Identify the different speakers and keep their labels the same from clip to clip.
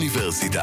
Speaker 1: האוניברסיטה,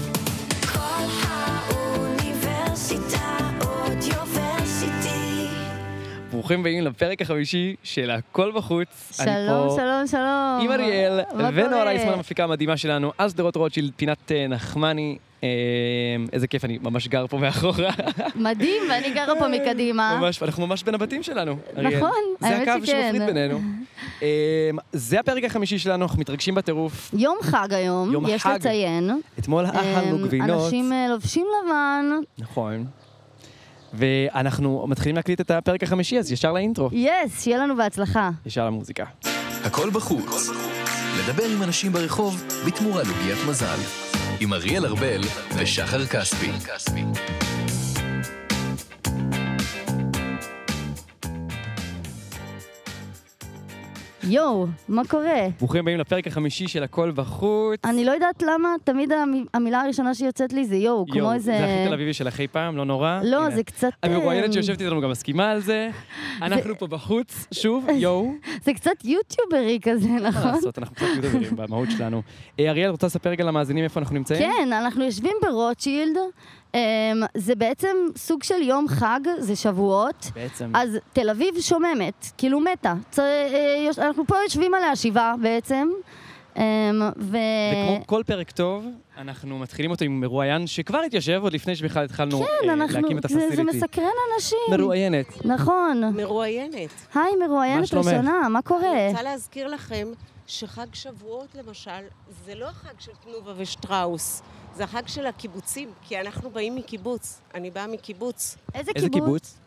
Speaker 2: כל האוניברסיטה אודיוורסיטי.
Speaker 3: ברוכים הבאים לפרק החמישי של הכל בחוץ. אני
Speaker 4: שלום,
Speaker 3: פה
Speaker 4: שלום, שלום.
Speaker 3: עם אריאל
Speaker 4: מה
Speaker 3: ונועה
Speaker 4: קורה?
Speaker 3: רייסמן המפיקה המדהימה שלנו, אז שדרות רוטשילד, פינת אה, נחמני. אה, איזה כיף, אני ממש גר פה מאחורה.
Speaker 4: מדהים, ואני גרה פה מקדימה.
Speaker 3: ממש, אנחנו ממש בין הבתים שלנו, אריאל.
Speaker 4: נכון,
Speaker 3: זה
Speaker 4: האמת
Speaker 3: הקו
Speaker 4: שכן.
Speaker 3: שמפריד בינינו. אה, זה הפרק החמישי שלנו, אנחנו מתרגשים בטירוף.
Speaker 4: יום חג היום,
Speaker 3: יום
Speaker 4: יש
Speaker 3: חג.
Speaker 4: לציין.
Speaker 3: אתמול אכלנו
Speaker 4: אמ,
Speaker 3: גבינות.
Speaker 4: אנשים אה, לובשים לבן.
Speaker 3: נכון. ואנחנו מתחילים להקליט את הפרק החמישי, אז ישר לאינטרו.
Speaker 4: יס, שיהיה לנו בהצלחה.
Speaker 3: ישר למוזיקה.
Speaker 5: הכל בחוץ. לדבר עם אנשים ברחוב בתמורה לעוגיית מזל. עם אריאל ארבל ושחר כספי.
Speaker 4: יואו, מה קורה?
Speaker 3: ברוכים הבאים לפרק החמישי של הכל בחוץ.
Speaker 4: אני לא יודעת למה תמיד המ- המילה הראשונה שיוצאת לי זה יואו, כמו
Speaker 3: יואו,
Speaker 4: איזה...
Speaker 3: זה הכי תל אביבי של אחי פעם, לא נורא.
Speaker 4: לא,
Speaker 3: הנה.
Speaker 4: זה קצת...
Speaker 3: אני רואה
Speaker 4: אמ,
Speaker 3: ילד שיושבת איתנו גם מסכימה על זה. אנחנו פה בחוץ, שוב, יואו.
Speaker 4: זה קצת יוטיוברי כזה,
Speaker 3: מה
Speaker 4: נכון?
Speaker 3: לעשות, אנחנו קצת מדברים במהות שלנו. אה, אריאל, רוצה לספר רגע למאזינים איפה אנחנו נמצאים?
Speaker 4: כן, אנחנו יושבים ברוטשילד. אמ, זה בעצם סוג של יום חג, זה שבועות.
Speaker 3: בעצם.
Speaker 4: אז תל אביב שוממת, כאילו מתה. צ- אה, יש- אנחנו פה יושבים עליה שבעה בעצם. אמ, ו...
Speaker 3: וכמו כל פרק טוב, אנחנו מתחילים אותו עם מרואיין שכבר התיישב עוד לפני שבכלל התחלנו
Speaker 4: כן,
Speaker 3: אה,
Speaker 4: אנחנו-
Speaker 3: להקים את
Speaker 4: זה-
Speaker 3: הפסיליטי.
Speaker 4: זה מסקרן אנשים.
Speaker 3: מרואיינת.
Speaker 4: נכון.
Speaker 6: מרואיינת.
Speaker 4: היי, מרואיינת
Speaker 3: שלומך?
Speaker 4: ראשונה, מה קורה?
Speaker 6: אני רוצה להזכיר לכם שחג שבועות, למשל, זה לא החג של תנובה ושטראוס, זה החג של הקיבוצים, כי אנחנו באים מקיבוץ. אני באה מקיבוץ,
Speaker 3: איזה קיבוץ?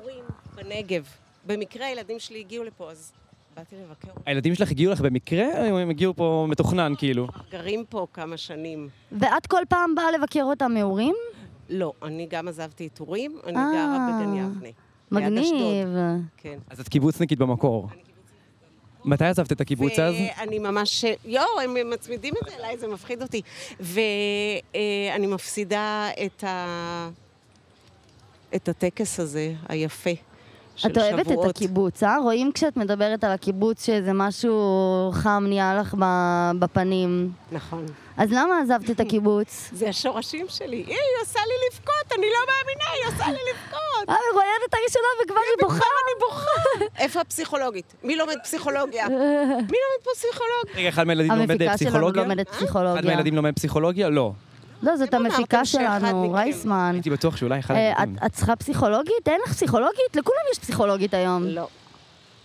Speaker 6: אורים, בנגב. במקרה הילדים שלי הגיעו לפה, אז באתי לבקר. אותם.
Speaker 3: הילדים שלך הגיעו לך במקרה, או הם הגיעו פה מתוכנן כאילו?
Speaker 6: גרים פה כמה שנים.
Speaker 4: ואת כל פעם באה לבקר אותם מהורים?
Speaker 6: לא, אני גם עזבתי את אורים, אני
Speaker 4: אה,
Speaker 6: גרה בגן יבנה. ליד
Speaker 4: מגניב.
Speaker 6: אשדוד, כן.
Speaker 3: אז את קיבוצניקית במקור. מתי עזבת את הקיבוץ אז?
Speaker 6: ואני ממש... יואו, הם מצמידים את זה אליי, זה מפחיד אותי. ואני מפסידה את, ה... את הטקס הזה, היפה, של
Speaker 4: את אוהבת את
Speaker 6: שבועות.
Speaker 4: הקיבוץ, אה? רואים כשאת מדברת על הקיבוץ שזה משהו חם נהיה לך ב- בפנים.
Speaker 6: נכון.
Speaker 4: אז למה עזבת את הקיבוץ?
Speaker 6: זה השורשים שלי. היא עושה לי לבכות, אני לא מאמינה, היא עושה לי לבכות.
Speaker 4: אה, מרואיינת הראשונה וכבר היא בוכה? אני בוכה.
Speaker 6: איפה הפסיכולוגית? מי לומד פסיכולוגיה? מי לומד פה פסיכולוגיה?
Speaker 3: רגע, אחד מהילדים לומד אה,
Speaker 4: המפיקה שלנו
Speaker 3: פסיכולוגיה?
Speaker 4: לומדת
Speaker 3: אחד
Speaker 4: פסיכולוגיה.
Speaker 3: מהילדים לומד פסיכולוגיה? לא.
Speaker 4: לא, זאת
Speaker 6: אתם
Speaker 4: המפיקה
Speaker 6: אמרתם שאחד
Speaker 4: שלנו,
Speaker 6: מכם.
Speaker 4: רייסמן.
Speaker 3: הייתי בטוח שאולי אחד
Speaker 4: אה,
Speaker 3: מהילדים.
Speaker 4: את- את צריכה פסיכולוגית? אין לך פסיכולוגית? לכולם יש פסיכולוגית היום.
Speaker 6: לא.
Speaker 4: לא,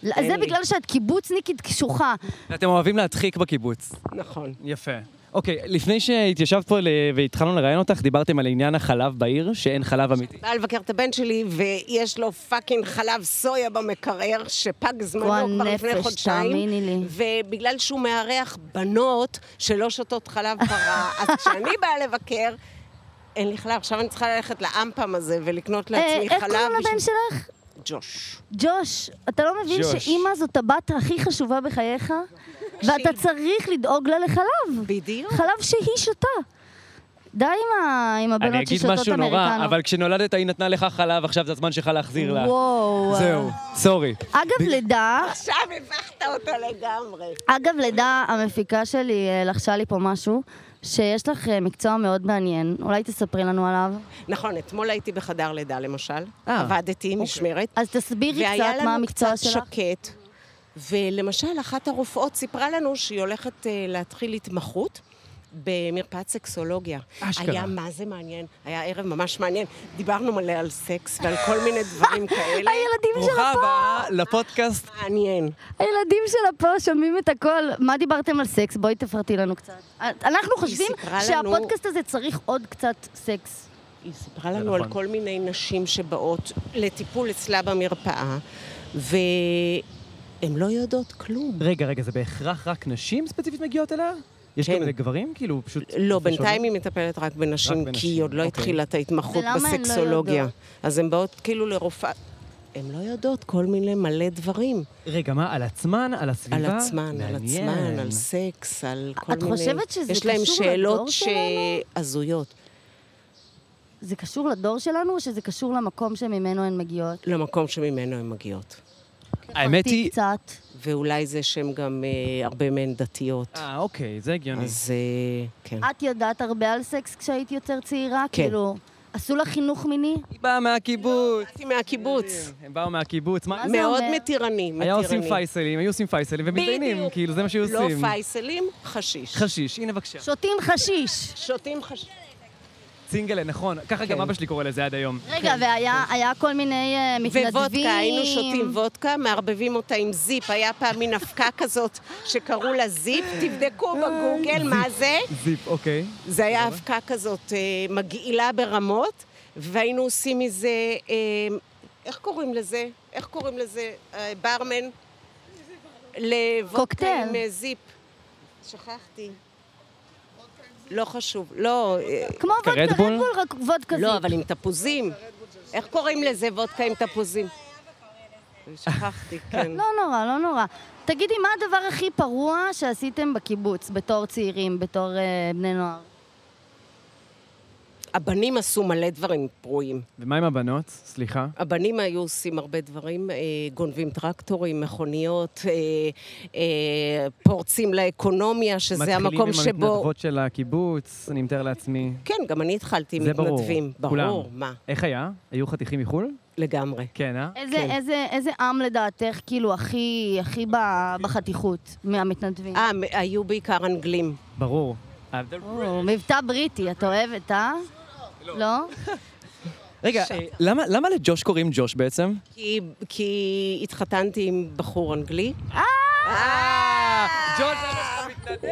Speaker 4: זה
Speaker 6: אין לי.
Speaker 4: בגלל שאת קיבוצניקית קשוחה.
Speaker 3: אתם אוהבים להדחיק בקיבוץ.
Speaker 6: נכון.
Speaker 3: יפה. אוקיי, לפני שהתיישבת פה ל- והתחלנו לראיין אותך, דיברתם על עניין החלב בעיר, שאין חלב אמיתי.
Speaker 6: באה לבקר את הבן שלי, ויש לו פאקינג חלב סויה במקרר, שפג
Speaker 4: גועל
Speaker 6: זמנו כבר לפני
Speaker 4: נפש,
Speaker 6: חודשיים.
Speaker 4: תאמיני לי.
Speaker 6: ובגלל שהוא מארח בנות שלא שותות חלב פרה, אז כשאני באה לבקר, אין לי חלב. עכשיו אני צריכה ללכת לאמפם הזה ולקנות
Speaker 4: אה,
Speaker 6: לעצמי
Speaker 4: איך
Speaker 6: חלב.
Speaker 4: קוראים לבן
Speaker 6: בשביל-
Speaker 4: שלך?
Speaker 6: ג'וש.
Speaker 4: ג'וש, אתה לא מבין
Speaker 3: ג'וש.
Speaker 4: שאימא זאת הבת הכי חשובה בחייך? ואתה צריך לדאוג לה לחלב.
Speaker 6: בדיוק.
Speaker 4: חלב שהיא שותה. די עם ה- עם
Speaker 3: אני
Speaker 4: הבנות
Speaker 3: אגיד
Speaker 4: ששותות
Speaker 3: משהו
Speaker 4: אמריקנו.
Speaker 3: נורא, אבל כשנולדת היא נתנה לך חלב, עכשיו זה הזמן שלך להחזיר לה.
Speaker 4: וואו.
Speaker 3: זהו, סורי.
Speaker 4: אגב, לידה,
Speaker 6: עכשיו הבכת אותו לגמרי.
Speaker 4: אגב, לידה, המפיקה שלי אה, לחשה לי פה משהו, שיש לך אה, מקצוע מאוד מעניין, אולי תספרי לנו עליו.
Speaker 6: נכון, אתמול הייתי בחדר לידה, למשל.
Speaker 3: אה.
Speaker 6: עבדתי משמרת.
Speaker 4: אוקיי. אז תסבירי קצת מה המקצוע שלך.
Speaker 6: והיה לנו קצת שקט, ולמשל, אחת הרופאות סיפרה לנו שהיא הולכת אה, להתחיל התמחות. במרפאת סקסולוגיה.
Speaker 3: אשכרה.
Speaker 6: היה מה זה מעניין, היה ערב ממש מעניין. דיברנו מלא על סקס ועל כל מיני דברים כאלה.
Speaker 4: הילדים של
Speaker 3: ברוכה הבאה לפודקאסט.
Speaker 6: מעניין.
Speaker 4: הילדים שלה פה שומעים את הכל. מה דיברתם על סקס? בואי תפרטי לנו קצת. אנחנו חושבים
Speaker 6: סיפרה לנו-
Speaker 4: שהפודקאסט הזה צריך עוד קצת סקס.
Speaker 6: היא סיפרה לנו על
Speaker 3: נכון.
Speaker 6: כל מיני נשים שבאות לטיפול אצלה במרפאה, והן לא יודעות כלום.
Speaker 3: רגע, רגע, זה בהכרח רק נשים ספציפית מגיעות אליה? יש
Speaker 6: כן.
Speaker 3: גם לגברים? כאילו, פשוט...
Speaker 6: לא,
Speaker 3: פשוט שומעים?
Speaker 6: בינתיים היא מטפלת רק בנשים,
Speaker 3: רק
Speaker 6: כי
Speaker 3: בנשים,
Speaker 6: היא עוד לא
Speaker 3: אוקיי.
Speaker 6: התחילה את ההתמחות
Speaker 4: ולמה הן לא
Speaker 6: בסקסולוגיה.
Speaker 4: יודעות?
Speaker 6: אז הן באות כאילו לרופאה... הן לא יודעות כל מיני מלא דברים.
Speaker 3: רגע, מה, על עצמן, על הסביבה?
Speaker 6: על עצמן, על
Speaker 3: מעניין.
Speaker 6: עצמן, על סקס, על כל
Speaker 4: את
Speaker 6: מיני...
Speaker 4: חושבת שזה
Speaker 6: יש להם
Speaker 4: קשור לדור
Speaker 6: שאלות ש-
Speaker 4: שלנו?
Speaker 6: הזויות.
Speaker 4: זה קשור לדור שלנו או שזה קשור למקום שממנו הן מגיעות?
Speaker 6: למקום שממנו הן מגיעות.
Speaker 3: האמת היא...
Speaker 4: קצת.
Speaker 6: ואולי זה שהם גם אה, הרבה מהן דתיות.
Speaker 3: אה, אוקיי, זה הגיוני.
Speaker 6: אז אה, כן.
Speaker 4: את ידעת הרבה על סקס כשהיית יותר צעירה?
Speaker 6: כן.
Speaker 4: כאילו, עשו לך חינוך מיני?
Speaker 3: היא באה מהקיבוץ.
Speaker 6: באתי מהקיבוץ.
Speaker 3: הם באו מהקיבוץ. מה
Speaker 4: מה זה
Speaker 6: מאוד
Speaker 4: אומר?
Speaker 6: מתירני, מתירני.
Speaker 3: היה עושים פייסלים, היו עושים פייסלים ומתדיינים,
Speaker 6: בדיוק.
Speaker 3: כאילו, זה מה שהיו עושים.
Speaker 6: לא פייסלים, חשיש.
Speaker 3: חשיש, הנה בבקשה.
Speaker 4: שותים חשיש.
Speaker 6: שותים חשיש.
Speaker 3: צינגלה, נכון. ככה
Speaker 6: כן.
Speaker 3: גם אבא שלי קורא לזה עד היום.
Speaker 4: רגע, והיה היה כל מיני אה, מתנדבים.
Speaker 6: ווודקה, היינו שותים וודקה, מערבבים אותה עם זיפ. היה פעם מין אבקה כזאת שקראו לה זיפ, תבדקו בגוגל מה זה.
Speaker 3: זיפ, אוקיי.
Speaker 6: זה היה אבקה כזאת אה, מגעילה ברמות, והיינו עושים מזה, אה, איך קוראים לזה? איך קוראים לזה? אה, ברמן? לוודקה
Speaker 4: קוקטייל.
Speaker 6: עם אה, זיפ. שכחתי. לא חשוב, לא, אה,
Speaker 4: כמו וודקה
Speaker 3: רדבול?
Speaker 4: רדבול, רק וודקה זיפ.
Speaker 6: לא, אבל עם תפוזים. איך קוראים לזה וודקה עם תפוזים? שכחתי, כן.
Speaker 4: לא נורא, לא נורא. תגידי, מה הדבר הכי פרוע שעשיתם בקיבוץ, בתור צעירים, בתור אה, בני נוער?
Speaker 6: הבנים עשו מלא דברים פרועים.
Speaker 3: ומה עם הבנות? סליחה.
Speaker 6: הבנים היו עושים הרבה דברים, אה, גונבים טרקטורים, מכוניות, אה, אה, פורצים לאקונומיה, שזה המקום
Speaker 3: מתחילים עם
Speaker 6: שבו...
Speaker 3: המתנדבות של הקיבוץ, אני מתאר לעצמי.
Speaker 6: כן, גם אני התחלתי עם
Speaker 3: זה ברור.
Speaker 6: מתנדבים.
Speaker 3: כולם.
Speaker 6: ברור, מה?
Speaker 3: איך היה? היו חתיכים מחו"ל?
Speaker 6: לגמרי.
Speaker 3: כן, אה?
Speaker 4: איזה,
Speaker 6: כן.
Speaker 4: איזה, איזה עם לדעתך, כאילו, הכי, הכי ב- בחתיכות מהמתנדבים?
Speaker 6: אה, מ- היו בעיקר אנגלים.
Speaker 3: ברור. אה,
Speaker 4: או, מבטא בריטי, את אוהבת, אה? לא?
Speaker 3: רגע, אה, למה למה לג'וש קוראים ג'וש בעצם?
Speaker 6: כי, כי התחתנתי עם בחור אנגלי.
Speaker 4: אה!
Speaker 3: אה! ג'וש, אבא שלך מתנדב!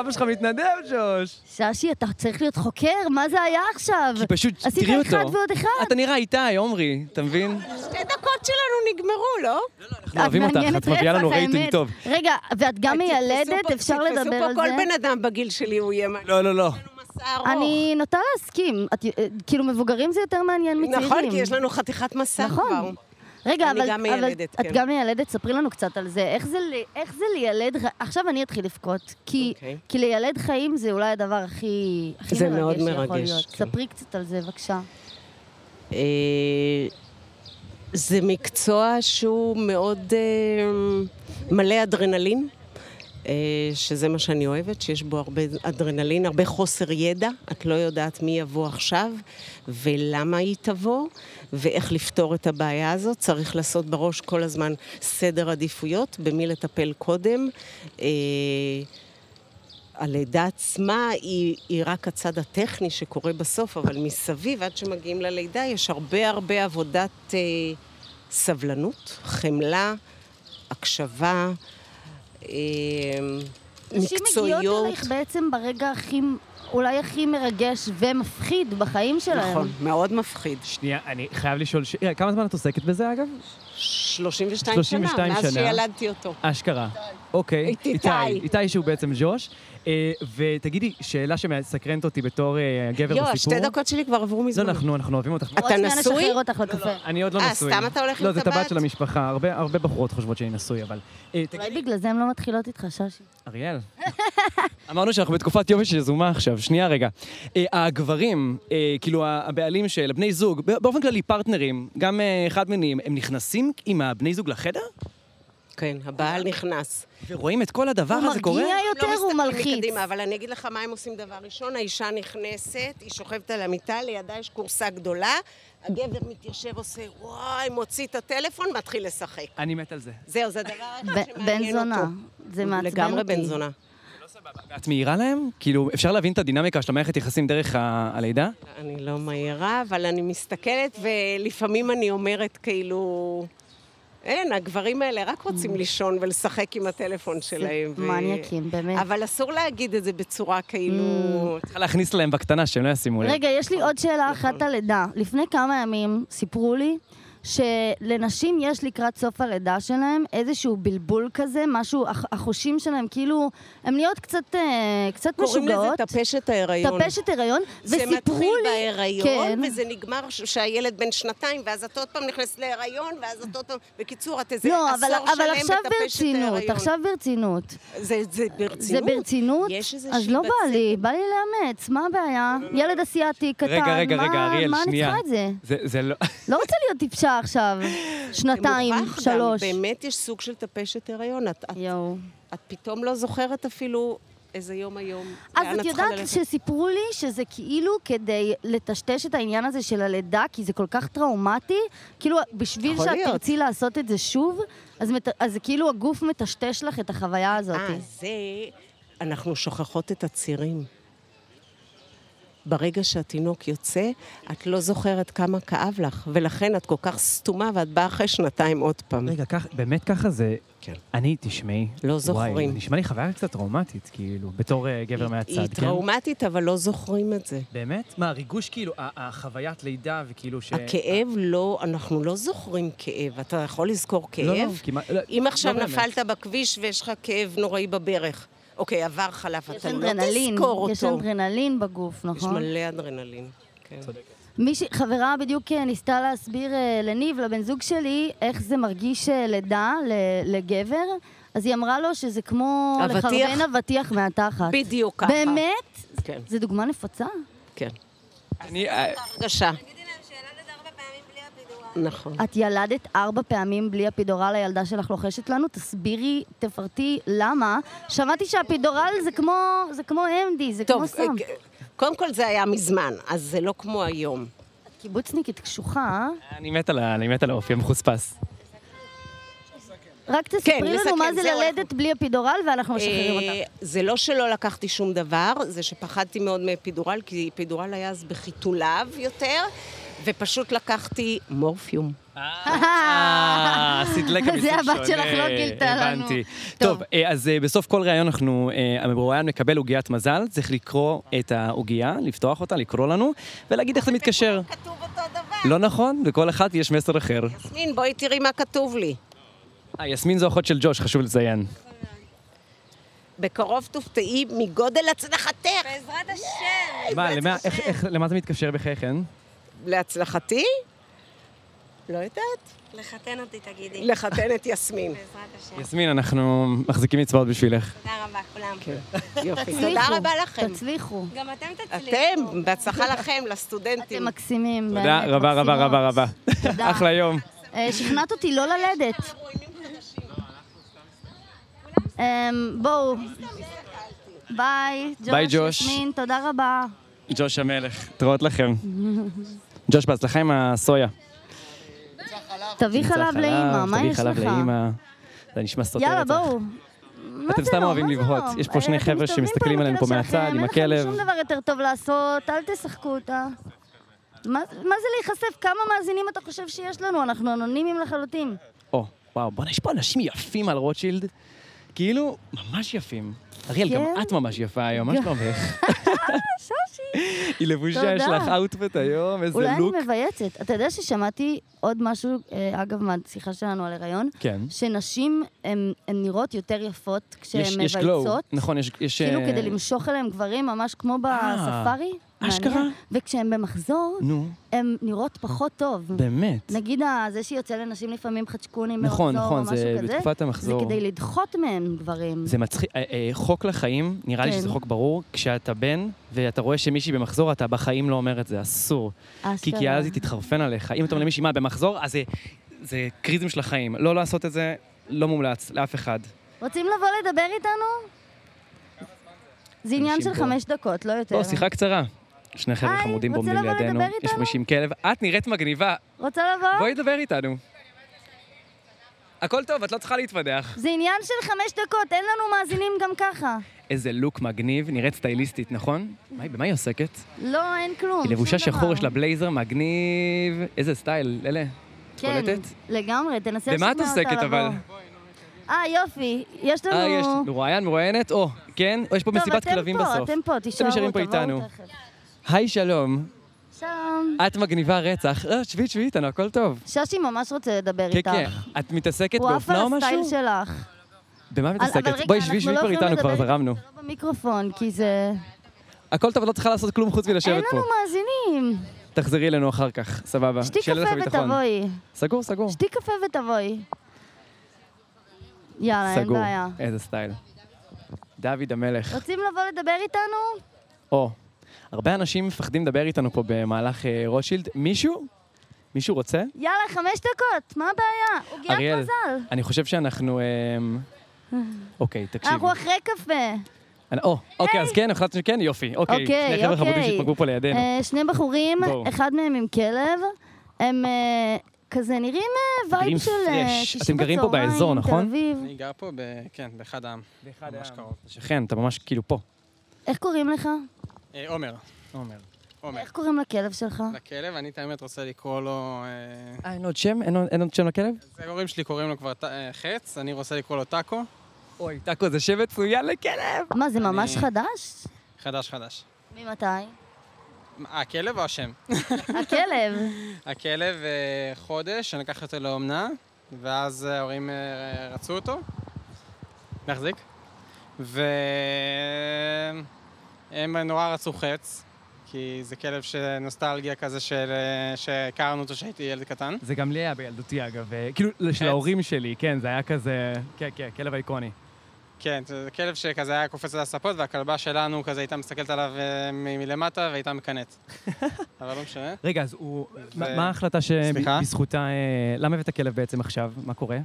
Speaker 3: אבא שלך מתנדב, ג'וש!
Speaker 4: ששי, אתה צריך להיות חוקר? מה זה היה עכשיו?
Speaker 3: כי פשוט,
Speaker 4: עשית
Speaker 3: תראי אותו.
Speaker 4: אחד ועוד אחד?
Speaker 3: אתה נראה איתי, עומרי, אתה מבין?
Speaker 6: שתי דקות שלנו נגמרו, לא?
Speaker 3: אנחנו אוהבים אותך, את מביאה לנו רייטינג טוב.
Speaker 4: רגע, ואת גם
Speaker 6: אה, תתפסו
Speaker 4: מיילדת,
Speaker 6: פה-
Speaker 4: אפשר לדבר על
Speaker 6: תתפסו פה כל
Speaker 4: זה?
Speaker 6: בן אדם בגיל שלי, הוא יהיה מלא.
Speaker 3: לא, לא, לא.
Speaker 6: מסע ארוך.
Speaker 4: אני נוטה להסכים. את- אה, כאילו, מבוגרים זה יותר מעניין מצעירים.
Speaker 6: נכון, כי יש לנו חתיכת מסע
Speaker 4: נכון.
Speaker 6: כבר.
Speaker 4: רגע,
Speaker 6: אני
Speaker 4: אבל,
Speaker 6: גם
Speaker 4: אבל
Speaker 6: מיילדת,
Speaker 4: את
Speaker 6: כן.
Speaker 4: גם מיילדת, ספרי לנו קצת על זה. איך זה, ל- איך זה לילד... ח- עכשיו אני אתחיל לבכות, כי,
Speaker 6: אוקיי.
Speaker 4: כי לילד חיים זה אולי הדבר הכי, הכי
Speaker 6: זה
Speaker 4: מרגש
Speaker 6: מאוד
Speaker 4: שיכול
Speaker 6: מרגש,
Speaker 4: להיות.
Speaker 6: כן.
Speaker 4: ספרי קצת על זה, בבקשה.
Speaker 6: אה, זה מקצוע שהוא מאוד אה, מלא אדרנלין, אה, שזה מה שאני אוהבת, שיש בו הרבה אדרנלין, הרבה חוסר ידע, את לא יודעת מי יבוא עכשיו ולמה היא תבוא, ואיך לפתור את הבעיה הזאת. צריך לעשות בראש כל הזמן סדר עדיפויות, במי לטפל קודם. אה, הלידה עצמה היא, היא רק הצד הטכני שקורה בסוף, אבל מסביב, עד שמגיעים ללידה, יש הרבה הרבה עבודת אה, סבלנות, חמלה, הקשבה, אה,
Speaker 4: נשים מגיעות
Speaker 6: מקצועיות.
Speaker 4: אלייך בעצם ברגע הכי, אולי הכי מרגש ומפחיד בחיים שלהם.
Speaker 6: נכון, מאוד מפחיד.
Speaker 3: שנייה, אני חייב לשאול, ש- אה, כמה זמן את עוסקת בזה, אגב?
Speaker 6: 32,
Speaker 3: 32
Speaker 6: שנה, מאז
Speaker 3: שנה.
Speaker 6: שילדתי אותו.
Speaker 3: אשכרה. אוקיי.
Speaker 6: איתי איתי.
Speaker 3: איתי שהוא בעצם ג'וש. אה, ותגידי, שאלה שמסקרנת אותי בתור אה, גבר
Speaker 6: יואו,
Speaker 3: בסיפור.
Speaker 6: השתי דקות שלי כבר עברו
Speaker 3: לא,
Speaker 6: מזמן.
Speaker 3: אנחנו, אנחנו אוהבים אותך.
Speaker 6: אתה
Speaker 4: עוד שנייה
Speaker 6: נשוי?
Speaker 4: נשחרר אותך לקפה.
Speaker 3: אני עוד לא
Speaker 6: אה,
Speaker 3: נשוי.
Speaker 6: סתם אתה הולך
Speaker 3: לא,
Speaker 6: עם
Speaker 3: זה
Speaker 6: טבעת?
Speaker 3: טבעת של המשפחה. הרבה הרבה בחורות חושבות שאני נשוי, אבל... אה, תגידי,
Speaker 4: אולי בגלל זה הן לא מתחילות איתך, ששי.
Speaker 3: אריאל. אמרנו שאנחנו בתקופת יופי שזומה עכשיו, שנייה רגע. אה, הגברים, אה, כאילו ה- הבעלים של בני זוג, בא- באופן כללי פרטנרים, גם אה, חד מיניים, הם נכנסים עם הבני זוג לחדר?
Speaker 6: כן, הבעל נכנס.
Speaker 3: ורואים את כל הדבר
Speaker 4: הוא
Speaker 3: הזה קורה?
Speaker 4: מרגיע יותר,
Speaker 6: לא
Speaker 4: הוא
Speaker 6: מסתכלים
Speaker 4: מלחיץ.
Speaker 6: מקדימה, אבל אני אגיד לך מה הם עושים דבר ראשון. האישה נכנסת, היא שוכבת על המיטה, לידה יש כורסה גדולה, הגבר מתיישב, עושה וואי, מוציא את הטלפון, מתחיל לשחק.
Speaker 3: אני מת על זה.
Speaker 6: זהו, זה דבר אחד
Speaker 4: ב-
Speaker 6: שמעניין
Speaker 4: בן זונה.
Speaker 6: אותו.
Speaker 4: זה מעצבן אותי.
Speaker 6: לגמרי בן זונה.
Speaker 3: את מעירה להם? כאילו, אפשר להבין את הדינמיקה של המערכת יחסים דרך ה- הלידה?
Speaker 6: אני לא מהירה, אבל אני מסתכלת, ולפעמים אני אומרת כאילו... אין, הגברים האלה רק
Speaker 4: Mm.
Speaker 6: רוצים לישון ולשחק עם הטלפון שלהם. ו-
Speaker 4: מניאקים, באמת. Mm.
Speaker 6: אבל אסור להגיד את זה בצורה כאילו...
Speaker 3: צריכה להכניס להם בקטנה שהם לא ישימו לב.
Speaker 4: רגע, יש לי
Speaker 6: נכון.
Speaker 4: עוד שאלה אחת על לידה. לפני כמה ימים סיפרו לי שלנשים יש לקראת סוף הלידה שלהם איזשהו בלבול כזה, משהו, הח- החושים שלהם כאילו, הן נהיות קצת, אה, קצת
Speaker 6: קוראים לזה
Speaker 4: משוגעות.
Speaker 6: טפשת ההיריון.
Speaker 4: טפשת הריון,
Speaker 6: זה
Speaker 4: וסיפרו
Speaker 6: מתחיל
Speaker 4: לי...
Speaker 6: בהיריון,
Speaker 4: כן.
Speaker 6: וזה נגמר ש- שהילד בן שנתיים, ואז את עוד פעם נכנסת להיריון, ואז את עוד פעם... בקיצור, את איזה
Speaker 4: לא, אבל,
Speaker 6: עשור
Speaker 4: אבל
Speaker 6: שלם
Speaker 4: עכשיו
Speaker 6: בטפשת
Speaker 4: ברצינות,
Speaker 6: ההיריון.
Speaker 4: עכשיו ברצינות.
Speaker 6: זה, זה ברצינות?
Speaker 4: זה ברצינות?
Speaker 6: יש איזושהי
Speaker 4: אז לא בא
Speaker 6: בצק-
Speaker 4: לי, בא לי לאמץ, מה הבעיה? ילד אסיאתי, קטן,
Speaker 3: רגע, רגע,
Speaker 4: מה-
Speaker 3: רגע, אריאל,
Speaker 4: מה אני
Speaker 3: שנייה.
Speaker 4: צריכה את זה?
Speaker 3: זה לא...
Speaker 4: לא רוצה להיות טיפשה, אותה עכשיו, שנתיים,
Speaker 6: מוכרח גם,
Speaker 4: שלוש.
Speaker 6: באמת יש סוג של טפשת הריון. את, את,
Speaker 4: יואו.
Speaker 6: את פתאום לא זוכרת אפילו איזה יום היום. לאן
Speaker 4: אז את
Speaker 6: צריכה
Speaker 4: יודעת
Speaker 6: ללכת.
Speaker 4: שסיפרו לי שזה כאילו כדי לטשטש את העניין הזה של הלידה, כי זה כל כך טראומטי, כאילו בשביל
Speaker 6: יכול
Speaker 4: שאת
Speaker 6: להיות.
Speaker 4: תרצי לעשות את זה שוב, אז, מת... אז כאילו הגוף מטשטש לך את החוויה הזאת.
Speaker 6: אה, זה... אנחנו שוכחות את הצירים. ברגע שהתינוק יוצא, את לא זוכרת כמה כאב לך, ולכן את כל כך סתומה ואת באה אחרי שנתיים עוד פעם.
Speaker 7: רגע, כך, באמת ככה זה...
Speaker 6: כן.
Speaker 7: אני, תשמעי.
Speaker 6: לא
Speaker 7: וואי,
Speaker 6: זוכרים.
Speaker 7: נשמע לי חוויה קצת טראומטית, כאילו, בתור אה, גבר מהצד, כן?
Speaker 6: היא טראומטית, אבל לא זוכרים את זה.
Speaker 7: באמת? מה, הריגוש, כאילו, ה- החוויית לידה, וכאילו ש...
Speaker 6: הכאב לא, אנחנו לא זוכרים כאב. אתה יכול לזכור כאב?
Speaker 7: לא, לא, כמעט... לא,
Speaker 6: אם עכשיו
Speaker 7: לא באמת.
Speaker 6: נפלת בכביש ויש לך כאב נוראי בברך, אוקיי, עבר חלף,
Speaker 4: יש
Speaker 6: אתה לא
Speaker 4: אדרנלין,
Speaker 6: תזכור אותו.
Speaker 4: יש אדרנלין בגוף,
Speaker 6: יש
Speaker 4: נכון?
Speaker 6: מלא אדרנלין. כן.
Speaker 4: מישהי, חברה בדיוק אה, ניסתה להסביר אה, לניב, לבן זוג שלי, איך זה מרגיש אה, לידה ל- לגבר, אז היא אמרה לו שזה כמו
Speaker 6: אבטיח?
Speaker 4: לחרבן אבטיח מהתחת.
Speaker 6: בדיוק ככה.
Speaker 4: באמת?
Speaker 6: כן,
Speaker 4: זו דוגמה נפוצה.
Speaker 6: כן.
Speaker 3: אני... אה,
Speaker 6: הרגשה. נכון.
Speaker 4: את ילדת ארבע פעמים בלי אפידורל, הילדה שלך לוחשת לנו, תסבירי, תפרטי למה. שמעתי שהאפידורל זה כמו, זה כמו MD, זה
Speaker 6: טוב,
Speaker 4: כמו סם.
Speaker 6: אה, קודם כל זה היה מזמן, אז זה לא כמו היום.
Speaker 4: קיבוצניקית קשוחה, אה?
Speaker 3: אני מת על ה- אני מת על האופי המחוספס.
Speaker 4: רק תספרי לנו
Speaker 6: כן, לסכם,
Speaker 4: מה זה
Speaker 6: זהו,
Speaker 4: ללדת בלי אפידורל, ואנחנו משחררים
Speaker 6: אה,
Speaker 4: אותה.
Speaker 6: זה לא שלא לקחתי שום דבר, זה שפחדתי מאוד מאפידורל, כי אפידורל היה אז בחיתוליו יותר, ופשוט לקחתי מורפיום.
Speaker 3: אה, עשית לקה
Speaker 4: זה
Speaker 3: מסוג שונה.
Speaker 4: הבת שלך לא גילתה לנו.
Speaker 3: הבנתי.
Speaker 4: טוב.
Speaker 3: טוב, אה, אז אה, בסוף כל ראיון אנחנו, אה, המרואיין מקבל עוגיית מזל, צריך לקרוא את העוגייה, לפתוח אותה, לקרוא לנו, ולהגיד איך זה מתקשר.
Speaker 6: כתוב אותו דבר.
Speaker 3: לא נכון, לכל אחת יש מסר אחר.
Speaker 6: יסמין, בואי תראי מה כתוב לי.
Speaker 3: אה, יסמין זו אחות של ג'וש, חשוב לציין.
Speaker 6: בקרוב תופתעי מגודל הצלחתך.
Speaker 8: בעזרת השם.
Speaker 3: מה, למה- איך- איך- למה זה מתקשר בחייכן?
Speaker 6: להצלחתי? לא יודעת.
Speaker 8: לחתן אותי, תגידי.
Speaker 6: לחתן את יסמין.
Speaker 8: בעזרת השם.
Speaker 3: יסמין, אנחנו מחזיקים אצבעות בשבילך.
Speaker 4: אה,
Speaker 8: תודה רבה, כולם.
Speaker 6: יופי. תודה
Speaker 4: תצליחו,
Speaker 6: רבה לכם.
Speaker 4: תצליחו.
Speaker 8: גם אתם תצליחו.
Speaker 6: אתם, בהצלחה לכם, לסטודנטים.
Speaker 4: אתם מקסימים.
Speaker 3: תודה
Speaker 4: באמת,
Speaker 3: רבה רבה רבה רבה.
Speaker 4: מקסימות. תודה.
Speaker 3: אחלה יום.
Speaker 4: אה, שכנעת אותי לא ללדת. אמ, בואו. ביי, ג'וש.
Speaker 3: ביי, ג'וש.
Speaker 4: יסמין, תודה רבה.
Speaker 3: ג'וש המלך, תראות לכם. ג'וש, בהצלחה עם הסויה.
Speaker 4: תביא חלב לאימא, מה
Speaker 3: תביא
Speaker 4: יש
Speaker 3: חלב
Speaker 4: לך?
Speaker 3: לאימא. זה נשמע סותר.
Speaker 4: יאללה,
Speaker 3: רצח.
Speaker 4: בואו. לא,
Speaker 3: אתם סתם אוהבים לבהות. יש פה
Speaker 4: אה,
Speaker 3: שני חבר'ה שמסתכלים עלינו פה מהצד, עם
Speaker 4: אין
Speaker 3: הכלב.
Speaker 4: לכם שום דבר יותר טוב לעשות, אל תשחקו אותה. מה מה זה להיחשף? כמה מאזינים אתה חושב שיש לנו? אנחנו אנונימיים לחלוטין.
Speaker 3: או, וואו, בוא'נה, יש פה אנשים יפים על רוטשילד. כאילו, ממש יפים. אריאל, גם
Speaker 4: כן?
Speaker 3: את ממש יפה היום, מה
Speaker 4: גם-
Speaker 3: שלומך?
Speaker 4: שושי.
Speaker 3: היא לבושה, יש
Speaker 4: תודה.
Speaker 3: לך אאוטפט היום, איזה
Speaker 4: אולי
Speaker 3: לוק.
Speaker 4: אני מבייצת. אתה יודע ששמעתי עוד משהו, אה, אגב, מהשיחה שלנו על הריון?
Speaker 3: כן.
Speaker 4: שנשים הן הן נראות יותר יפות כשהן
Speaker 3: יש- יש glow.
Speaker 4: מבייצות.
Speaker 3: נכון, יש- יש...
Speaker 4: כאילו
Speaker 3: אה,
Speaker 4: כדי למשוך אליהם גברים, ממש כמו
Speaker 3: אה,
Speaker 4: בספארי.
Speaker 3: אשכרה.
Speaker 4: מעניין. וכשהן במחזור,
Speaker 3: נו,
Speaker 4: הן נראות פחות טוב.
Speaker 3: באמת.
Speaker 4: נגיד ה- זה שיוצא לנשים לפעמים חדשקונים במחזור או
Speaker 3: נכון,
Speaker 4: משהו כזה,
Speaker 3: נכון, זה בתקופת
Speaker 4: זה
Speaker 3: המחזור.
Speaker 4: כדי לדחות מהם גברים.
Speaker 3: זה מצחיק, אה, אה, חוק לחיים, נראה לי
Speaker 4: כן.
Speaker 3: שזה חוק ברור, כשאתה בן ואתה רואה שמישהי במחזור, אתה בחיים לא אומר את זה, אסור. כי כי
Speaker 4: אשכרה.
Speaker 3: אז היא תתחרפן עליך. אם אתה אומר למישהי, מה, במחזור? אז זה- זה קריזם של החיים. לא לעשות את זה, לא מומלץ לאף אחד.
Speaker 4: רוצים לבוא לדבר איתנו? זה עניין
Speaker 3: אנשים
Speaker 4: של
Speaker 3: פה.
Speaker 4: חמש דקות, לא יותר.
Speaker 3: לא, שיחה קצרה. שני חבר'ה
Speaker 4: היי,
Speaker 3: חמודים
Speaker 4: רוצה
Speaker 3: בומדים
Speaker 4: לבוא
Speaker 3: לידינו, יש
Speaker 4: לדבר
Speaker 3: פה
Speaker 4: איתנו? אה?
Speaker 3: מישהי עם כלב. את נראית מגניבה,
Speaker 4: רוצה לבוא?
Speaker 3: בואי לדבר איתנו. הכל טוב, את לא צריכה להתפדח.
Speaker 4: זה עניין של חמש דקות, אין לנו מאזינים גם ככה.
Speaker 3: איזה לוק מגניב, נראית סטייליסטית, נכון? מה היא- במה היא עוסקת?
Speaker 4: לא, אין כלום.
Speaker 3: היא לבושה
Speaker 4: שום
Speaker 3: שחור,
Speaker 4: דבר.
Speaker 3: יש לה בלייזר מגניב. איזה סטייל, אלה. את
Speaker 4: כן,
Speaker 3: קולטת?
Speaker 4: לגמרי, תנסה
Speaker 3: במה את
Speaker 4: לשכנע אותה
Speaker 3: עוסקת, אבל?
Speaker 4: לבוא. אה, יופי, יש לנו...
Speaker 3: אה, יש, מרואיין, מרואיינת, או, כן? או יש פה מסיבת כלבים
Speaker 4: טוב,
Speaker 3: בסוף.
Speaker 4: אתם פה, אתם פה,
Speaker 3: נשארים
Speaker 4: תישארו,
Speaker 3: פה איתנו.
Speaker 4: תבואו תכף.
Speaker 3: היי, שלום.
Speaker 4: שלום.
Speaker 3: את מגניבה רצח. לא, שבי, שבי איתנו, הכל טוב.
Speaker 4: שושי ממש רוצה לדבר
Speaker 3: כן,
Speaker 4: איתך.
Speaker 3: כן. את מתעסקת
Speaker 4: הוא עף
Speaker 3: באופנה או
Speaker 4: על הסטייל
Speaker 3: משהו?
Speaker 4: שלך.
Speaker 3: במה את
Speaker 4: אבל
Speaker 3: מתעסקת?
Speaker 4: רגע,
Speaker 3: בואי, שבי,
Speaker 4: אנחנו
Speaker 3: שבי
Speaker 4: לא
Speaker 3: כבר
Speaker 4: יכולים
Speaker 3: איתנו, כבר
Speaker 4: לדבר,
Speaker 3: זרמנו.
Speaker 4: זה לא במיקרופון, כי זה...
Speaker 3: הכל טוב, את לא צריכה לעשות כלום חוץ
Speaker 4: אין
Speaker 3: מלשבת פה.
Speaker 4: לנו מאזינים.
Speaker 3: תחזרי אלינו אחר כך, סבבה.
Speaker 4: שתי
Speaker 3: שיהיה לך
Speaker 4: קפה
Speaker 3: ביטחון.
Speaker 4: ותבואי.
Speaker 3: סגור, סגור.
Speaker 4: שתי קפה ותבואי. יאללה, אין
Speaker 3: סגור.
Speaker 4: בעיה.
Speaker 3: איזה סטייל. דוד המלך.
Speaker 4: רוצים לבוא לדבר איתנו?
Speaker 3: או, הרבה אנשים מפחדים לדבר איתנו פה במהלך אה, רוטשילד. מישהו מישהו רוצה?
Speaker 4: יאללה, חמש דקות, מה הבעיה? עוגיית
Speaker 3: אריאל.
Speaker 4: מזל.
Speaker 3: אני חושב שאנחנו... אמ, אוקיי, תקשיבי.
Speaker 4: אנחנו אחרי קפה.
Speaker 3: אני- או, אוקיי, אז כן, החלטנו שכן, יופי. אוקיי,
Speaker 4: אוקיי,
Speaker 3: שני חבר'ה חמודים
Speaker 4: אוקיי.
Speaker 3: שהתפגעו פה לידינו.
Speaker 4: אה, שני בחורים,
Speaker 3: בואו.
Speaker 4: אחד מהם עם כלב, הם אה, כזה נראים אה,
Speaker 3: נראים
Speaker 4: וייב של אה,
Speaker 3: fresh.
Speaker 4: שישי
Speaker 3: אתם גרים פה
Speaker 4: בצהריים,
Speaker 3: באזור, נכון?
Speaker 4: תל אביב.
Speaker 9: אני גר פה, ב- כן, באחד העם.
Speaker 10: באחד
Speaker 9: ממש
Speaker 10: העם.
Speaker 9: קרוב.
Speaker 3: שכן, אתה ממש כאילו פה.
Speaker 4: איך קוראים לך?
Speaker 9: אה, עומר,
Speaker 3: עומר.
Speaker 9: עומר.
Speaker 4: איך קוראים לכלב שלך?
Speaker 9: לכלב, אני את האמת רוצה לקרוא לו... אה,
Speaker 3: אה, אין לו עוד שם? אין לו- אין עוד שם לכלב?
Speaker 9: זה ההורים שלי קוראים לו כבר ט- אה, חץ, אני רוצה לקרוא לו טאקו.
Speaker 3: אוי, טאקו זה שם מצוין לכלב!
Speaker 4: מה, זה ממש חדש?
Speaker 9: חדש חדש.
Speaker 4: ממתי?
Speaker 9: מה, הכלב או השם?
Speaker 4: הכלב.
Speaker 9: הכלב אה, חודש, אני לקח אותו לאומנה, ואז ההורים אה, רצו אותו. להחזיק. והם נורא רצו חץ, כי זה כלב של נוסטלגיה כזה של... אה, שהכרנו אותו כשהייתי ילד קטן.
Speaker 10: זה גם לי היה בילדותי, אגב. אה, כאילו, של
Speaker 9: כן.
Speaker 10: ההורים שלי, כן, זה היה כזה... כן, כן, כלב איקוני.
Speaker 9: כן, זה כלב שכזה היה קופץ על הספות, והכלבה שלנו כזה הייתה מסתכלת עליו אה, מ- מלמטה והייתה מקנאת. אבל לא משנה.
Speaker 10: רגע, אז הוא...
Speaker 9: ו-
Speaker 10: מה מה ההחלטה
Speaker 9: סליחה?
Speaker 10: שבזכותה... למה הבאת כלב בעצם עכשיו? מה קורה?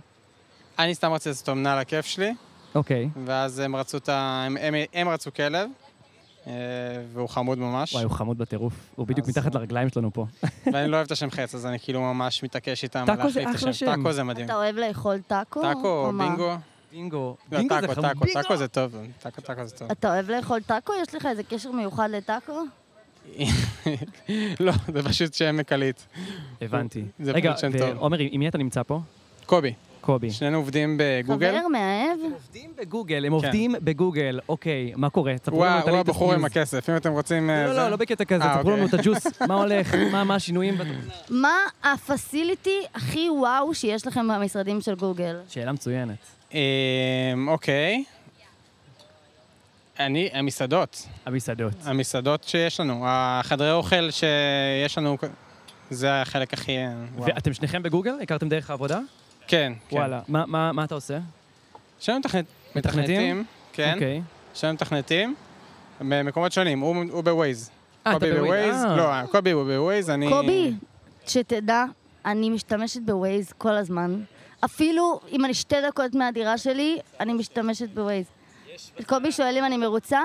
Speaker 9: אני סתם רציתי לעשות אומנה על הכיף שלי,
Speaker 10: אוקיי.
Speaker 9: ואז הם רצו את ה... הם, הם, הם רצו כלב, אה, והוא חמוד ממש.
Speaker 10: וואי, הוא חמוד בטירוף. הוא בדיוק
Speaker 9: אז-
Speaker 10: מתחת לרגליים שלנו פה.
Speaker 9: ואני לא אוהב את השם חץ, אז אני כאילו ממש מתעקש איתם
Speaker 10: טאקו זה
Speaker 9: להחליף את
Speaker 10: אחלה
Speaker 9: השם.
Speaker 10: שם.
Speaker 9: טאקו זה מדהים.
Speaker 4: אתה אוהב לאכול טאקו?
Speaker 9: טאקו או
Speaker 4: מה?
Speaker 9: בינגו?
Speaker 3: בינגו.
Speaker 9: לא,
Speaker 3: בינגו זה
Speaker 9: טאקו,
Speaker 3: חמוד.
Speaker 9: טאקו, טאקו זה טוב. טאקו, טאקו זה טוב.
Speaker 4: אתה אוהב לאכול טאקו? יש לך איזה קשר מיוחד לטאקו?
Speaker 9: לא, זה פשוט שם מקלית.
Speaker 10: הבנתי.
Speaker 9: זה
Speaker 10: רגע,
Speaker 9: פשוט שם טוב.
Speaker 10: ועומר, עם מי אתה נמצא פה?
Speaker 9: קובי,
Speaker 10: קובי.
Speaker 9: שנינו עובדים בגוגל.
Speaker 4: חבר מאהב?
Speaker 3: עובדים בגוגל, הם
Speaker 9: כן.
Speaker 3: עובדים בגוגל. אוקיי, מה קורה? תספרו
Speaker 9: הוא
Speaker 3: לנו
Speaker 9: ה-
Speaker 3: את
Speaker 9: הוא
Speaker 3: הליטוס
Speaker 9: הבחור עם
Speaker 3: ניוז.
Speaker 9: הכסף, אם אתם רוצים... אה,
Speaker 3: לא,
Speaker 9: זה-
Speaker 3: לא, לא בקטע כזה,
Speaker 9: אה,
Speaker 3: תספרו לנו את
Speaker 9: אוקיי.
Speaker 3: הג'וס, מה הולך, מה- מה השינויים. בתוכנית.
Speaker 4: מה הפסיליטי הכי וואו שיש לכם במשרדים של גוגל?
Speaker 3: שאלה מצוינת.
Speaker 9: אמ, אוקיי. אני, המסעדות,
Speaker 10: המסעדות.
Speaker 9: המסעדות שיש לנו, החדרי אוכל שיש לנו, זה החלק הכי... וואו.
Speaker 10: ואתם שניכם בגוגל? הכרתם דרך העבודה?
Speaker 9: כן, כן.
Speaker 10: וואלה. מה- מה מה אתה עושה?
Speaker 9: יש לנו מתכנת-
Speaker 10: מתכנתים?
Speaker 9: מתכנתים, כן,
Speaker 10: אוקיי.
Speaker 9: יש לנו מתכנתים, במקומות שונים, הוא הוא בווייז.
Speaker 10: אה, אתה
Speaker 9: קובי
Speaker 10: בווייז?
Speaker 9: בווייז,
Speaker 10: אה.
Speaker 9: לא, קובי הוא בווייז, אני...
Speaker 4: קובי, שתדע, אני משתמשת בווייז כל הזמן. אפילו אם אני שתי דקות מהדירה שלי, אני משתמשת בווייז. קובי שואל אם אני מרוצה.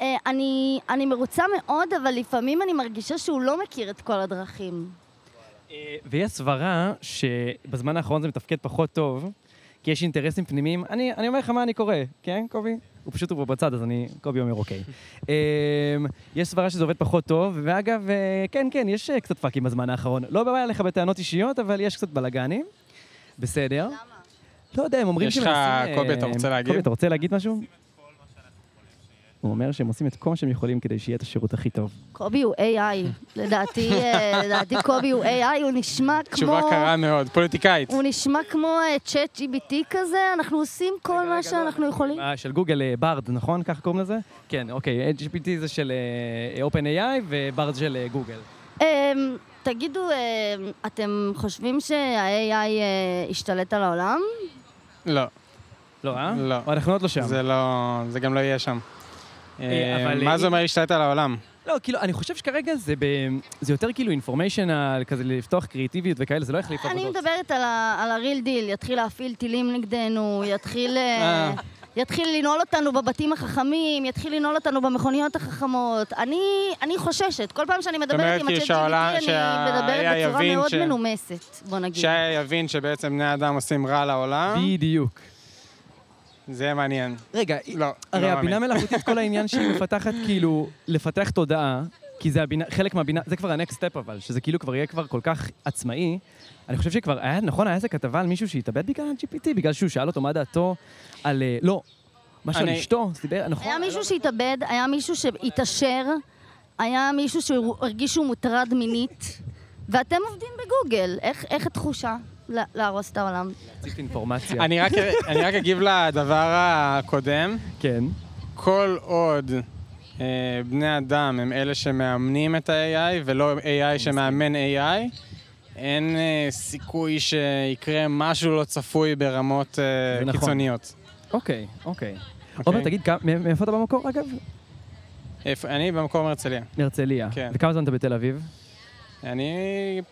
Speaker 4: אה, אני, אני מרוצה מאוד, אבל לפעמים אני מרגישה שהוא לא מכיר את כל הדרכים.
Speaker 3: אה, ויש סברה שבזמן האחרון זה מתפקד פחות טוב, כי יש אינטרסים פנימיים. אני, אני אומר לך מה אני קורא, כן, קובי? הוא פשוט הוא פה בצד, אז אני, קובי אומר אוקיי. אמ, יש סברה שזה עובד פחות טוב, ואגב, אה, כן, כן, יש אה, קצת פאקים בזמן האחרון. לא בא לך בטענות אישיות, אבל יש קצת בלאגנים. בסדר. למה? לא יודע, הם אומרים
Speaker 9: יש לך,
Speaker 3: שמנסים, אה,
Speaker 9: קובי, אתה רוצה להגיב?
Speaker 3: קובי, אתה רוצה להגיד משהו? הוא אומר שהם עושים את כל מה שהם יכולים כדי שיהיה את השירות הכי טוב.
Speaker 4: קובי הוא AI. לדעתי, אה, לדעתי קובי הוא AI, הוא נשמע כמו...
Speaker 9: תשובה קרה מאוד, פוליטיקאית.
Speaker 4: הוא נשמע כמו אה, צ'אט GBT כזה, אנחנו עושים כל
Speaker 9: לא.
Speaker 4: מה שאנחנו יכולים.
Speaker 3: אה, של גוגל, אה, ברד, נכון? ככה קוראים לזה? כן, אוקיי, GPT זה של אה, OpenAI וברד של אה, גוגל.
Speaker 4: אמ, תגידו, אמ, אתם חושבים שה-AI אה, השתלט על העולם?
Speaker 9: לא,
Speaker 3: לא, אה?
Speaker 9: לא.
Speaker 3: אנחנו עוד לא שם.
Speaker 9: זה לא... זה גם לא יהיה שם.
Speaker 3: אה,
Speaker 9: אה,
Speaker 3: אבל
Speaker 9: מה
Speaker 3: אם-
Speaker 9: זה אומר להשתלט על העולם?
Speaker 3: לא, כאילו, אני חושב שכרגע זה ב... זה יותר כאילו אינפורמיישנל, כזה לפתוח קריאיטיביות וכאלה, זה לא יחליף
Speaker 4: אני
Speaker 3: עבודות.
Speaker 4: מדברת על ה- על הריל דיל, יתחיל להפעיל טילים נגדנו, יתחיל... אה,
Speaker 9: אה.
Speaker 4: יתחיל לנעול אותנו בבתים החכמים, יתחיל לנעול אותנו במכוניות החכמות. אני, אני חוששת. כל פעם שאני מדברת
Speaker 9: אומרת
Speaker 4: עם
Speaker 9: כאילו
Speaker 4: הצ'אט
Speaker 9: שהעולם-
Speaker 4: GPT,
Speaker 9: שה-
Speaker 4: אני מדברת
Speaker 9: ה-AI
Speaker 4: בצורה
Speaker 9: יבין
Speaker 4: מאוד
Speaker 9: ש-
Speaker 4: מנומסת, בוא נגיד.
Speaker 9: שהיה יבין שבעצם בני אדם עושים רע לעולם,
Speaker 3: בדיוק.
Speaker 9: זה יהיה מעניין.
Speaker 3: רגע,
Speaker 9: לא,
Speaker 3: הרי
Speaker 9: לא
Speaker 3: הבינה
Speaker 9: מאמין.
Speaker 3: מלאכותית, כל העניין שהיא מפתחת, כאילו, לפתח תודעה, כי זה הבינה, חלק מהבינה, זה כבר ה-next step אבל, שזה כאילו כבר יהיה כבר כל כך עצמאי. אני חושב שכבר היה, נכון, היה איזה כתבה על מישהו שהתאבד בגלל ה-GPT, בגלל שהוא שאל אותו מה דעתו על, אה, לא, משהו על
Speaker 9: אני-
Speaker 3: אשתו, סיבר, נכון?
Speaker 4: היה מישהו שהתאבד, היה מישהו שהתעשר, היה מישהו שהרגיש שהוא מוטרד מינית, ואתם עובדים בגוגל. איך, איך התחושה לה- להרוס את העולם?
Speaker 3: להציף אינפורמציה.
Speaker 9: אני רק, אני רק אגיב לדבר הקודם.
Speaker 3: כן.
Speaker 9: כל עוד אה, בני אדם הם אלה שמאמנים את ה-AI ולא AI שמאמן AI, אין אה, סיכוי שיקרה משהו לא צפוי ברמות אה,
Speaker 3: זה נכון.
Speaker 9: קיצוניות.
Speaker 3: אוקיי, אוקיי. עומר, תגיד, כמה- מא- מאיפה אתה במקור, אגב?
Speaker 9: איפה- אני במקום הרצליה.
Speaker 3: מהרצליה.
Speaker 9: כן.
Speaker 3: וכמה זמן אתה בתל אביב?
Speaker 9: אה, אני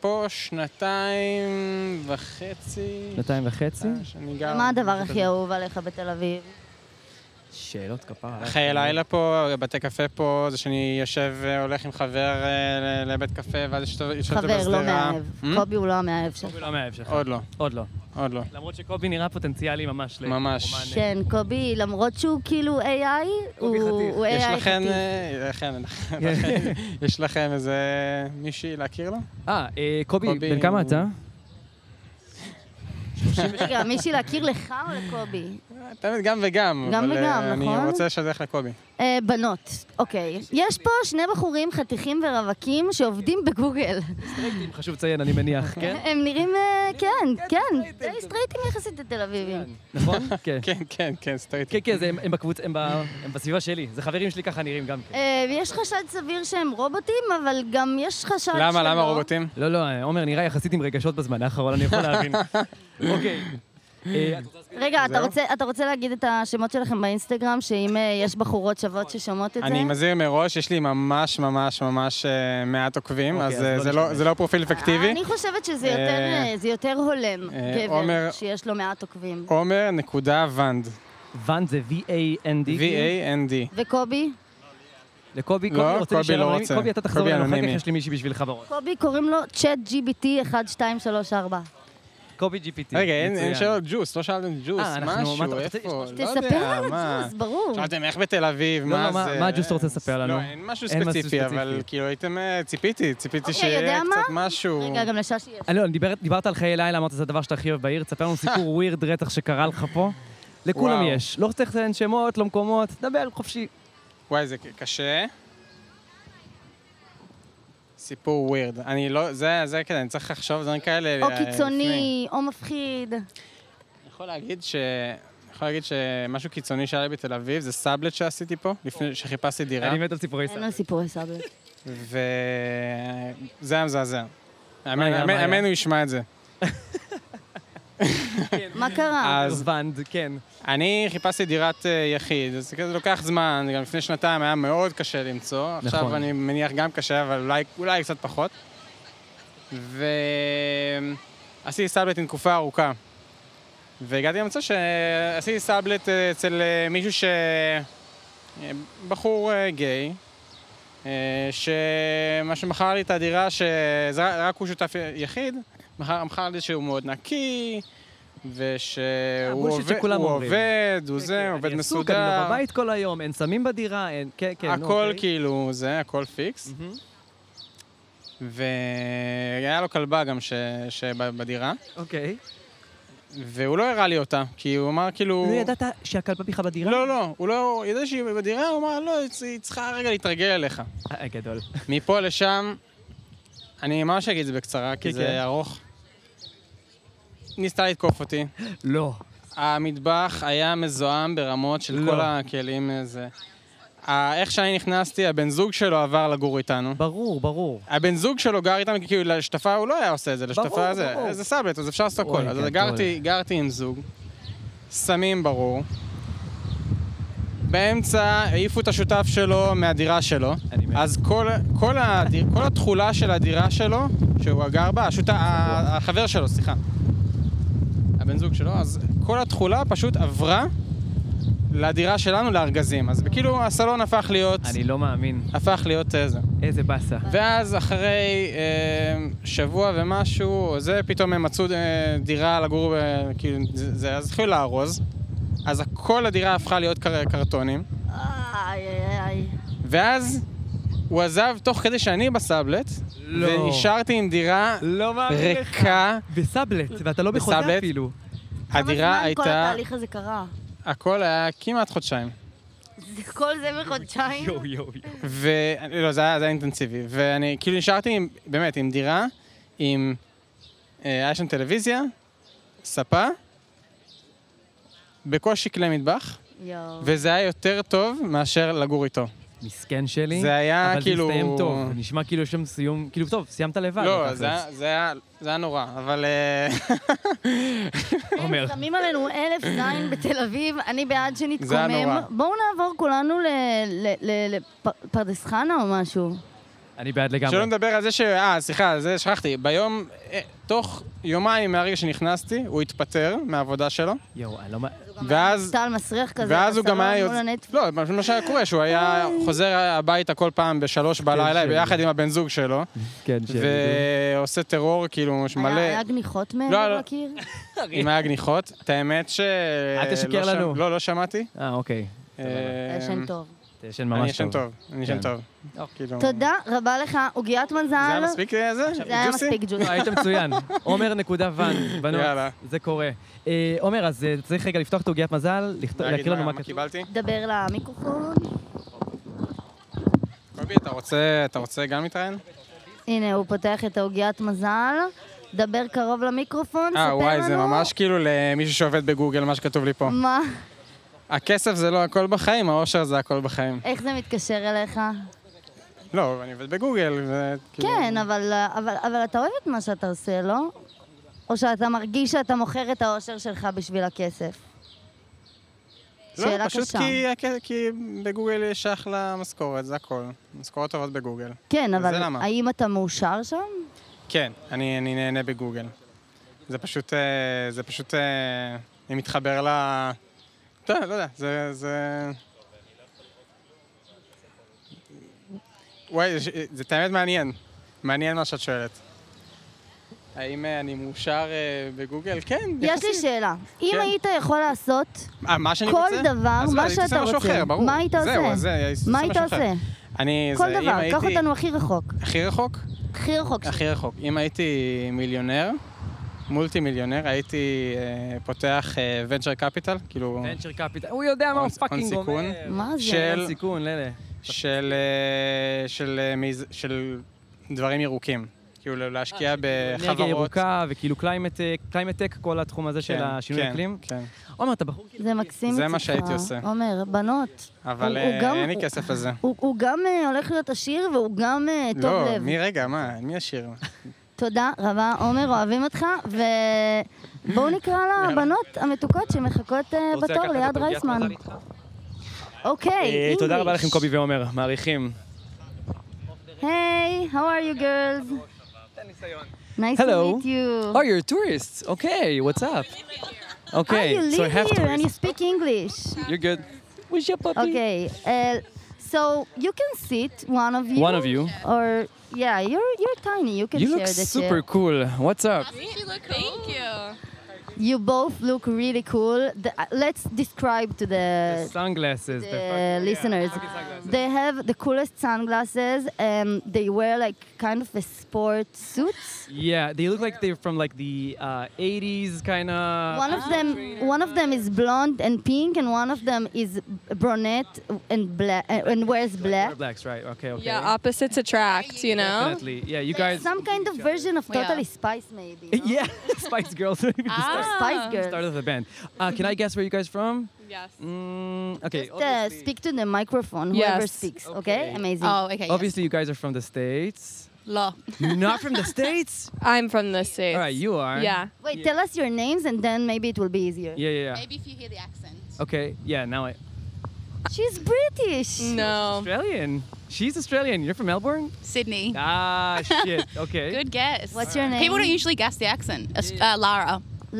Speaker 9: פה שנתיים וחצי.
Speaker 2: שנתיים וחצי?
Speaker 9: שאני גר-
Speaker 4: מה הדבר הכי אהוב עליך בתל אביב?
Speaker 2: שאלות כפרה.
Speaker 9: חיי לילה פה, בתי קפה פה, זה שאני יושב, אה, הולך עם חבר אה, ל- לבית קפה, ואז יושב יושב אותו
Speaker 4: חבר, לא
Speaker 9: בשדרה.
Speaker 4: מאהב.
Speaker 9: Hmm?
Speaker 4: קובי הוא לא המאהב שלך.
Speaker 3: לא מהאב שלך.
Speaker 9: עוד לא,
Speaker 3: עוד לא.
Speaker 9: עוד לא.
Speaker 3: למרות שקובי נראה פוטנציאלי ממש. ל-
Speaker 9: ממש.
Speaker 3: רומן.
Speaker 4: כן, קובי, למרות שהוא כאילו AI, הוא
Speaker 3: חתיך.
Speaker 4: הוא AI
Speaker 9: יש לכם,
Speaker 4: חתיך.
Speaker 9: אה, לכן, לכן, יש לכם איזה מישהי להכיר לו?
Speaker 2: אה, אה, קובי,
Speaker 9: קובי
Speaker 2: בן כמה
Speaker 9: הוא-
Speaker 2: אתה?
Speaker 9: אה,
Speaker 4: רגע, מישהי להכיר לך או לקובי?
Speaker 9: תמיד גם וגם.
Speaker 4: גם
Speaker 9: אבל, אה,
Speaker 4: וגם, נכון?
Speaker 9: אני רוצה לשדך לקובי.
Speaker 4: אה, בנות, אוקיי. יש פה שני בחורים חתיכים ורווקים שעובדים בגוגל.
Speaker 2: סטרייטים, חשוב לציין, אני מניח, כן?
Speaker 4: הם נראים, אה, כן, כן, די סטרייטים יחסית לתל אביבים.
Speaker 2: נכון? כן.
Speaker 9: כן, כן, כן, סטרייט.
Speaker 2: כן, כן, זה- הם- הם בקבוצ- הם ב- הם בסביבה שלי. זה חברים שלי ככה נראים גם כן.
Speaker 4: אה, יש חשד סביר שהם רובוטים, אבל גם יש חשד שלא.
Speaker 9: למה, למה רובוטים? לא
Speaker 2: לא, לא, עומר נראה יחסית עם רגשות בזמן האחרון, אני יכול להבין. אוקיי. אה, את רוצה להסביר?
Speaker 4: רגע, אתה
Speaker 9: זהו?
Speaker 4: רוצה, אתה רוצה להגיד את השמות שלכם באינסטגרם, שאם אה, יש בחורות שוות ששומעות את זה?
Speaker 9: אני מזהיר מראש, יש לי ממש ממש ממש אה, מעט עוקבים,
Speaker 2: אוקיי,
Speaker 9: אז
Speaker 2: אז
Speaker 9: אה,
Speaker 2: לא
Speaker 9: זה לא-
Speaker 2: נשתמש.
Speaker 9: זה לא פרופיל אפקטיבי.
Speaker 4: אני חושבת שזה יותר,
Speaker 9: אה,
Speaker 4: אה, זה יותר הולם,
Speaker 9: אה,
Speaker 4: גבר,
Speaker 9: עומר-
Speaker 4: שיש לו מעט עוקבים.
Speaker 9: עומר נקודה ואנד,
Speaker 2: ואן זה V-A-N-D.
Speaker 9: V-A-N-D.
Speaker 4: וקובי?
Speaker 2: לקובי,
Speaker 9: לא,
Speaker 2: קובי רוצה
Speaker 9: קובי
Speaker 2: להישאר
Speaker 9: לא
Speaker 2: אנונימי?
Speaker 9: רוצה.
Speaker 2: קובי, אתה תחזור
Speaker 9: קובי
Speaker 2: אלינו, אחר כך
Speaker 9: אנונימי.
Speaker 2: יש לי מישהי בשבילך בראש.
Speaker 4: קובי קוראים לו צ'אט GBT 1, 2, 3, 4.
Speaker 2: קובי GPT.
Speaker 9: רגע, אין
Speaker 2: מצוין.
Speaker 9: אין שאלות ג'וס, לא שאלתם ג'וס,
Speaker 2: אה, אנחנו- מה אתה
Speaker 9: משהו,
Speaker 2: רוצה-
Speaker 9: איפה, לא
Speaker 4: תספר
Speaker 9: יודע,
Speaker 4: על
Speaker 9: מה.
Speaker 4: הג'וס, ברור.
Speaker 9: שאלתם איך בתל אביב,
Speaker 2: לא,
Speaker 9: מה
Speaker 2: לא, מה-
Speaker 9: זה...
Speaker 2: מה הג'וס רוצה לספר לנו?
Speaker 9: לא, אין משהו
Speaker 2: אין משהו
Speaker 9: ספציפי, אבל
Speaker 2: ספציפי.
Speaker 9: כאילו הייתם... אה, ציפיתי, ציפיתי
Speaker 4: אוקיי,
Speaker 9: שיהיה
Speaker 4: יודע
Speaker 9: קצת
Speaker 4: מה?
Speaker 9: משהו.
Speaker 4: רגע, גם לששי יש.
Speaker 2: אה, לא, דיבר- דיברת על חיי לילה, אמרת זה הדבר שאתה הכי אוהב בעיר, תספר לנו סיפור ווירד רצח שקרה לך פה. לכולם
Speaker 9: וואו.
Speaker 2: יש, לא צריך לציין שמות, לא מקומות, דבר חופשי.
Speaker 9: וואי, זה קשה. סיפור ווירד. אני לא... זה, זה כזה, אני צריך לחשוב דברים כאלה.
Speaker 4: או
Speaker 9: לפני.
Speaker 4: קיצוני, או מפחיד.
Speaker 9: אני יכול להגיד ש... אני יכול להגיד שמשהו קיצוני שהיה לי בתל אביב, זה סאבלט שעשיתי פה, לפני שחיפשתי דירה,
Speaker 2: אני מת על סיפורי
Speaker 4: אין
Speaker 2: סבא.
Speaker 4: לנו סיפורי סבא.
Speaker 9: וזה היה מזעזע. האמן-
Speaker 2: היה, מה
Speaker 9: האמן
Speaker 2: היה?
Speaker 9: האמן הוא ישמע את זה.
Speaker 4: מה קרה?
Speaker 9: אז-
Speaker 2: ואנד, כן.
Speaker 9: אני חיפשתי דירת אה, יחיד, אז זה כזה לוקח זמן, גם לפני שנתיים היה מאוד קשה למצוא,
Speaker 2: נכון.
Speaker 9: עכשיו אני מניח גם קשה, אבל אולי, אולי קצת פחות. ועשיתי סאבלט עם תקופה ארוכה. והגעתי למצב שעשיתי סאבלט אה, אצל אה, מישהו ש... אה, בחור אה, גיי, אה, שמה שמכר לי את הדירה, שזה רק- רק הוא שותף יחיד, מכר מכר לי שהוא מאוד נקי, ושהוא
Speaker 2: הבולשיט
Speaker 9: עובד,
Speaker 2: כולם
Speaker 9: הוא
Speaker 2: אומרים.
Speaker 9: עובד, הוא
Speaker 2: כן,
Speaker 9: זה,
Speaker 2: אני
Speaker 9: עובד
Speaker 2: עסוק, אני לא
Speaker 9: מסודר,
Speaker 2: בבית כל היום, אין סמים בדירה, אין... כן, כן. נו,
Speaker 9: הכל
Speaker 2: אוקיי.
Speaker 9: כאילו זה, הכל פיקס.
Speaker 2: מהמם.
Speaker 9: והיה לו כלבה גם ש- שבדירה,
Speaker 2: אוקיי.
Speaker 9: והוא לא הראה לי אותה, כי הוא אמר כאילו...
Speaker 2: לא ידעת שהכלבה בכלל בדירה?
Speaker 9: לא, לא, הוא לא, הוא ידע שהיא בדירה, הוא אמר, לא, היא צריכה רגע להתרגל אליך.
Speaker 2: אה, גדול.
Speaker 9: מפה לשם, אני ממש אגיד את זה בקצרה, כי
Speaker 2: כן, כן.
Speaker 9: זה ארוך. ניסתה לתקוף אותי.
Speaker 2: לא.
Speaker 9: המטבח היה מזוהם ברמות של
Speaker 2: לא.
Speaker 9: כל הכלים הזה. ה- איך שאני נכנסתי, הבן זוג שלו עבר לגור איתנו.
Speaker 2: ברור, ברור.
Speaker 9: הבן זוג שלו גר איתנו, כי כאילו לשטפה הוא לא היה עושה את זה,
Speaker 2: ברור,
Speaker 9: לשטפה
Speaker 2: ברור.
Speaker 9: זה, זה סאבלט, אז אפשר לעשות
Speaker 2: אוי,
Speaker 9: הכל. אז
Speaker 2: גדול.
Speaker 9: גרתי, גרתי עם זוג, סמים ברור. באמצע העיפו את השותף שלו מהדירה שלו,
Speaker 2: אני מת.
Speaker 9: אז כל, כל, הדיר, כל התכולה של הדירה שלו, שהוא גר בה, השוט, ה- אה, החבר שלו, סליחה, הבן זוג שלו, אז כל התכולה פשוט עברה לדירה שלנו לארגזים. אז כאילו הסלון הפך להיות,
Speaker 2: אני לא מאמין.
Speaker 9: הפך להיות אה, זה.
Speaker 2: איזה באסה.
Speaker 9: ואז אחרי אה, שבוע ומשהו, זה פתאום הם מצאו אה, דירה לגור, אה, כאילו, זה, זה- אז התחילו לארוז. אז כל הדירה הפכה להיות קר, קרטונים.
Speaker 4: איי, איי, איי.
Speaker 9: ואז הוא עזב תוך כדי שאני בסאבלט,
Speaker 2: לא.
Speaker 9: ונשארתי עם דירה
Speaker 2: לא מאמין לך.
Speaker 9: ריקה.
Speaker 2: בסאבלט, ואתה לא בחוזה
Speaker 9: בסאבלט?
Speaker 2: אפילו.
Speaker 4: כמה
Speaker 9: הדירה
Speaker 4: זמן כל
Speaker 9: הייתה,
Speaker 4: התהליך הזה קרה?
Speaker 9: הכל היה כמעט חודשיים.
Speaker 4: זה- כל זה בחודשיים?
Speaker 2: יואו, יואו, יואו.
Speaker 9: ו... לא, זה היה, זה היה אינטנסיבי. ואני כאילו נשארתי עם, באמת עם דירה, עם... אה, היה שם טלוויזיה, ספה, בקושי כלי מטבח,
Speaker 4: יואו.
Speaker 9: וזה היה יותר טוב מאשר לגור איתו.
Speaker 2: מסכן שלי.
Speaker 9: זה היה כאילו-
Speaker 2: אבל זה הסתיים טוב. נשמע כאילו יש שם סיום... כאילו, טוב, סיימת לבד.
Speaker 9: לא,
Speaker 2: בתכלס.
Speaker 9: זה היה, זה היה, זה היה נורא, אבל... אה,
Speaker 2: עומר.
Speaker 4: שמים עלינו אלף זין בתל אביב, אני בעד
Speaker 9: זה היה נורא.
Speaker 4: שנתקומם. בואו נעבור כולנו ל- ל- ל- לפרדס חנה או משהו.
Speaker 3: אני בעד לגמרי.
Speaker 9: שלא נדבר על זה ש... אה, סליחה, זה שכחתי. ביום, אה, תוך יומיים מהרגע שנכנסתי, הוא התפטר מהעבודה שלו,
Speaker 3: יואו, אני לא... מא-
Speaker 9: ואז...
Speaker 4: טל מסריח כזה,
Speaker 9: ואז הוא גם
Speaker 4: בסלון
Speaker 9: היה
Speaker 4: מול
Speaker 9: יוצא...
Speaker 4: הנטפליקס. אה.
Speaker 9: לא, מה שהיה קורה, שהוא היה חוזר הביתה כל פעם בשלוש בלילה,
Speaker 3: שלי.
Speaker 9: ביחד עם הבן זוג שלו,
Speaker 3: כן, שיגידו.
Speaker 9: ועושה טרור, כאילו,
Speaker 4: היה-
Speaker 9: שמלא...
Speaker 4: היה גניחות מהם
Speaker 9: לא, לא.
Speaker 4: בקיר?
Speaker 9: אם היה גניחות. את האמת ש...
Speaker 3: אל תשקר
Speaker 9: לא שמ-
Speaker 3: לנו.
Speaker 9: לא, לא שמעתי. אמ,
Speaker 3: אה, אוקיי.
Speaker 4: היה שם טוב. אוקיי.
Speaker 3: אתה ישן
Speaker 9: אני
Speaker 3: ממש
Speaker 9: ישן
Speaker 3: טוב.
Speaker 9: טוב, אני ישן
Speaker 3: כן.
Speaker 9: טוב. כאילו-
Speaker 4: תודה רבה לך, עוגיית מזל.
Speaker 9: זה היה מספיק אה, זה?
Speaker 4: זה היה
Speaker 9: ג'וסי?
Speaker 4: מספיק ג'וסי.
Speaker 3: לא, היית מצוין. עומר נקודה ואן, בנות,
Speaker 9: יאללה.
Speaker 3: זה קורה. אה, עומר, אז אה, צריך רגע לפתוח את עוגיית מזל, לכת-
Speaker 9: להגיד
Speaker 3: להקריא לנו
Speaker 9: מה-
Speaker 3: מה
Speaker 9: מה
Speaker 3: כתוב.
Speaker 9: קיבלתי?
Speaker 4: דבר למיקרופון.
Speaker 9: קובי, אתה רוצה- אתה רוצה גם להתראיין?
Speaker 4: הנה, הוא פותח את העוגיית מזל. דבר קרוב למיקרופון, ספר לנו.
Speaker 9: אה, וואי, זה ממש כאילו למישהו שעובד בגוגל, מה שכתוב לי פה.
Speaker 4: מה?
Speaker 9: הכסף זה לא הכל בחיים, האושר זה הכל בחיים.
Speaker 4: איך זה מתקשר אליך?
Speaker 9: לא, אני עובד בגוגל, כאילו, וכאילו...
Speaker 4: כן, אבל, אבל, אבל אתה אוהב את מה שאתה עושה, לא? או שאתה מרגיש שאתה מוכר את האושר שלך בשביל הכסף?
Speaker 9: לא,
Speaker 4: שאלה
Speaker 9: פשוט
Speaker 4: קשה.
Speaker 9: כי הכ- כי בגוגל יש אחלה משכורת, זה הכל. משכורות טובות בגוגל.
Speaker 4: כן,
Speaker 9: זה
Speaker 4: אבל
Speaker 9: למה.
Speaker 4: האם אתה מאושר שם?
Speaker 9: כן, אני, אני נהנה בגוגל. זה פשוט, אה, זה פשוט, אה, אני מתחבר ל... לא, לא יודע, זה, זה... וואי, זה- זה את האמת מעניין. מעניין מה שאת שואלת. האם אה, אני מאושר אה, בגוגל? כן,
Speaker 4: יש לי שאלה. אם
Speaker 9: כן.
Speaker 4: היית יכול לעשות
Speaker 9: אה, מה שאני
Speaker 4: כל
Speaker 9: רוצה?
Speaker 4: דבר,
Speaker 9: אז לא,
Speaker 4: מה
Speaker 9: הייתי עושה
Speaker 4: שאתה
Speaker 9: משהו
Speaker 4: רוצה.
Speaker 9: אחר, ברור.
Speaker 4: מה היית
Speaker 9: זהו,
Speaker 4: עושה?
Speaker 9: אז זה, הייתי
Speaker 4: מה היית
Speaker 9: משהו אחר.
Speaker 4: עושה?
Speaker 9: אני,
Speaker 4: כל
Speaker 9: זה, אם
Speaker 4: דבר, קח
Speaker 9: הייתי-
Speaker 4: אותנו הכי רחוק.
Speaker 9: הכי רחוק?
Speaker 4: הכי רחוק.
Speaker 9: הכי רחוק. אם הייתי מיליונר, מולטי מיליונר, הייתי אה, פותח ונצ'ר קפיטל, כאילו,
Speaker 3: ונצ'ר קפיטל, הוא יודע מה הוא
Speaker 9: הון- הון
Speaker 3: פאקינג אומר.
Speaker 9: סיכון.
Speaker 4: מה זה?
Speaker 9: של,
Speaker 3: הון סיכון, ללה.
Speaker 9: של, אה, של, אה, מיז- של דברים ירוקים. כאילו להשקיע בחברות.
Speaker 3: אנרגיה ירוקה וכאילו קליימט טק, כל התחום הזה של
Speaker 9: כן,
Speaker 3: השינוי
Speaker 9: כן,
Speaker 3: אקלים.
Speaker 9: כן.
Speaker 3: עומר, אתה בחור כאילו...
Speaker 4: זה מקסים
Speaker 9: זה
Speaker 4: מצידך.
Speaker 9: מה שהייתי עושה.
Speaker 4: עומר, בנות.
Speaker 9: אבל
Speaker 4: הוא-
Speaker 9: אה,
Speaker 4: הוא גם-
Speaker 9: אין לי
Speaker 4: הוא-
Speaker 9: כסף לזה.
Speaker 4: הוא הוא גם אה, הולך להיות עשיר והוא גם אה, טוב
Speaker 9: לא,
Speaker 4: לב.
Speaker 9: מי רגע, מה, מי ישיר?
Speaker 4: תודה רבה, עומר, אוהבים אותך, ובואו נקרא לבנות המתוקות שמחכות אה, בתור ליד רייסמן. אוקיי,
Speaker 3: תודה
Speaker 4: English.
Speaker 3: רבה לכם, קובי ועומר, מעריכים.
Speaker 4: היי, how are you girls? Nice to
Speaker 3: Hello.
Speaker 4: meet you.
Speaker 3: Oh, you're a tourist. Okay, what's up?
Speaker 4: Ah,
Speaker 3: Okay,
Speaker 4: you
Speaker 3: so
Speaker 4: live
Speaker 3: half
Speaker 4: here and you
Speaker 3: tourist.
Speaker 4: speak English.
Speaker 3: You're good. Where's your puppy?
Speaker 4: Okay, uh, so you can sit, one of you.
Speaker 3: One of you.
Speaker 4: Or yeah, you're you're tiny. You can
Speaker 3: You
Speaker 4: share
Speaker 3: look
Speaker 4: the
Speaker 3: super
Speaker 4: chair.
Speaker 3: cool. What's up?
Speaker 11: Thank you.
Speaker 4: You both look really cool. The, uh, let's describe to the
Speaker 3: Sunglasses. the
Speaker 4: the
Speaker 3: fuck-
Speaker 4: listeners. They have the coolest sunglasses. Um, they wear like kind of a sport suits.
Speaker 3: Yeah, they look like they're from like the uh, 80s kind of.
Speaker 4: one of them, one of them is blonde and pink, and one of them is brunette and black uh, and wears black.
Speaker 3: Blacks, right? Okay, okay.
Speaker 11: Yeah, opposites attract, you know?
Speaker 3: Definitely. Yeah, you
Speaker 4: Like
Speaker 3: guys.
Speaker 4: some kind of version of
Speaker 11: Yeah.
Speaker 4: Totally Spice, maybe. no?
Speaker 3: Yeah, Spice Girls. Maybe the
Speaker 4: Or
Speaker 3: start,
Speaker 4: Spice
Speaker 11: Ah.
Speaker 4: Girls.
Speaker 3: start of the band. Uh, can I guess where you guys from?
Speaker 11: Yes.
Speaker 3: Mm, okay.
Speaker 4: Just uh,
Speaker 3: obviously,
Speaker 4: speak to the microphone, whoever
Speaker 11: Yes.
Speaker 4: speaks, okay?
Speaker 3: Okay.
Speaker 4: Amazing.
Speaker 11: Oh, okay.
Speaker 3: obviously you guys are from the states.
Speaker 11: Yes. Law.
Speaker 3: You're not from the states.
Speaker 11: I'm from the States.
Speaker 3: All right, you are.
Speaker 11: Yeah.
Speaker 4: Wait,
Speaker 3: Yeah.
Speaker 4: tell us your names and then maybe it will be easier.
Speaker 3: Yeah, yeah, yeah.
Speaker 12: Maybe if you hear the accent.
Speaker 3: Okay. Yeah. Now I.
Speaker 4: She's British.
Speaker 11: No.
Speaker 3: Australian. She's Australian. You're from Melbourne.
Speaker 12: Sydney.
Speaker 3: Ah, shit. Okay.
Speaker 12: Good guess.
Speaker 4: What's your name?
Speaker 12: People don't usually guess the accent. Aus- Uh, Lara.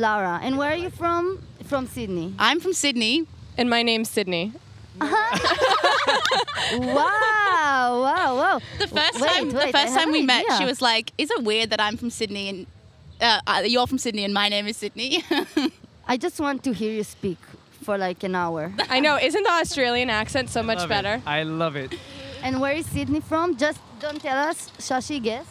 Speaker 4: Lara. And where are you from? From Sydney.
Speaker 12: I'm from Sydney.
Speaker 11: And my name's Sydney.
Speaker 4: Uh-huh. wow, wow, wow.
Speaker 12: The first
Speaker 4: Wait,
Speaker 12: time,
Speaker 4: wait,
Speaker 12: the
Speaker 4: I
Speaker 12: first
Speaker 4: have
Speaker 12: time
Speaker 4: an
Speaker 12: we met,
Speaker 4: idea.
Speaker 12: she was like, "Is it weird that I'm from Sydney and uh, uh, you're from Sydney and my name is Sydney?"
Speaker 4: I just want to hear you speak for like an hour.
Speaker 11: I know, isn't the Australian accent so much
Speaker 3: Love it.
Speaker 11: better?
Speaker 3: I love it.
Speaker 4: and where is Sydney from? Just don't tell us. Shashi, guess.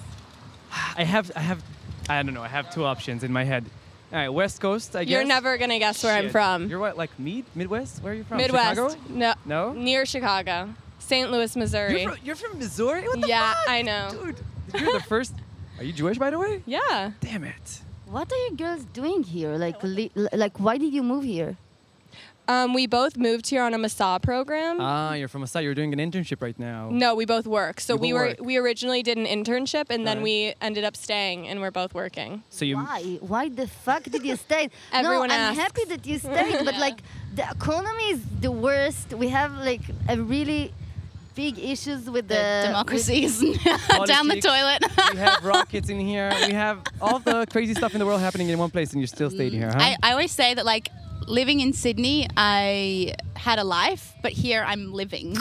Speaker 3: I have. I have. I don't know. I have two options in my head. All right, West Coast. I guess.
Speaker 11: You're never gonna guess where I'm
Speaker 3: Shit.
Speaker 11: from.
Speaker 3: You're what, like mid Midwest? Where are you from?
Speaker 11: Midwest.
Speaker 3: Chicago?
Speaker 11: No.
Speaker 3: No?
Speaker 11: Near Chicago. St. Louis, Missouri.
Speaker 3: You're from, you're from Missouri? What the
Speaker 11: yeah,
Speaker 3: fuck?
Speaker 11: I know.
Speaker 3: Dude, you're the first. Are you Jewish, by the way?
Speaker 11: Yeah.
Speaker 3: Damn it.
Speaker 4: What are you girls doing here? Like, li- like, why did you move here?
Speaker 11: Um, we both moved here on a Massage program.
Speaker 3: Ah, you're from Asai. You're doing an internship right now.
Speaker 11: no, we both work. So
Speaker 3: You
Speaker 11: we
Speaker 3: both
Speaker 11: were
Speaker 3: Oh. work.
Speaker 11: we originally did an internship and then
Speaker 3: Okay.
Speaker 11: we ended up staying and we're both working.
Speaker 3: So you.
Speaker 4: Why? Why the fuck did you stay?
Speaker 11: Everyone
Speaker 4: no, I'm
Speaker 11: asks.
Speaker 4: happy that you stayed, but like the economy is the worst. We have like a really big issues with the,
Speaker 12: democracies
Speaker 4: with-
Speaker 12: down the toilet.
Speaker 3: we have rockets in here. We have all the crazy stuff in the world happening in one place, and you still stayed here, huh?
Speaker 12: Mm. I, I always say that like living in Sydney, I had a life, but here I'm living.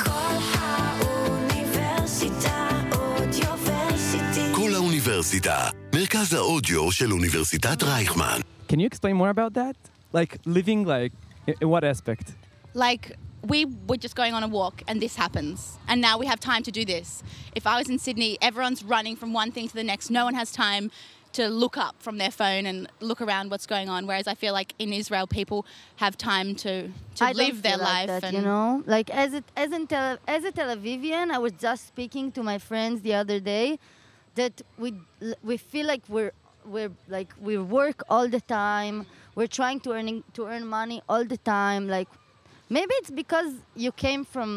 Speaker 5: כל האוניברסיטה, מרכז האודיו של אוניברסיטת רייכמן.
Speaker 3: Can you explain more about that? Like living, like in, in what aspect?
Speaker 12: Like we were just going on a walk and this happens. And now we have time to do this. If I was in Sydney, everyone's running from one thing to the next. No one has time to look up from their phone and look around what's going on. Whereas I feel like in Israel people have time to, to
Speaker 4: I don't
Speaker 12: live their
Speaker 4: feel like
Speaker 12: life
Speaker 4: that,
Speaker 12: and
Speaker 4: you know, like as it as in Tel, as a Tel Avivian, I was just speaking to my friends the other day that we we feel like we're we're like we work all the time. We're trying to earning to earn money all the time. Like maybe it's because you came from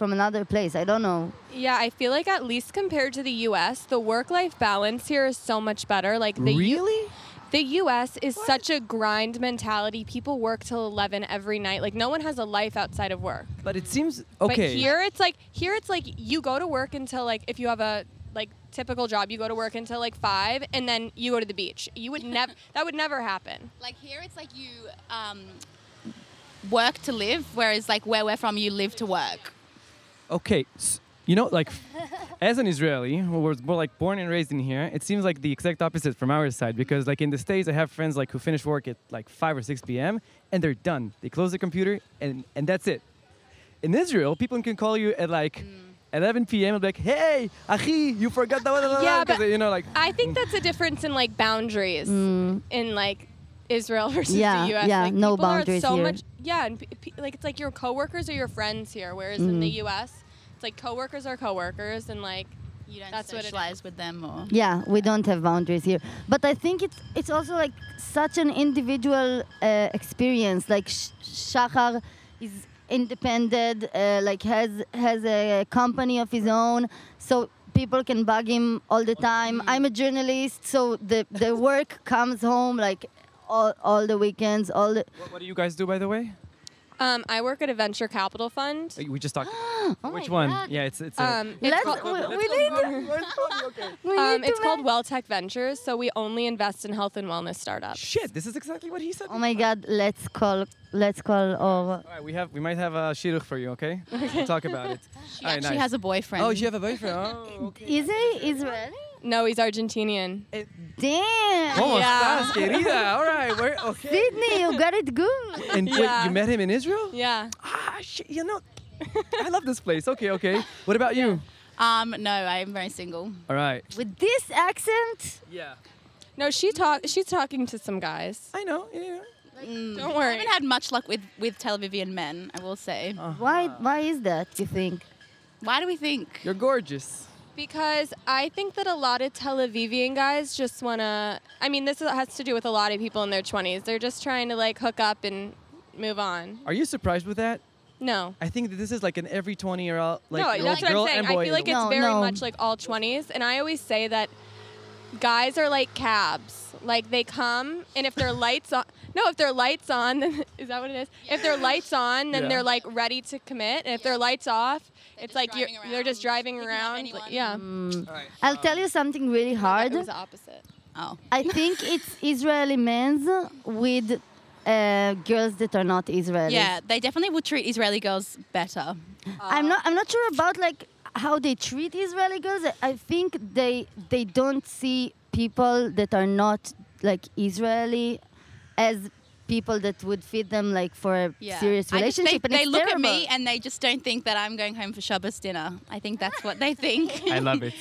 Speaker 4: from another place. I don't know.
Speaker 11: Yeah, I feel like at least compared to the U.S., the work-life balance here is so much better. Like the
Speaker 3: really.
Speaker 11: the U.S. is such a grind mentality. People work till 11 every night. Like no one has a life outside of work.
Speaker 3: But it seems
Speaker 11: But
Speaker 3: okay.
Speaker 11: here it's like here it's like you go to work until like if you have a like typical job, you go to work until like five, and then you go to the beach. You would never that would never happen.
Speaker 12: Like here, it's like you um, work to live, whereas like where we're from, you live to work.
Speaker 3: Okay, s you know, like as an Israeli who was more like born and raised in here, it seems like the exact opposite from our side because like in the states, I have friends like who finish work at like five or six p.m. and they're done. They close the computer and and that's it. In Israel, people can call you at like 11 p.m. and be like, "Hey, achi, you forgot that one."
Speaker 11: Yeah,
Speaker 3: 'cause,
Speaker 11: but-
Speaker 3: you know, like
Speaker 11: I think that's a difference in like boundaries in like Israel versus
Speaker 4: Mm. Yeah,
Speaker 11: the U.S.
Speaker 4: yeah,
Speaker 11: like,
Speaker 4: no
Speaker 11: people
Speaker 4: boundaries
Speaker 11: are so
Speaker 4: here.
Speaker 11: Much, yeah, and pe- pe- like it's like your coworkers are your friends here, whereas in
Speaker 4: Mm.
Speaker 11: the U.S. it's like coworkers are coworkers, and like
Speaker 12: You don't
Speaker 11: That's what it
Speaker 12: socialize with them, or
Speaker 4: Yeah, we don't have boundaries here. But I think it's it's also like such an individual uh, experience. Like Sh- Shachar is independent, uh, like has has a company of his own, so people can bug him all the time. I'm a journalist, so the the work comes home like all all the weekends, all the.
Speaker 3: what, what do you guys do by the way?
Speaker 11: um, I work at a venture capital fund.
Speaker 3: We just talked.
Speaker 4: Oh
Speaker 3: Which
Speaker 4: my
Speaker 3: one?
Speaker 4: God.
Speaker 3: Yeah, it's it's. a-
Speaker 11: Um, it's
Speaker 4: Let's-
Speaker 11: called,
Speaker 4: we- we
Speaker 11: it's called-
Speaker 4: We
Speaker 11: um,
Speaker 4: need
Speaker 11: it's
Speaker 4: to
Speaker 11: called WellTech Ventures, so we only invest in health and wellness startups.
Speaker 3: Shit, this is exactly what he said.
Speaker 4: make- Oh my God! Let's call. Let's call. Or
Speaker 3: All right, we have we might have a shidduch for you, okay? We'll talk about it.
Speaker 12: she
Speaker 3: All right,
Speaker 12: actually
Speaker 3: nice.
Speaker 12: has a boyfriend.
Speaker 3: Oh, she have a boyfriend. Oh, okay.
Speaker 4: is he Israeli?
Speaker 11: No, he's Argentinian.
Speaker 4: Damn.
Speaker 3: ¿Cómo
Speaker 11: Yeah.
Speaker 3: estás, Oh, querida? All right, we're okay.
Speaker 4: Sydney, you got it good.
Speaker 3: And wait,
Speaker 11: Yeah.
Speaker 3: you met him in Israel?
Speaker 11: Yeah.
Speaker 3: Ah, shit, you know, I love this place. Okay, okay. What about you?
Speaker 12: um, no, I'm very single.
Speaker 3: All right.
Speaker 4: With this accent,
Speaker 3: Yeah.
Speaker 11: No, she talk. She's talking to some guys.
Speaker 3: I know. Yeah.
Speaker 11: Don't
Speaker 12: Mm. I
Speaker 11: worry.
Speaker 12: haven't had much luck with with Tel Avivian men, I will say.
Speaker 4: why why is that? You think? Mm.
Speaker 12: Why do we think?
Speaker 3: You're gorgeous.
Speaker 11: Because I think that a lot of Tel Avivian guys just want to. I mean, this has to do with a lot of people in their 20s. They're just trying to like hook up and move on.
Speaker 3: Are you surprised with that?
Speaker 11: No.
Speaker 3: I think that this is like an every 20 year old like
Speaker 11: no,
Speaker 3: year old
Speaker 11: that's what
Speaker 3: girl
Speaker 11: I'm saying.
Speaker 3: and
Speaker 11: I
Speaker 3: boy.
Speaker 11: feel like it's
Speaker 4: No,
Speaker 11: very
Speaker 4: no.
Speaker 11: much like all 20s. And I always say that guys are like cabs. Like they come, and if their lights on, no, if their lights on, then is that what it is? If their lights on, then
Speaker 3: Yeah.
Speaker 11: they're like ready to commit. And if their lights off, it's
Speaker 12: just
Speaker 11: like you're,
Speaker 12: driving
Speaker 11: they're just driving
Speaker 12: picking up
Speaker 11: around.
Speaker 12: anyone.
Speaker 11: Like, yeah.
Speaker 4: Mm, I'll tell you something really hard.
Speaker 11: It was the opposite.
Speaker 12: Oh,
Speaker 4: I think it's Israeli men's with uh, girls that are not Israeli.
Speaker 12: yeah, they definitely would treat Israeli girls better.
Speaker 4: I'm not I'm not sure about like how they treat Israeli girls. I- I think they they don't see people that are not like Israeli as people that would fit them like for a
Speaker 12: Yeah.
Speaker 4: serious
Speaker 12: I just- they-
Speaker 4: relationship. and
Speaker 12: they
Speaker 4: it's
Speaker 12: look at me
Speaker 4: terrible.
Speaker 12: and they just don't think that I'm going home for Shabbos dinner. I think that's what they think.
Speaker 3: I love it.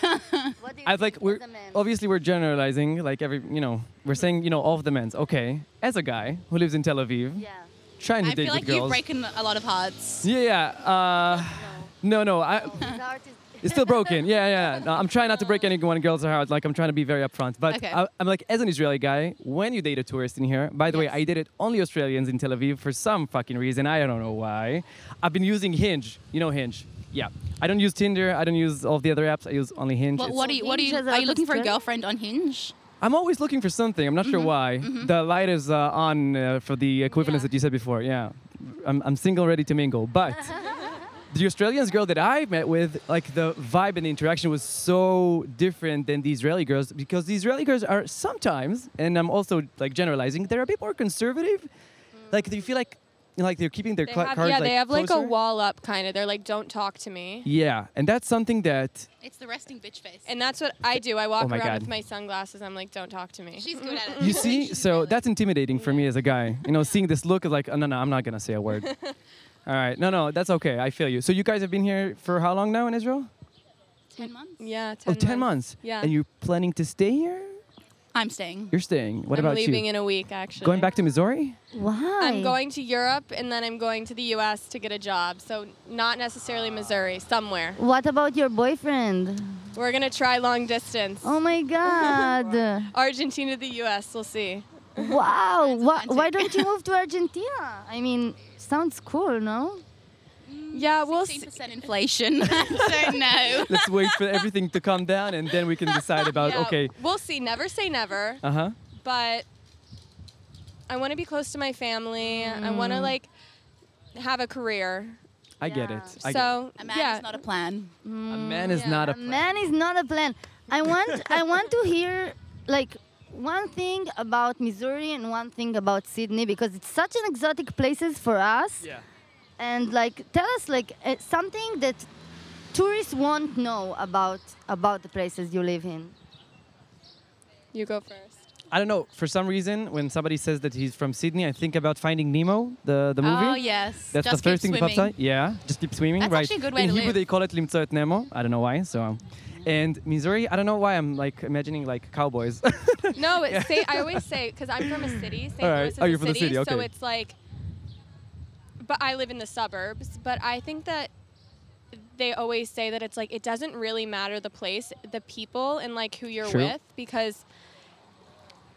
Speaker 4: What do you
Speaker 3: I like
Speaker 4: think
Speaker 3: we're
Speaker 4: as a man?
Speaker 3: obviously we're generalizing like every you know we're saying you know all of the men's okay as a guy who lives in Tel Aviv
Speaker 4: Yeah.
Speaker 3: trying to
Speaker 12: I
Speaker 3: date
Speaker 12: feel like
Speaker 3: with
Speaker 12: you've
Speaker 3: girls
Speaker 12: broken a lot of hearts.
Speaker 3: yeah yeah uh, no no I
Speaker 4: His heart is-
Speaker 3: It's still broken. Yeah, yeah. yeah. No, I'm trying not to break anyone girls' heart. Like I'm trying to be very upfront. But
Speaker 12: Okay.
Speaker 3: I, am like, as an Israeli guy, when you date a tourist in here, by the way,
Speaker 12: Yes.
Speaker 3: I dated only Australians in Tel Aviv for some fucking reason. I don't know why. I've been using Hinge. You know Hinge. Yeah. I don't use Tinder. I don't use all the other apps. I use only Hinge.
Speaker 12: What,
Speaker 3: It's-
Speaker 12: what do you? What do
Speaker 4: Hinge
Speaker 12: you?
Speaker 4: has a
Speaker 12: Are
Speaker 4: lot
Speaker 12: you
Speaker 4: of
Speaker 12: looking for a
Speaker 4: strength.
Speaker 12: girlfriend on Hinge?
Speaker 3: I'm always looking for something. I'm not
Speaker 11: Mm-hmm.
Speaker 3: sure why. The light is uh, on uh, for the equivalence
Speaker 12: Yeah.
Speaker 3: that you said before. Yeah. I'm, I'm single, ready to mingle. But the Australians girl that I met with, like the vibe and the interaction was so different than the Israeli girls because the Israeli girls are sometimes, and I'm also like generalizing, they're a bit more conservative. Like they feel like like they're keeping their
Speaker 11: Mm. They
Speaker 3: cla-
Speaker 11: have-
Speaker 3: cards
Speaker 11: yeah,
Speaker 3: like
Speaker 11: they have like a
Speaker 3: closer.
Speaker 11: wall up kind of. They're like, don't talk to me.
Speaker 3: Yeah, and that's something that
Speaker 11: It's the resting bitch face. And that's what I do. I
Speaker 3: Oh
Speaker 11: walk
Speaker 3: my
Speaker 11: around
Speaker 3: God.
Speaker 11: with my sunglasses. I'm like, don't talk to me. She's
Speaker 12: good at
Speaker 3: you see, so that's intimidating for me as a guy. You know, seeing this look of like, oh, no, no, I'm not gonna say a word. All right, no, no, that's okay. I feel you. So you guys have been here for how long now in Israel?
Speaker 12: Ten months?
Speaker 11: Yeah,
Speaker 3: Oh,
Speaker 11: ten.
Speaker 3: ten months.
Speaker 11: Yeah.
Speaker 3: And you're planning to stay here?
Speaker 12: I'm staying.
Speaker 3: You're staying. What
Speaker 11: I'm
Speaker 3: about
Speaker 11: leaving
Speaker 3: you?
Speaker 11: in a week, actually.
Speaker 3: Going back to Missouri?
Speaker 4: Why?
Speaker 11: I'm going to Europe and then I'm going to the U.S. to get a job. So not necessarily Missouri, somewhere.
Speaker 4: What about your boyfriend?
Speaker 11: We're gonna try long distance.
Speaker 4: Oh my God.
Speaker 11: Argentina, to the U.S. We'll see.
Speaker 4: wow. Why, why don't you move to Argentina? I mean, sounds cool, no?
Speaker 11: Yeah, we'll
Speaker 12: see. percent inflation. so no.
Speaker 3: Let's wait for everything to calm down and then we can decide about,
Speaker 11: Yeah,
Speaker 3: okay.
Speaker 11: We'll see. Never say never.
Speaker 3: Uh huh.
Speaker 11: but I want to be close to my family. I want to
Speaker 12: Mm.
Speaker 11: like have a career.
Speaker 3: I get it. I get it.
Speaker 11: so
Speaker 12: A man
Speaker 11: yeah.
Speaker 12: is not a plan.
Speaker 3: A man is not a.
Speaker 4: Mm, Man is not a plan. I want I want to hear like one thing about Missouri and one thing about Sydney because it's such an exotic places for us.
Speaker 3: Yeah.
Speaker 4: And like tell us like uh, something that tourists won't know about about the places you live in.
Speaker 11: You go first.
Speaker 3: I don't know. For some reason, when somebody says that he's from Sydney, I think about Finding Nemo, the, the movie.
Speaker 12: Oh, yes.
Speaker 3: That's
Speaker 12: Just
Speaker 3: the first thing
Speaker 12: keep
Speaker 3: that pops
Speaker 12: swimming.
Speaker 3: out. Yeah, just keep swimming.
Speaker 12: That's
Speaker 3: right.
Speaker 12: actually a good way
Speaker 3: In
Speaker 12: to
Speaker 3: Hebrew,
Speaker 12: live.
Speaker 3: they call it Limtzot et Nemo. I don't know why. So, um, and Missouri. I don't know why I'm like imagining like cowboys.
Speaker 11: No, it's say, I always say because I'm from a city. St.
Speaker 3: All right.
Speaker 11: Louis is
Speaker 3: Oh,
Speaker 11: a
Speaker 3: you're from the city,
Speaker 11: So
Speaker 3: okay.
Speaker 11: it's like, but I live in the suburbs. But I think that they always say that it's like it doesn't really matter the place, the people, and like who you're
Speaker 12: True.
Speaker 11: with because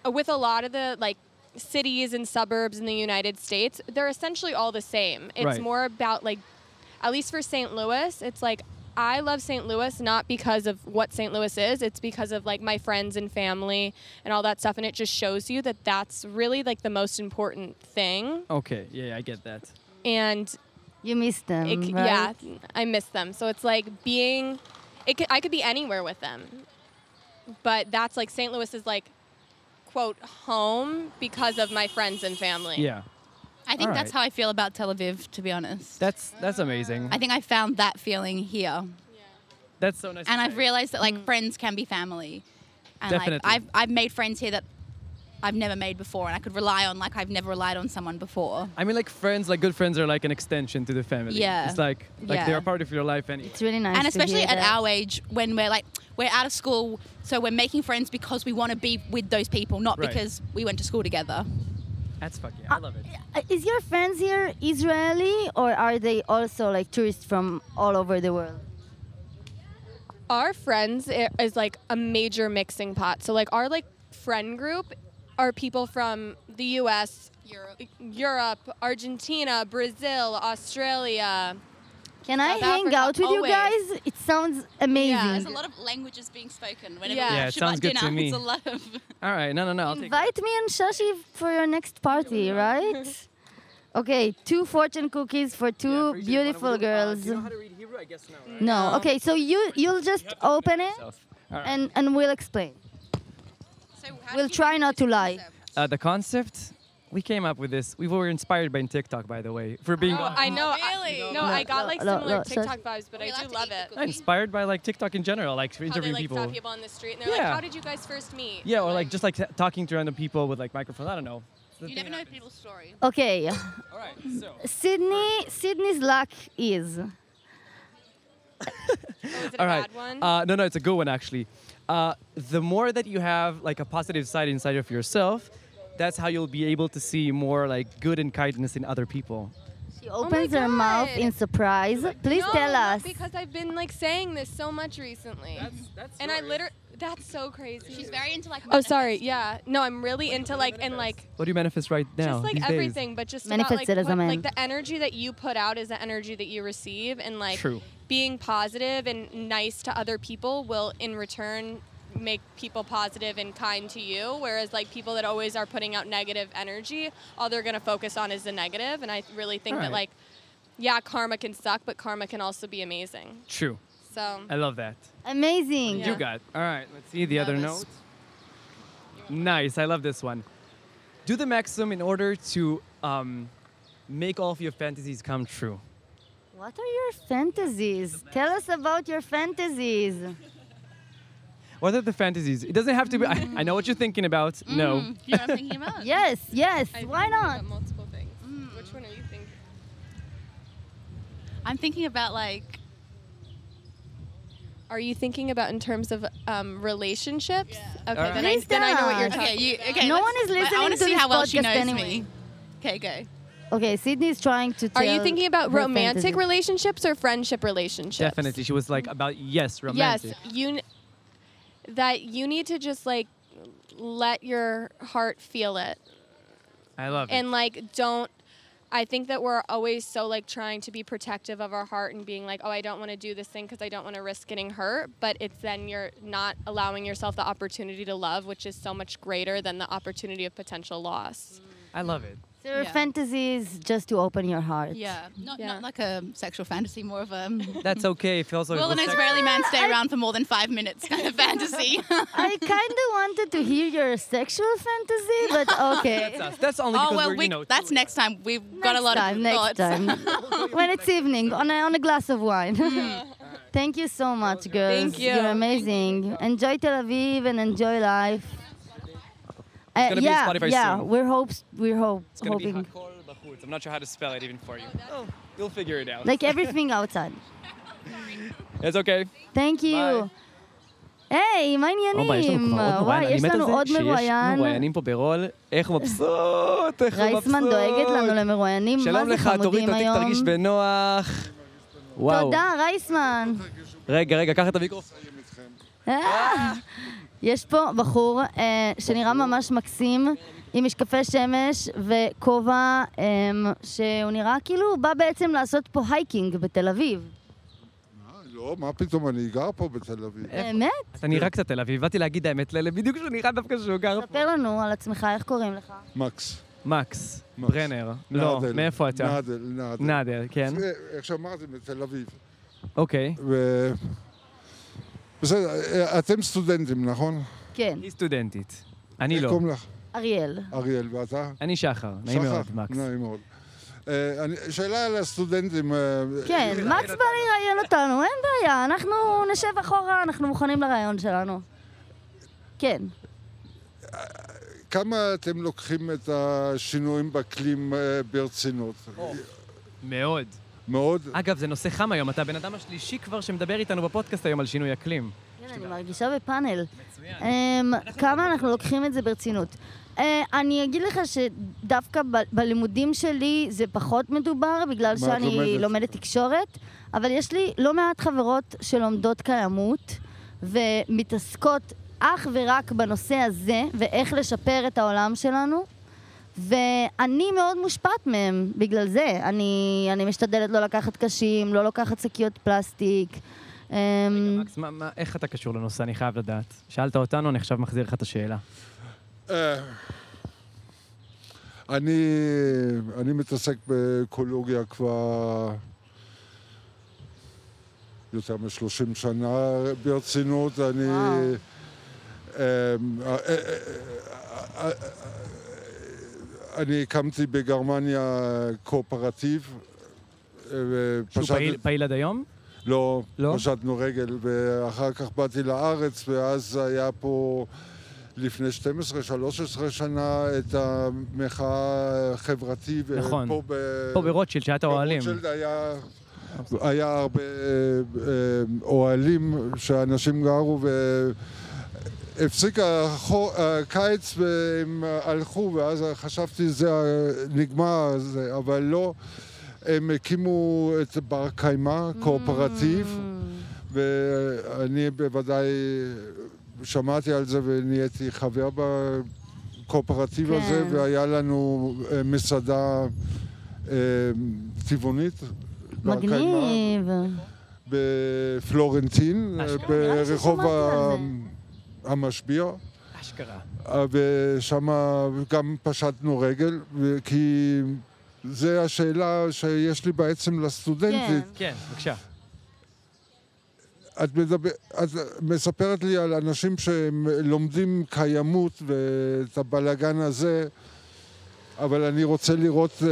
Speaker 11: uh, with a lot of the like cities and suburbs in the United States, they're essentially all the same. It's
Speaker 12: Right.
Speaker 11: more about like, at least for St. Louis, it's like. I love St. Louis not because of what St. Louis is, it's because of like my friends and family and all that stuff and it just shows you that that's really like the most important thing
Speaker 3: okay. Yeah, I get that.
Speaker 11: and
Speaker 4: you miss them.
Speaker 11: it, c-
Speaker 4: right?
Speaker 11: Yeah, I miss them. So it's like being, it could, I could be anywhere with them, but that's like St. Louis is like quote home because of my friends and family.
Speaker 3: Yeah,
Speaker 12: I think
Speaker 3: All
Speaker 12: that's
Speaker 3: right.
Speaker 12: how I feel about Tel Aviv, to be honest.
Speaker 3: that's that's amazing.
Speaker 12: I think I found that feeling here.
Speaker 3: that's so nice.
Speaker 12: and I've realized that like friends can be family. And
Speaker 3: Definitely.
Speaker 12: like I've I've made friends here that I've never made before and I could rely on like I've never relied on someone before.
Speaker 3: I mean, like friends, like good friends are like an extension to the family.
Speaker 12: Yeah.
Speaker 3: It's like like
Speaker 12: Yeah.
Speaker 3: they're a part of your life anyway. It's
Speaker 4: really
Speaker 12: and especially at our age when we're like we're out of school so we're making friends because we want to be with those people not
Speaker 3: Right.
Speaker 12: because we went to school together
Speaker 3: That's fucking. I love it.
Speaker 4: Uh, Is your friends here Israeli or are they also like tourists from all over the world?
Speaker 11: Our friends i- is like a major mixing pot. So like our like friend group are people from the U.S., Europe, Argentina, Brazil, Australia.
Speaker 4: Can I
Speaker 11: South
Speaker 4: hang
Speaker 11: Africa,
Speaker 4: out with
Speaker 11: always.
Speaker 4: you guys? It sounds amazing.
Speaker 12: there's a lot of languages being spoken whenever
Speaker 3: Yeah.
Speaker 12: we
Speaker 3: Yeah,
Speaker 12: watch
Speaker 3: it sounds
Speaker 12: about
Speaker 3: good
Speaker 12: dinner
Speaker 3: to me.
Speaker 12: it's a lot of
Speaker 3: All right. No, no, no. I'll take.
Speaker 4: Invite me and Shashi for your next party, right? okay, two fortune cookies for two beautiful girls. no. Okay, so you you'll just open it
Speaker 3: Alright.
Speaker 4: and and we'll explain. we'll try not to lie.
Speaker 3: Uh, the concept. We came up with this. We were inspired by TikTok, by the way. For being
Speaker 11: Oh, I know. Really? no, I got like
Speaker 3: no,
Speaker 11: similar
Speaker 3: no, so-
Speaker 11: TikTok vibes, but I do love it.
Speaker 3: I'm inspired by like TikTok in general, like
Speaker 11: how they
Speaker 3: interviewing
Speaker 11: like
Speaker 3: people.
Speaker 11: stop people on the street and they're like,
Speaker 3: Yeah.
Speaker 11: "How did you guys first meet?"
Speaker 3: Yeah, or like just like t- talking to random people with like microphones. I don't know.
Speaker 12: you never know people's story
Speaker 4: Okay.
Speaker 3: All right. So.
Speaker 4: Sydney Sydney's luck is
Speaker 11: it a
Speaker 3: All right.
Speaker 11: bad one?
Speaker 3: Uh, no, no, it's a good one actually. Uh, the more that you have like a positive side inside of yourself, that's how you'll be able to see more like good and kindness in other people.
Speaker 4: she opens her mouth in surprise. Please
Speaker 11: No,
Speaker 4: tell
Speaker 11: not
Speaker 4: us.
Speaker 11: because I've been like saying this so much recently. That's, that's and I literally that's so crazy. She's
Speaker 12: very into like.
Speaker 11: Oh, sorry. Yeah. No, I'm really into like and like
Speaker 3: What do you manifest right now?
Speaker 11: just like
Speaker 3: these days?
Speaker 11: everything, but just about,
Speaker 4: Manifest
Speaker 11: like,
Speaker 4: it as a
Speaker 11: what-
Speaker 4: man.
Speaker 11: like the energy that you put out is the energy that you receive, and like
Speaker 3: True.
Speaker 11: being positive and nice to other people will in return make people positive and kind to you whereas like people that always are putting out negative energy all they're going to focus on is the negative and i really think that
Speaker 3: Right.
Speaker 11: like yeah, karma can suck, but karma can also be amazing.
Speaker 3: True.
Speaker 11: So
Speaker 3: I love that.
Speaker 4: Amazing.
Speaker 3: You got. All right, let's see the other note. Nice. I love this one. Do the maxim in order to um, make all of your fantasies come true.
Speaker 4: What are your fantasies? Tell us about your fantasies.
Speaker 3: What are the fantasies? It doesn't have to be. I, I know what you're thinking about.
Speaker 11: Mm.
Speaker 3: No.
Speaker 4: You know what I'm thinking about? yes, yes. Why not? Mm.
Speaker 11: multiple things. Which one are you thinking?
Speaker 12: I'm thinking about like
Speaker 11: Are you thinking about in terms of um, relationships? Okay,
Speaker 12: Alright.
Speaker 11: then, I,
Speaker 12: Please
Speaker 11: then I know what you're
Speaker 4: tell
Speaker 11: talking
Speaker 4: us. Okay, you-
Speaker 11: about.
Speaker 4: okay, No let's- one is I- I listening wanna to see this how well she podcast knows anyway. me.
Speaker 12: Okay, go.
Speaker 4: Okay, Sydney's trying to.
Speaker 11: Are
Speaker 4: Tell
Speaker 11: you thinking about
Speaker 4: her
Speaker 11: romantic
Speaker 4: fantasies.
Speaker 11: relationships or friendship relationships?
Speaker 3: Definitely. She was like about yes, romantic.
Speaker 11: Yes, you. n- That you need to just like let your heart feel it,
Speaker 3: I love it.
Speaker 11: and like don't. I think that we're always so like trying to be protective of our heart and being like, oh, I don't want to do this thing because I don't want to risk getting hurt. But it's then you're not allowing yourself the opportunity to love, which is so much greater than the opportunity of potential loss.
Speaker 3: I love it.
Speaker 4: So your
Speaker 12: Yeah.
Speaker 4: fantasies just to open your heart.
Speaker 12: Yeah, not, not like a sexual fantasy, more of a
Speaker 3: That's okay. It feels like.
Speaker 12: will an
Speaker 3: looks like-
Speaker 12: Israeli man stay around for more than five minutes kind of fantasy.
Speaker 4: I kind of wanted to hear your sexual fantasy, but okay.
Speaker 3: That's, us. That's only
Speaker 12: oh
Speaker 3: because
Speaker 12: well,
Speaker 3: we're
Speaker 12: we,
Speaker 3: you know.
Speaker 12: that's next time. We've got a
Speaker 4: Next
Speaker 12: lot
Speaker 4: time,
Speaker 12: of
Speaker 4: next
Speaker 12: thoughts.
Speaker 4: time. when it's evening, on a, on a glass of wine.
Speaker 12: Hmm.
Speaker 4: Thank you so much, girls.
Speaker 11: Thank you.
Speaker 4: are amazing. Enjoy Tel Aviv and enjoy life. Uh,
Speaker 2: gonna be on
Speaker 4: yeah,
Speaker 2: Spotify
Speaker 4: yeah,
Speaker 2: soon.
Speaker 4: we're hopes we're hope,
Speaker 2: It's gonna be
Speaker 4: hoping
Speaker 2: Hakol Bahutz. I'm not sure how to spell it even for you. Oh, you'll figure it out.
Speaker 4: like everything Oh outside.
Speaker 2: It's okay.
Speaker 4: Thank you. היי, מה
Speaker 3: Oh
Speaker 4: העניינים?
Speaker 2: יש לנו כבר עוד מרואיין. אני
Speaker 4: וואי, יש
Speaker 2: מת על
Speaker 4: לנו עוד
Speaker 2: זה שיש
Speaker 4: מרואיין. אה.
Speaker 2: מרואיינים פה ברול. איך הוא מבסוט, איך הוא מבסוט.
Speaker 4: רייסמן דואגת לנו למרואיינים, מה
Speaker 2: שלום
Speaker 4: זה
Speaker 2: לך, תוריד
Speaker 4: חמודים
Speaker 2: אותי,
Speaker 4: היום.
Speaker 2: תרגיש בנוח. וואו.
Speaker 4: תודה, רייסמן.
Speaker 2: רגע, רגע, קח את המיקרופון.
Speaker 4: אה, יש פה בחור אה, שנראה ממש מקסים, עם משקפי שמש וכובע, אה, שהוא נראה כאילו הוא בא בעצם לעשות פה הייקינג בתל אביב.
Speaker 13: לא, מה פתאום, אני גר פה בתל אביב.
Speaker 4: באמת?
Speaker 3: אתה נראה קצת תל אביב, באתי להגיד האמת לאלה, בדיוק שהוא נראה דווקא שהוא גר פה.
Speaker 4: ספר לנו על עצמך, איך קוראים לך?
Speaker 13: מקס.
Speaker 3: מקס, ברנר. לא,
Speaker 13: נאדל,
Speaker 3: מאיפה אתה?
Speaker 13: נאדל, נאדל.
Speaker 3: נאדל, כן.
Speaker 13: זה, איך שאמרתי, בתל אביב.
Speaker 3: אוקיי.
Speaker 13: ו... בסדר, אה, אתם סטודנטים, נכון?
Speaker 4: כן,
Speaker 3: היא סטודנטית. אני
Speaker 13: איך
Speaker 3: לא.
Speaker 13: קוראים לך?
Speaker 4: אריאל.
Speaker 13: אריאל, ואתה?
Speaker 3: אני שחר. נעים
Speaker 13: שחר,
Speaker 3: מאוד, מקס.
Speaker 13: נעים מאוד. אה, אני- שאלה על הסטודנטים. אה,
Speaker 4: כן, מקס בא לראיין אותנו, אין בעיה, אנחנו נשב אחורה, אנחנו מוכנים לראיון שלנו. כן.
Speaker 13: כמה אתם לוקחים את השינויים באקלים אה, ברצינות?
Speaker 3: מאוד.
Speaker 13: מאוד.
Speaker 3: אגב, זה נושא חם היום, אתה הבן אדם השלישי כבר שמדבר איתנו בפודקאסט היום על שינוי אקלים.
Speaker 4: כן, אני מרגישה בפאנל. מצוין. כמה אנחנו לוקחים את זה ברצינות. אה, אני אגיד לך שדווקא ב- בלימודים שלי זה פחות מדובר, בגלל
Speaker 13: מה את
Speaker 4: שאני
Speaker 13: לומדת?
Speaker 4: לומדת תקשורת, אבל יש לי לא מעט חברות שלומדות קיימות ומתעסקות אך ורק בנושא הזה, ואיך לשפר את העולם שלנו. ואני מאוד מושפעת מהם בגלל זה. אני, אני משתדלת לא לקחת קשים, לא לוקחת שקיות פלסטיק. אמ, רגע,
Speaker 3: מקס, מה- מה- איך אתה קשור לנושא? אני חייב לדעת. שאלת אותנו, אני עכשיו מחזיר לך את השאלה.
Speaker 13: אה, אני, אני מתעסק באקולוגיה כבר יותר מ-30 שנה ברצינות. אני... אמ, אה, אה, אה, אה, אני הקמתי בגרמניה קואופרטיב. אה,
Speaker 3: שהוא
Speaker 13: ופשט-
Speaker 3: פעיל- פעיל עד היום?
Speaker 13: לא,
Speaker 3: לא?
Speaker 13: לא, פשטנו רגל, ואחר כך באתי לארץ, ואז היה פה לפני 12-13 שנה את המחאה החברתית.
Speaker 3: נכון.
Speaker 13: פה, ב...
Speaker 3: פה ברוטשילד, שהיה את האוהלים.
Speaker 13: ברוטשילד היה... היה הרבה אה, אה, אוהלים שאנשים גרו והפסיק החו- הקיץ והם הלכו ואז חשבתי זה נגמר, זה, אבל לא, הם הקימו את בר קיימא, קואופרטיב
Speaker 4: Mm.
Speaker 13: ואני בוודאי שמעתי על זה ונהייתי חבר בקואופרטיב
Speaker 4: כן.
Speaker 13: הזה והיה לנו אה, מסעדה אה, טבעונית. בר קיימא.
Speaker 4: מגניב.
Speaker 13: בפלורנטין, אה, ברחוב
Speaker 4: לא ששמעתי על
Speaker 13: ה- המשביע, אה,
Speaker 3: אשכרה.
Speaker 13: ושם גם פשטנו רגל, כי זה השאלה שיש לי בעצם לסטודנטית.
Speaker 3: כן, בבקשה.
Speaker 4: כן.
Speaker 13: את, מדבר, את מספרת לי על אנשים שהם לומדים קיימות ואת הבלגן הזה, אבל אני רוצה לראות אה,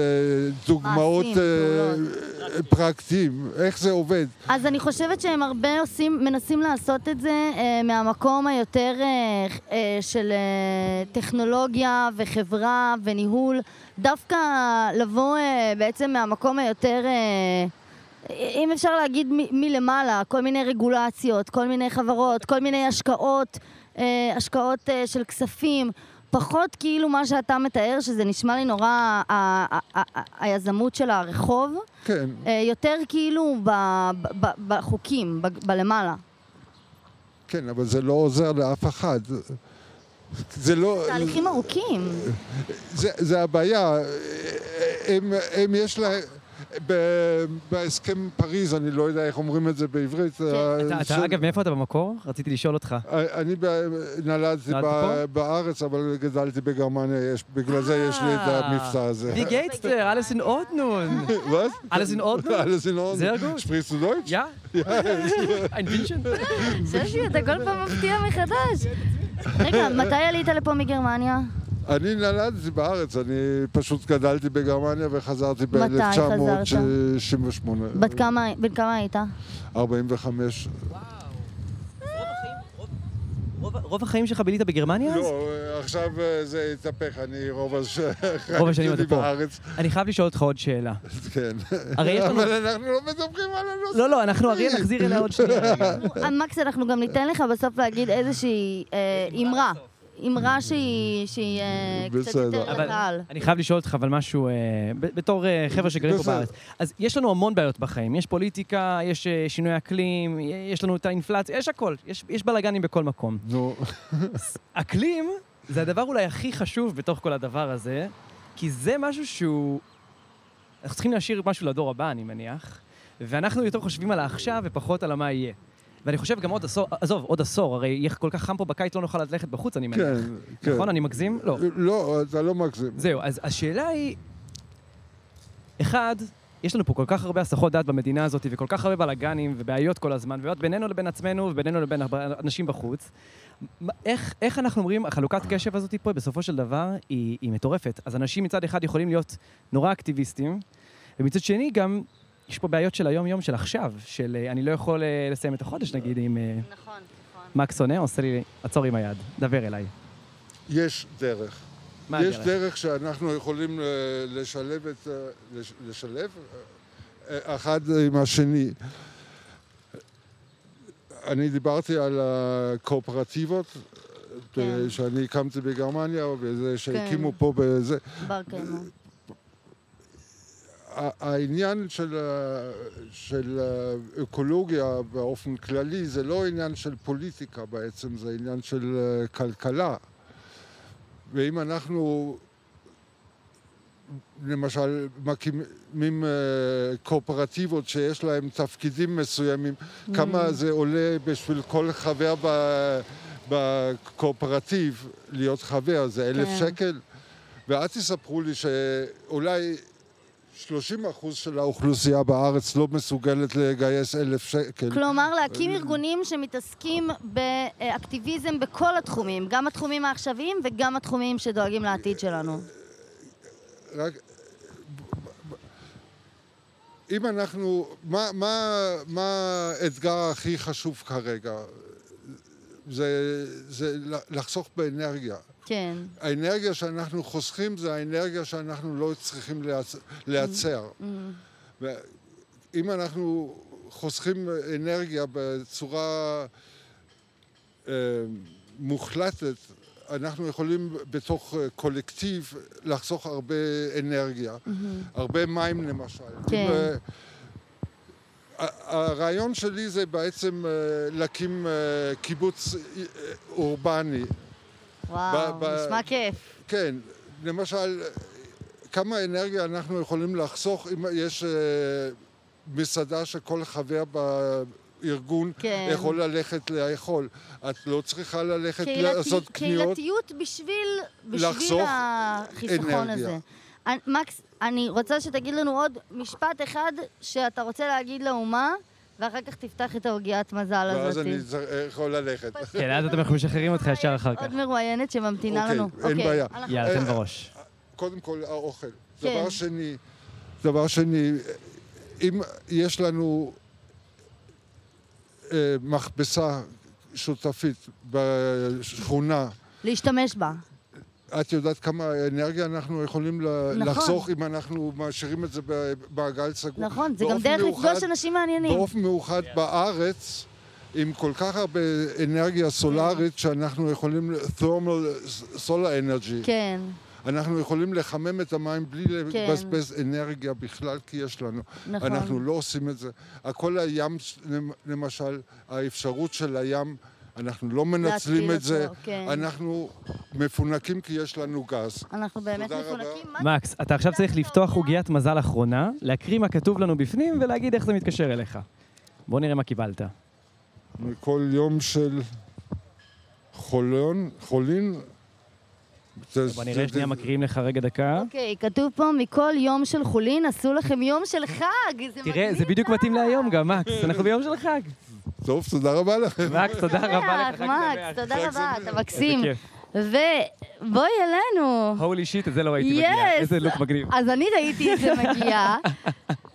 Speaker 13: דוגמאות
Speaker 4: מעשים,
Speaker 13: אה, פרקטיים, איך זה עובד.
Speaker 4: אז אני חושבת שהם הרבה עושים, מנסים לעשות את זה אה, מהמקום היותר אה, אה, של אה, טכנולוגיה וחברה וניהול. דווקא לבוא אה, בעצם מהמקום היותר, אה, אם אפשר להגיד מ- מלמעלה, כל מיני רגולציות, כל מיני חברות, כל מיני השקעות, אה, השקעות אה, של כספים. פחות כאילו מה שאתה מתאר, שזה נשמע לי נורא ה- ה- ה- ה- היזמות של הרחוב.
Speaker 13: כן.
Speaker 4: אה, יותר כאילו ב, ב, ב, בחוקים, ב, בלמעלה.
Speaker 13: כן, אבל זה לא עוזר לאף אחד. זה לא...
Speaker 4: תהליכים ארוכים.
Speaker 13: זה, זה הבעיה. הם, הם יש להם... ב, בהסכם פריז, אני לא יודע איך אומרים את זה בעברית.
Speaker 4: כן.
Speaker 13: אה,
Speaker 3: אתה, אתה, אגב, מאיפה אתה במקור? רציתי לשאול אותך.
Speaker 13: אני ב- נולדתי
Speaker 3: נולדת
Speaker 13: ב-
Speaker 3: פה?
Speaker 13: בארץ, אבל גדלתי בגרמניה, יש- בגלל זה יש לי את
Speaker 4: אה.
Speaker 3: אה.
Speaker 13: המבצע הזה.
Speaker 3: Wie geht's dir? Alles in Ordnung.
Speaker 13: Was?
Speaker 3: Alles in Ordnung?
Speaker 13: Alles in Ordnung.
Speaker 3: Sehr gut.
Speaker 13: Sprichst du Deutsch?
Speaker 3: Ja. Ein Wünschen?
Speaker 4: סרשי, אתה כל פעם מפתיע מחדש. רגע, מתי עלית לפה מגרמניה?
Speaker 13: אני נולדתי בארץ, אני פשוט גדלתי בגרמניה וחזרתי
Speaker 4: מתי
Speaker 13: ב-1968.
Speaker 4: בת כמה, בן כמה היית?
Speaker 13: 45.
Speaker 3: רוב, רוב החיים שלך בילית בגרמניה אז?
Speaker 13: לא, עכשיו אה, זה התהפך, אני רוב הש-
Speaker 3: רוב השנים אתה
Speaker 13: שלי
Speaker 3: פה.
Speaker 13: לא, בארץ.
Speaker 3: אני חייב לשאול אותך עוד שאלה.
Speaker 13: כן.
Speaker 3: הרי יש לנו...
Speaker 13: אבל אנחנו לא מדברים על הנושא.
Speaker 3: לא, לא, אנחנו, אריה, נחזיר אליה עוד שנייה.
Speaker 4: אה, מקס, אנחנו גם ניתן לך בסוף להגיד איזושהי אה, אמרה. אמרה שהיא שהיא, אה, קצת יותר
Speaker 3: אבל
Speaker 4: לקהל.
Speaker 3: אני חייב לשאול אותך אבל משהו, אה, ב- בתור אה, חבר'ה שגרים פה
Speaker 2: בסדר.
Speaker 3: בארץ. אז יש לנו המון בעיות בחיים. יש פוליטיקה, יש אה, שינוי אקלים, י- יש לנו את האינפלציה, יש הכל. יש- יש בלאגנים בכל מקום.
Speaker 13: נו.
Speaker 3: אקלים זה הדבר אולי הכי חשוב בתוך כל הדבר הזה, כי זה משהו שהוא... אנחנו צריכים להשאיר משהו לדור הבא, אני מניח, ואנחנו יותר חושבים על העכשיו ופחות על המה יהיה. ואני חושב גם עוד עשור, עזוב, עוד עשור, הרי יהיה כל כך חם פה בקיץ, לא נוכל ללכת בחוץ, אני מניח.
Speaker 13: כן, כן.
Speaker 3: נכון? אני מגזים? לא.
Speaker 13: לא, אתה לא מגזים.
Speaker 3: זהו, אז השאלה היא... אחד, יש לנו פה כל כך הרבה הסחות דעת במדינה הזאת, וכל כך הרבה בלאגנים ובעיות כל הזמן, ובעיות בינינו לבין עצמנו ובינינו לבין הרבה אנשים בחוץ. מה- איך, איך אנחנו אומרים, החלוקת קשב הזאת פה, בסופו של דבר, היא, היא מטורפת. אז אנשים מצד אחד יכולים להיות נורא אקטיביסטים, ומצד שני גם, יש פה בעיות של היום-יום, של עכשיו, של אה, אני לא יכול אה, לסיים את החודש, נגיד, אם... נכון, נכון. מקס עונה, עושה לי, עצור עם היד, דבר אליי.
Speaker 13: יש דרך.
Speaker 3: מה
Speaker 13: יש
Speaker 3: הדרך?
Speaker 13: דרך שאנחנו יכולים אה, לשלב את... אה, לש- לשלב? אה, אחד עם השני. אני דיברתי על הקואופרטיבות
Speaker 4: כן.
Speaker 13: אה, שאני הקמתי בגרמניה, וזה שהקימו פה בזה.
Speaker 4: בר קיימא.
Speaker 13: העניין של, ה- של האקולוגיה באופן כללי זה לא עניין של פוליטיקה בעצם, זה עניין של אה, כלכלה. ואם אנחנו למשל מקימים אה, קואופרטיבות שיש להן תפקידים מסוימים, כמה זה עולה בשביל כל חבר ב- בקואופרטיב להיות חבר? זה אלף
Speaker 14: כן.
Speaker 13: שקל? ואל תספרו לי שאולי 30 אחוז של האוכלוסייה בארץ לא מסוגלת לגייס אלף שקל.
Speaker 4: כלומר, להקים ארגונים שמתעסקים באקטיביזם בכל התחומים, גם התחומים העכשוויים וגם התחומים שדואגים לעתיד שלנו.
Speaker 13: רק... אם אנחנו... מה, מה, מה האתגר הכי חשוב כרגע? זה, זה לחסוך באנרגיה.
Speaker 4: כן.
Speaker 13: האנרגיה שאנחנו חוסכים זה האנרגיה שאנחנו לא צריכים לייצ- לייצר.
Speaker 4: Mm.
Speaker 13: אם אנחנו חוסכים אנרגיה בצורה אה, מוחלטת, אנחנו יכולים בתוך אה, קולקטיב לחסוך הרבה אנרגיה,
Speaker 14: מהמם.
Speaker 13: הרבה מים למשל.
Speaker 14: כן.
Speaker 13: אם, אה, ה- הרעיון שלי זה בעצם אה, להקים אה, קיבוץ אה, אורבני.
Speaker 4: וואו,
Speaker 13: ב- ב-
Speaker 4: נשמע כיף.
Speaker 13: כן, למשל, כמה אנרגיה אנחנו יכולים לחסוך אם יש אה, מסעדה שכל חבר בארגון
Speaker 4: כן.
Speaker 13: יכול ללכת לאכול. את לא צריכה ללכת
Speaker 4: קהילתי-
Speaker 13: לעשות קניות.
Speaker 4: קהילתיות בשביל, בשביל
Speaker 13: לחסוך
Speaker 4: החיסכון
Speaker 13: אנרגיה.
Speaker 4: הזה. אני- מקס, אני רוצה שתגיד לנו עוד משפט אחד שאתה רוצה להגיד לאומה, ואחר כך תפתח את העוגיית מזל
Speaker 13: ואז
Speaker 4: הזאת.
Speaker 13: אני צריך- יכול ללכת.
Speaker 3: כן, אז אתם אנחנו משחררים אותך ישר אחר כך.
Speaker 4: עוד מרואיינת שממתינה
Speaker 13: אוקיי,
Speaker 4: לנו.
Speaker 13: אין בעיה. אה,
Speaker 4: הלכנו.
Speaker 3: יאללה, תן בראש.
Speaker 13: קודם כל, האוכל.
Speaker 4: כן.
Speaker 13: דבר שני, דבר שני, אם יש לנו אה, מכבסה שותפית בשכונה,
Speaker 4: להשתמש בה.
Speaker 13: את יודעת כמה אנרגיה אנחנו יכולים ל-
Speaker 4: נכון.
Speaker 13: לחסוך אם אנחנו משאירים את זה ב- במעגל סגור.
Speaker 4: נכון, זה גם
Speaker 13: באופן
Speaker 4: דרך
Speaker 13: מאוחד-
Speaker 4: לפגוש אנשים מעניינים.
Speaker 13: באופן מאוחד בארץ, עם כל כך הרבה אנרגיה סולארית שאנחנו יכולים, thermal solar energy.
Speaker 4: כן.
Speaker 13: אנחנו יכולים לחמם את המים בלי
Speaker 4: כן.
Speaker 13: לבזבז אנרגיה בכלל, כי יש לנו.
Speaker 4: נכון.
Speaker 13: אנחנו לא עושים את זה. הכל הים, למשל, האפשרות של הים, אנחנו לא מנצלים
Speaker 4: להתפיל
Speaker 13: את זה.
Speaker 4: אותו, כן.
Speaker 13: אנחנו מפונקים כי יש לנו גז.
Speaker 4: אנחנו באמת
Speaker 13: תודה רבה.
Speaker 4: מפונקים.
Speaker 3: מקס, אתה עכשיו צריך לפתוח עוגיית מזל אחרונה, להקריא מה כתוב לנו בפנים ולהגיד איך זה מתקשר אליך. בוא נראה מה קיבלת.
Speaker 13: מכל יום של חולון, חולין. זה-
Speaker 3: בוא
Speaker 13: זה-
Speaker 3: נראה שנייה מקריאים לך רגע דקה.
Speaker 4: אוקיי, כתוב פה, מכל יום של חולין עשו לכם יום של חג. זה אה?
Speaker 3: תראה, זה בדיוק מתאים להיום גם, מקס, אנחנו ביום של חג.
Speaker 13: טוב, תודה רבה לכם.
Speaker 3: מקס, תודה רבה לך,
Speaker 4: שמח,
Speaker 3: חג
Speaker 4: מקס, תודה רבה, אתה מקסים.
Speaker 3: איזה
Speaker 4: ובואי אלינו.
Speaker 3: הולי שיט, את זה לא ראיתי מגיע.
Speaker 4: Yes.
Speaker 3: איזה לוק מגניב.
Speaker 4: אז אני ראיתי את זה מגיעה.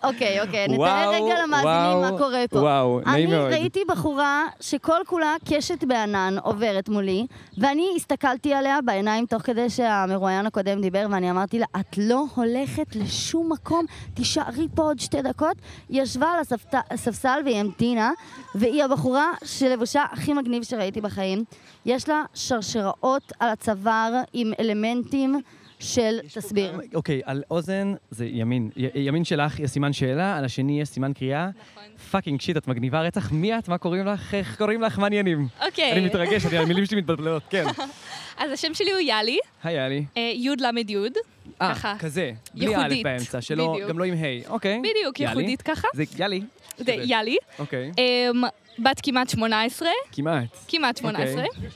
Speaker 4: אוקיי, אוקיי, נתאר
Speaker 3: וואו,
Speaker 4: רגע למאזינים
Speaker 3: וואו,
Speaker 4: מה קורה פה.
Speaker 3: וואו, נעים מאוד.
Speaker 4: אני ראיתי בחורה שכל כולה קשת בענן עוברת מולי, ואני הסתכלתי עליה בעיניים תוך כדי שהמרואיין הקודם דיבר, ואני אמרתי לה, את לא הולכת לשום מקום, תישארי פה עוד שתי דקות. היא ישבה על הספת- הספסל והיא המתינה, והיא הבחורה שלבושה הכי מגניב שראיתי בחיים. יש לה שרשראות על הצוואר עם אלמנטים של תסביר.
Speaker 3: אוקיי, על אוזן זה ימין. י- ימין שלך יש סימן שאלה, על השני יש סימן קריאה.
Speaker 14: נכון.
Speaker 3: פאקינג שיט, את מגניבה רצח. מי את? מה קוראים לך? איך קוראים לך? מה העניינים?
Speaker 14: אוקיי.
Speaker 3: אני מתרגש, אני- המילים שלי מתבלבלות, כן.
Speaker 14: אז השם שלי הוא יאלי,
Speaker 3: היי, היה לי.
Speaker 14: אה, י' ל' י',
Speaker 3: אה,
Speaker 14: ככה.
Speaker 3: כזה. בלי א'
Speaker 14: ייחודית,
Speaker 3: באמצע, שלא,
Speaker 14: בדיוק.
Speaker 3: גם לא עם ה', אוקיי.
Speaker 14: בדיוק,
Speaker 3: יאלי.
Speaker 14: ייחודית ככה.
Speaker 3: זה יאלי.
Speaker 14: זה יאלי.
Speaker 3: אוקיי.
Speaker 14: אמ, בת כמעט 18,
Speaker 3: כמעט.
Speaker 14: כמעט 18.
Speaker 3: אוקיי.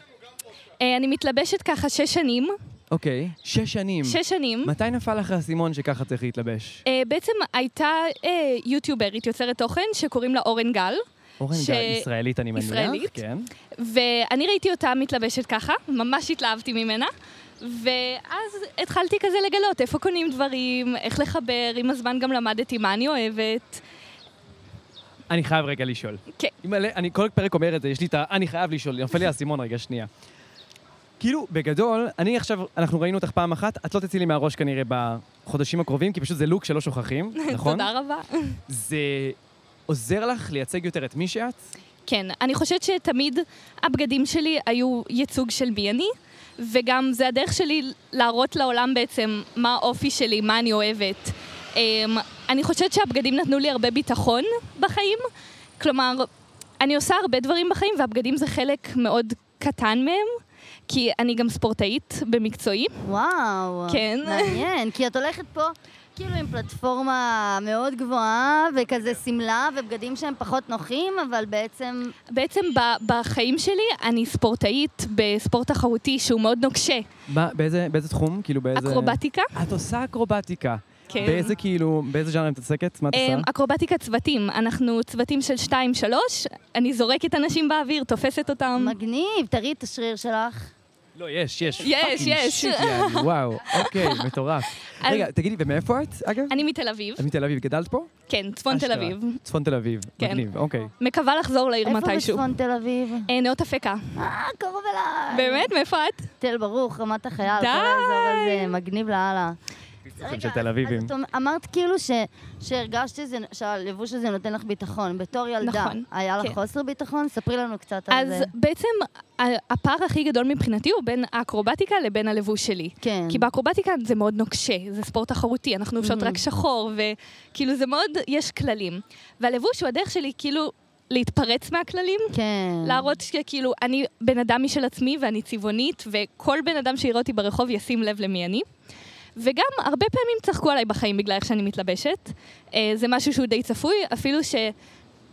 Speaker 14: אה, אני מתלבשת ככה שש שנים.
Speaker 3: אוקיי, שש שנים.
Speaker 14: שש שנים.
Speaker 3: מתי נפל לך האסימון שככה צריך להתלבש?
Speaker 14: אה, בעצם הייתה אה, יוטיוברית, יוצרת תוכן, שקוראים לה אורן גל.
Speaker 3: אורן
Speaker 14: ש-
Speaker 3: גל, ישראלית אני מניח.
Speaker 14: ישראלית.
Speaker 3: כן.
Speaker 14: ואני ראיתי אותה מתלבשת ככה, ממש התלהבתי ממנה. ואז התחלתי כזה לגלות איפה קונים דברים, איך לחבר, עם הזמן גם למדתי מה אני אוהבת.
Speaker 3: אני חייב רגע לשאול.
Speaker 14: כן.
Speaker 3: אם עלי- אני כל פרק אומר את זה, יש לי את ה... אני חייב לשאול, נפל לי האסימון רגע, שנייה. כאילו, בגדול, אני עכשיו, אנחנו ראינו אותך פעם אחת, את לא תצאי לי מהראש כנראה בחודשים הקרובים, כי פשוט זה לוק שלא שוכחים, נכון?
Speaker 14: תודה רבה.
Speaker 3: זה עוזר לך לייצג יותר את מי שאת?
Speaker 14: כן, אני חושבת שתמיד הבגדים שלי היו ייצוג של מי אני, וגם זה הדרך שלי להראות לעולם בעצם מה האופי שלי, מה אני אוהבת. אמ, אני חושבת שהבגדים נתנו לי הרבה ביטחון בחיים, כלומר, אני עושה הרבה דברים בחיים והבגדים זה חלק מאוד קטן מהם, כי אני גם ספורטאית במקצועי.
Speaker 4: וואו.
Speaker 14: כן.
Speaker 4: מעניין, כי לא את הולכת פה כאילו עם פלטפורמה מאוד גבוהה, וכזה
Speaker 14: כן.
Speaker 4: שמלה ובגדים שהם פחות נוחים, אבל בעצם...
Speaker 14: בעצם ב- בחיים שלי אני ספורטאית בספורט תחרותי שהוא מאוד נוקשה,
Speaker 3: מה, באיזה, באיזה תחום? כאילו באיזה...
Speaker 14: אקרובטיקה.
Speaker 3: את עושה אקרובטיקה.
Speaker 14: כן.
Speaker 3: באיזה כאילו, באיזה ז'אנר את מתעסקת? מה את עושה?
Speaker 14: אמ, אקרובטיקה צוותים, אנחנו צוותים של 2-3, אני זורקת אנשים באוויר, תופסת אותם.
Speaker 4: מגניב, תראי את השריר שלך.
Speaker 3: לא, יש, יש.
Speaker 14: יש,
Speaker 3: פאקינג
Speaker 14: יש.
Speaker 3: שיט, יעני, וואו, אוקיי, מטורף.
Speaker 14: אז-
Speaker 3: רגע, תגידי, ומאיפה את, אגב?
Speaker 14: אני מתל אביב,
Speaker 3: את מתל אביב, גדלת פה?
Speaker 14: כן, צפון תל
Speaker 3: אשכרה.
Speaker 14: אביב.
Speaker 3: צפון תל אביב,
Speaker 14: כן.
Speaker 3: מגניב, אוקיי.
Speaker 14: מקווה לחזור לעיר
Speaker 4: איפה
Speaker 14: מתישהו.
Speaker 4: בצפון תל אביב?
Speaker 14: אה, נאות אפקה.
Speaker 4: אה, קרוב אליי.
Speaker 14: באמת? מאיפה את?
Speaker 4: תל ברוך, רמת החייל, כל האזור הזה, מגניב לאללה.
Speaker 14: כן.
Speaker 3: של תל אביבים.
Speaker 4: זאת אומרת, אמרת כאילו ש- שהרגשת שזה- שהלבוש הזה נותן לך ביטחון. בתור ילדה,
Speaker 14: נכון,
Speaker 4: היה לך
Speaker 14: כן.
Speaker 4: חוסר ביטחון? ספרי לנו קצת על
Speaker 14: אז
Speaker 4: זה.
Speaker 14: בעצם ה- הפער הכי גדול מבחינתי הוא בין האקרובטיקה לבין הלבוש שלי.
Speaker 4: כן.
Speaker 14: כי באקרובטיקה זה מאוד נוקשה, זה ספורט תחרותי, אנחנו עושות רק שחור, וכאילו זה מאוד, יש כללים. והלבוש הוא הדרך שלי כאילו להתפרץ מהכללים.
Speaker 4: כן.
Speaker 14: להראות שכאילו, אני בן אדם משל עצמי ואני צבעונית, וכל בן אדם שיראה אותי ברחוב ישים לב למי אני. וגם הרבה פעמים צחקו עליי בחיים בגלל איך שאני מתלבשת. אה, זה משהו שהוא די צפוי, אפילו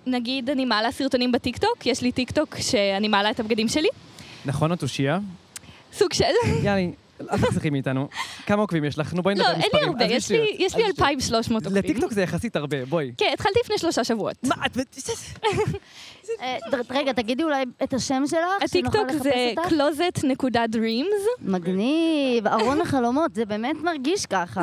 Speaker 14: שנגיד אני מעלה סרטונים בטיקטוק, יש לי טיקטוק שאני מעלה את הבגדים שלי.
Speaker 3: נכון, את אושיה?
Speaker 14: סוג של...
Speaker 3: יאללה, אל תחסכי מאיתנו. כמה עוקבים יש לך? נו, בואי
Speaker 14: לא,
Speaker 3: נדבר
Speaker 14: אין לי
Speaker 3: מספרים.
Speaker 14: הרבה,
Speaker 3: אז
Speaker 14: יש לי-
Speaker 3: שטויות.
Speaker 14: יש לי
Speaker 3: אז שטויות.
Speaker 14: 2,300 עוקבים.
Speaker 3: לטיקטוק זה יחסית הרבה, בואי.
Speaker 14: כן, התחלתי לפני שלושה שבועות.
Speaker 3: מה, את...
Speaker 4: אה, ד- רגע, תגידי אולי את השם שלך, שנוכל
Speaker 14: הטיקטוק
Speaker 4: לחפש
Speaker 14: זה
Speaker 4: אותך.
Speaker 14: closet.dreams.
Speaker 4: מגניב, ארון החלומות, זה באמת מרגיש ככה.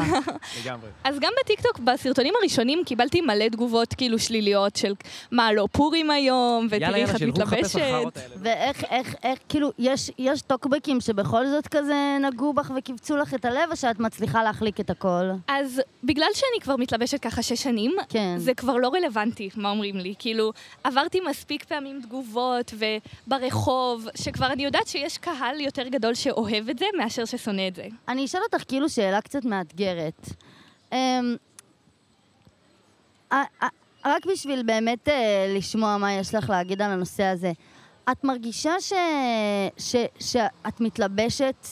Speaker 3: לגמרי.
Speaker 14: אז גם בטיקטוק, בסרטונים הראשונים, קיבלתי מלא תגובות כאילו שליליות של מה לא פורים היום,
Speaker 4: יאללה,
Speaker 14: ותראי
Speaker 4: יאללה,
Speaker 14: איך את
Speaker 4: שילכו לחפש
Speaker 14: מתלבשת.
Speaker 4: ואיך, איך, איך, כאילו, יש, יש טוקבקים שבכל זאת כזה נגעו בך וקיבצו לך את הלב, או שאת מצליחה להחליק את הכל?
Speaker 14: אז בגלל שאני כבר מתלבשת ככה שש שנים,
Speaker 4: כן.
Speaker 14: זה כבר לא רלוונטי, מה אומרים לי. כאילו, עברתי מספיק פעמים תגובות וברחוב, שכבר אני יודעת שיש קהל יותר גדול שאוהב את זה מאשר ששונא את זה.
Speaker 4: אני אשאל אותך כאילו שאלה קצת מאתגרת. אמ, א- א- רק בשביל באמת אה, לשמוע מה יש לך להגיד על הנושא הזה, את מרגישה ש... ש... שאת מתלבשת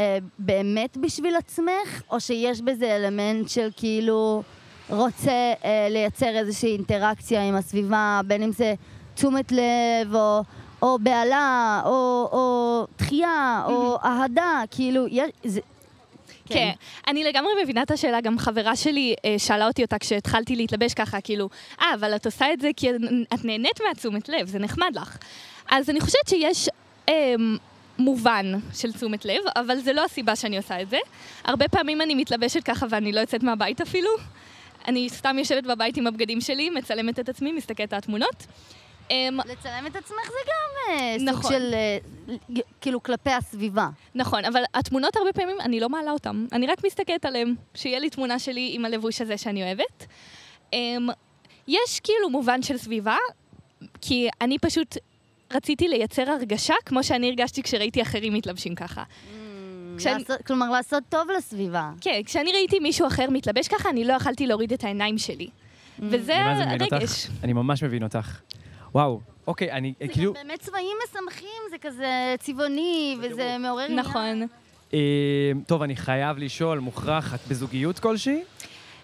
Speaker 4: אה, באמת בשביל עצמך, או שיש בזה אלמנט של כאילו רוצה אה, לייצר איזושהי אינטראקציה עם הסביבה, בין אם זה תשומת לב או... או בהלה, או, או דחייה, או אהדה, כאילו, יש, זה,
Speaker 14: כן. כן. אני לגמרי מבינה את השאלה, גם חברה שלי אה, שאלה אותי אותה כשהתחלתי להתלבש ככה, כאילו, אה, אבל את עושה את זה כי את נהנית מהתשומת לב, זה נחמד לך. אז אני חושבת שיש אה, מובן של תשומת לב, אבל זה לא הסיבה שאני עושה את זה. הרבה פעמים אני מתלבשת ככה ואני לא יוצאת מהבית אפילו. אני סתם יושבת בבית עם הבגדים שלי, מצלמת את עצמי, מסתכלת על התמונות.
Speaker 4: לצלם את עצמך זה גם אה, סוג
Speaker 14: אמ, נכון.
Speaker 4: של, אה, כאילו, כלפי הסביבה.
Speaker 14: נכון, אבל התמונות הרבה פעמים, אני לא מעלה אותן. אני רק מסתכלת עליהן, שיהיה לי תמונה שלי עם הלבוש הזה שאני אוהבת. אמ, יש כאילו מובן של סביבה, כי אני פשוט רציתי לייצר הרגשה כמו שאני הרגשתי כשראיתי אחרים מתלבשים ככה. כשאני-
Speaker 4: Mm, לעשות, כלומר, לעשות טוב לסביבה.
Speaker 14: כן, כשאני ראיתי מישהו אחר מתלבש ככה, אני לא יכלתי להוריד את העיניים שלי.
Speaker 4: Mm.
Speaker 14: וזה
Speaker 3: אני מה זה מבין
Speaker 14: הרגש.
Speaker 3: אותך? אני ממש מבין אותך. וואו, אוקיי, אני אה,
Speaker 4: גם
Speaker 3: כאילו...
Speaker 4: באמת צבעים משמחים, זה כזה צבעוני, וזה מעורר עניין.
Speaker 14: נכון.
Speaker 3: אה, טוב, אני חייב לשאול, מוכרח, את בזוגיות כלשהי?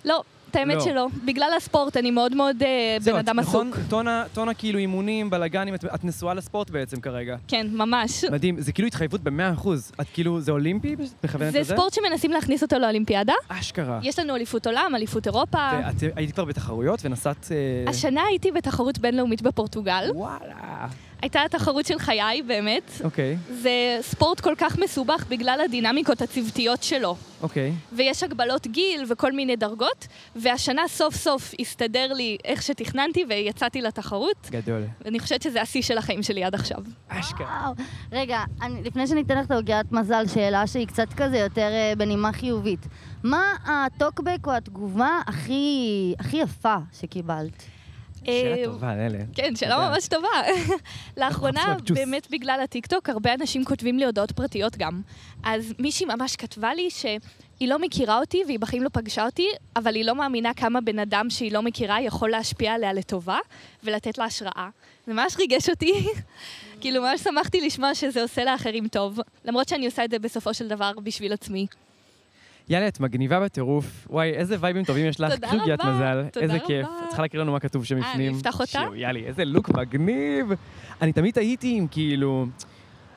Speaker 14: לא, את האמת
Speaker 3: לא.
Speaker 14: שלא. בגלל הספורט אני מאוד מאוד אה, בן
Speaker 3: זהו, את-
Speaker 14: אדם עסוק.
Speaker 3: נכון, טונה- טונה כאילו אימונים, בלאגנים, את- את נשואה לספורט בעצם כרגע.
Speaker 14: כן, ממש.
Speaker 3: מדהים, זה כאילו התחייבות במאה אחוז. את כאילו, זה אולימפי? מכוונת
Speaker 14: זה
Speaker 3: לזה?
Speaker 14: ספורט שמנסים להכניס אותו לאולימפיאדה.
Speaker 3: אשכרה.
Speaker 14: יש לנו אליפות עולם, אליפות אירופה.
Speaker 3: אה, ואת אה, היית כבר בתחרויות ונסעת... אה,
Speaker 14: השנה הייתי בתחרות בינלאומית בפורטוגל.
Speaker 3: וואלה.
Speaker 14: הייתה התחרות של חיי, באמת.
Speaker 3: אה, אוקיי,
Speaker 14: זה ספורט כל כך מסובך בגלל הדינמיקות הצוותיות שלו.
Speaker 3: אוקיי.
Speaker 14: ויש הגבלות גיל וכל מיני דרגות, והשנה סוף סוף הסתדר לי איך שתכננתי ויצאתי לתחרות.
Speaker 3: גדול.
Speaker 14: ואני חושבת שזה השיא של החיים שלי עד עכשיו.
Speaker 3: אשכרה.
Speaker 4: וואו. רגע, אני, לפני שאני אתן לך את העוגיית מזל, שאלה שהיא קצת כזה יותר אה, בנימה חיובית. מה הטוקבק או התגובה הכי, הכי יפה שקיבלת?
Speaker 14: אה,
Speaker 3: שאלה טובה, אלה.
Speaker 14: כן, שאלה
Speaker 3: תודה.
Speaker 14: ממש טובה. לאחרונה,
Speaker 3: חפשו רק ג'וס.
Speaker 14: באמת בגלל הטיקטוק, הרבה אנשים כותבים לי הודעות פרטיות גם. אז מישהי ממש כתבה לי שהיא לא מכירה אותי והיא בחיים לא פגשה אותי, אבל היא לא מאמינה כמה בן אדם שהיא לא מכירה יכול להשפיע עליה לטובה ולתת לה השראה. זה ממש ריגש אותי. כאילו, ממש שמחתי לשמוע שזה עושה לאחרים טוב, למרות שאני עושה את זה בסופו של דבר בשביל עצמי.
Speaker 3: יאללה, את מגניבה בטירוף. וואי, איזה וייבים טובים יש לך.
Speaker 14: תודה
Speaker 3: כאילו פגיעת
Speaker 14: רבה,
Speaker 3: מזל.
Speaker 14: תודה
Speaker 3: איזה
Speaker 14: רבה.
Speaker 3: כיף. את צריכה להקריא לנו מה כתוב שם
Speaker 14: אה,
Speaker 3: בפנים.
Speaker 14: אני אפתח אותה?
Speaker 3: שיו, יאללה, איזה לוק מגניב. אני תמיד הייתי עם כאילו...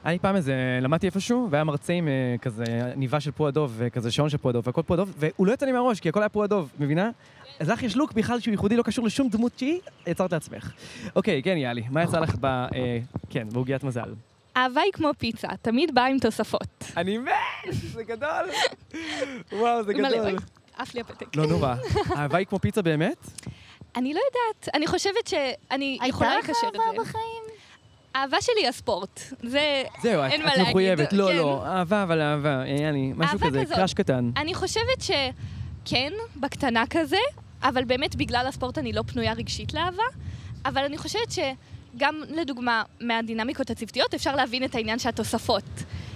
Speaker 3: היה לי פעם איזה, למדתי איפשהו, והיה מרצה עם אה, כזה ניבה של פועדוב, וכזה שעון של פועדוב, והכל פועדוב, והוא לא יצא לי מהראש, כי הכל היה פועדוב, מבינה? אז לך יש לוק בכלל שהוא ייחודי, לא קשור לשום דמות שהיא, יצרת לעצמך. אוקיי, כן, יאללה, מה יצא לך ב... אה, כן, בעוגיית מזל.
Speaker 14: אהבה היא כמו פיצה, תמיד באה עם תוספות.
Speaker 3: אני מת! זה גדול! וואו, זה
Speaker 14: אימא'לה,
Speaker 3: גדול.
Speaker 14: רק עף לי הפתק.
Speaker 3: לא נורא. אהבה היא כמו פיצה באמת?
Speaker 14: אני לא יודעת, אני חושבת שאני יכולה
Speaker 4: לך
Speaker 14: לקשר את זה. הייתה לך אהבה בחיים? האהבה שלי היא הספורט. זה,
Speaker 3: זהו, את,
Speaker 14: אין מה
Speaker 3: את
Speaker 14: להגיד.
Speaker 3: מחויבת. לא,
Speaker 14: כן.
Speaker 3: לא, אהבה, אבל אהבה, יעני, משהו
Speaker 14: אהבה
Speaker 3: כזה,
Speaker 14: כזאת.
Speaker 3: קראש קטן.
Speaker 14: אני חושבת שכן, בקטנה כזה, אבל באמת בגלל הספורט אני לא פנויה רגשית לאהבה, אבל אני חושבת שגם, לדוגמה, מהדינמיקות הצוותיות אפשר להבין את העניין של התוספות.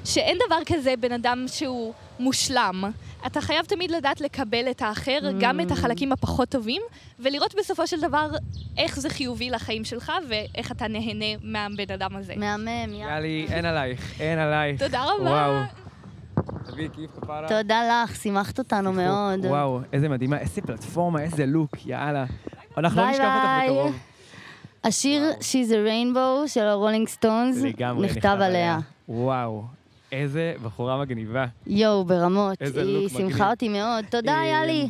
Speaker 14: שאין דבר כזה בן אדם שהוא מושלם. אתה חייב תמיד לדעת לקבל את האחר,
Speaker 3: Mm.
Speaker 14: גם את החלקים הפחות טובים, ולראות בסופו של דבר איך זה חיובי לחיים שלך ואיך אתה נהנה מהבן אדם הזה.
Speaker 4: מהמם,
Speaker 3: יאללה, אין עלייך, אין עלייך.
Speaker 14: תודה רבה.
Speaker 3: וואו. תביאי כיף כפרה.
Speaker 4: תודה לך, שימחת אותנו מאוד.
Speaker 3: וואו, איזה מדהימה, איזה פלטפורמה, איזה לוק, יאללה. אנחנו לא
Speaker 4: ביי
Speaker 3: נשכח אותך
Speaker 4: ביי.
Speaker 3: בקרוב.
Speaker 4: השיר She's a Rainbow של הרולינג סטונס
Speaker 3: לגמרי,
Speaker 4: נכתב עליה. לא.
Speaker 3: וואו. איזה בחורה מגניבה.
Speaker 4: יואו, ברמות.
Speaker 3: איזה
Speaker 4: היא
Speaker 3: לוק מגניב.
Speaker 4: שמחה אותי מאוד. תודה,
Speaker 3: אה,
Speaker 4: יאלי.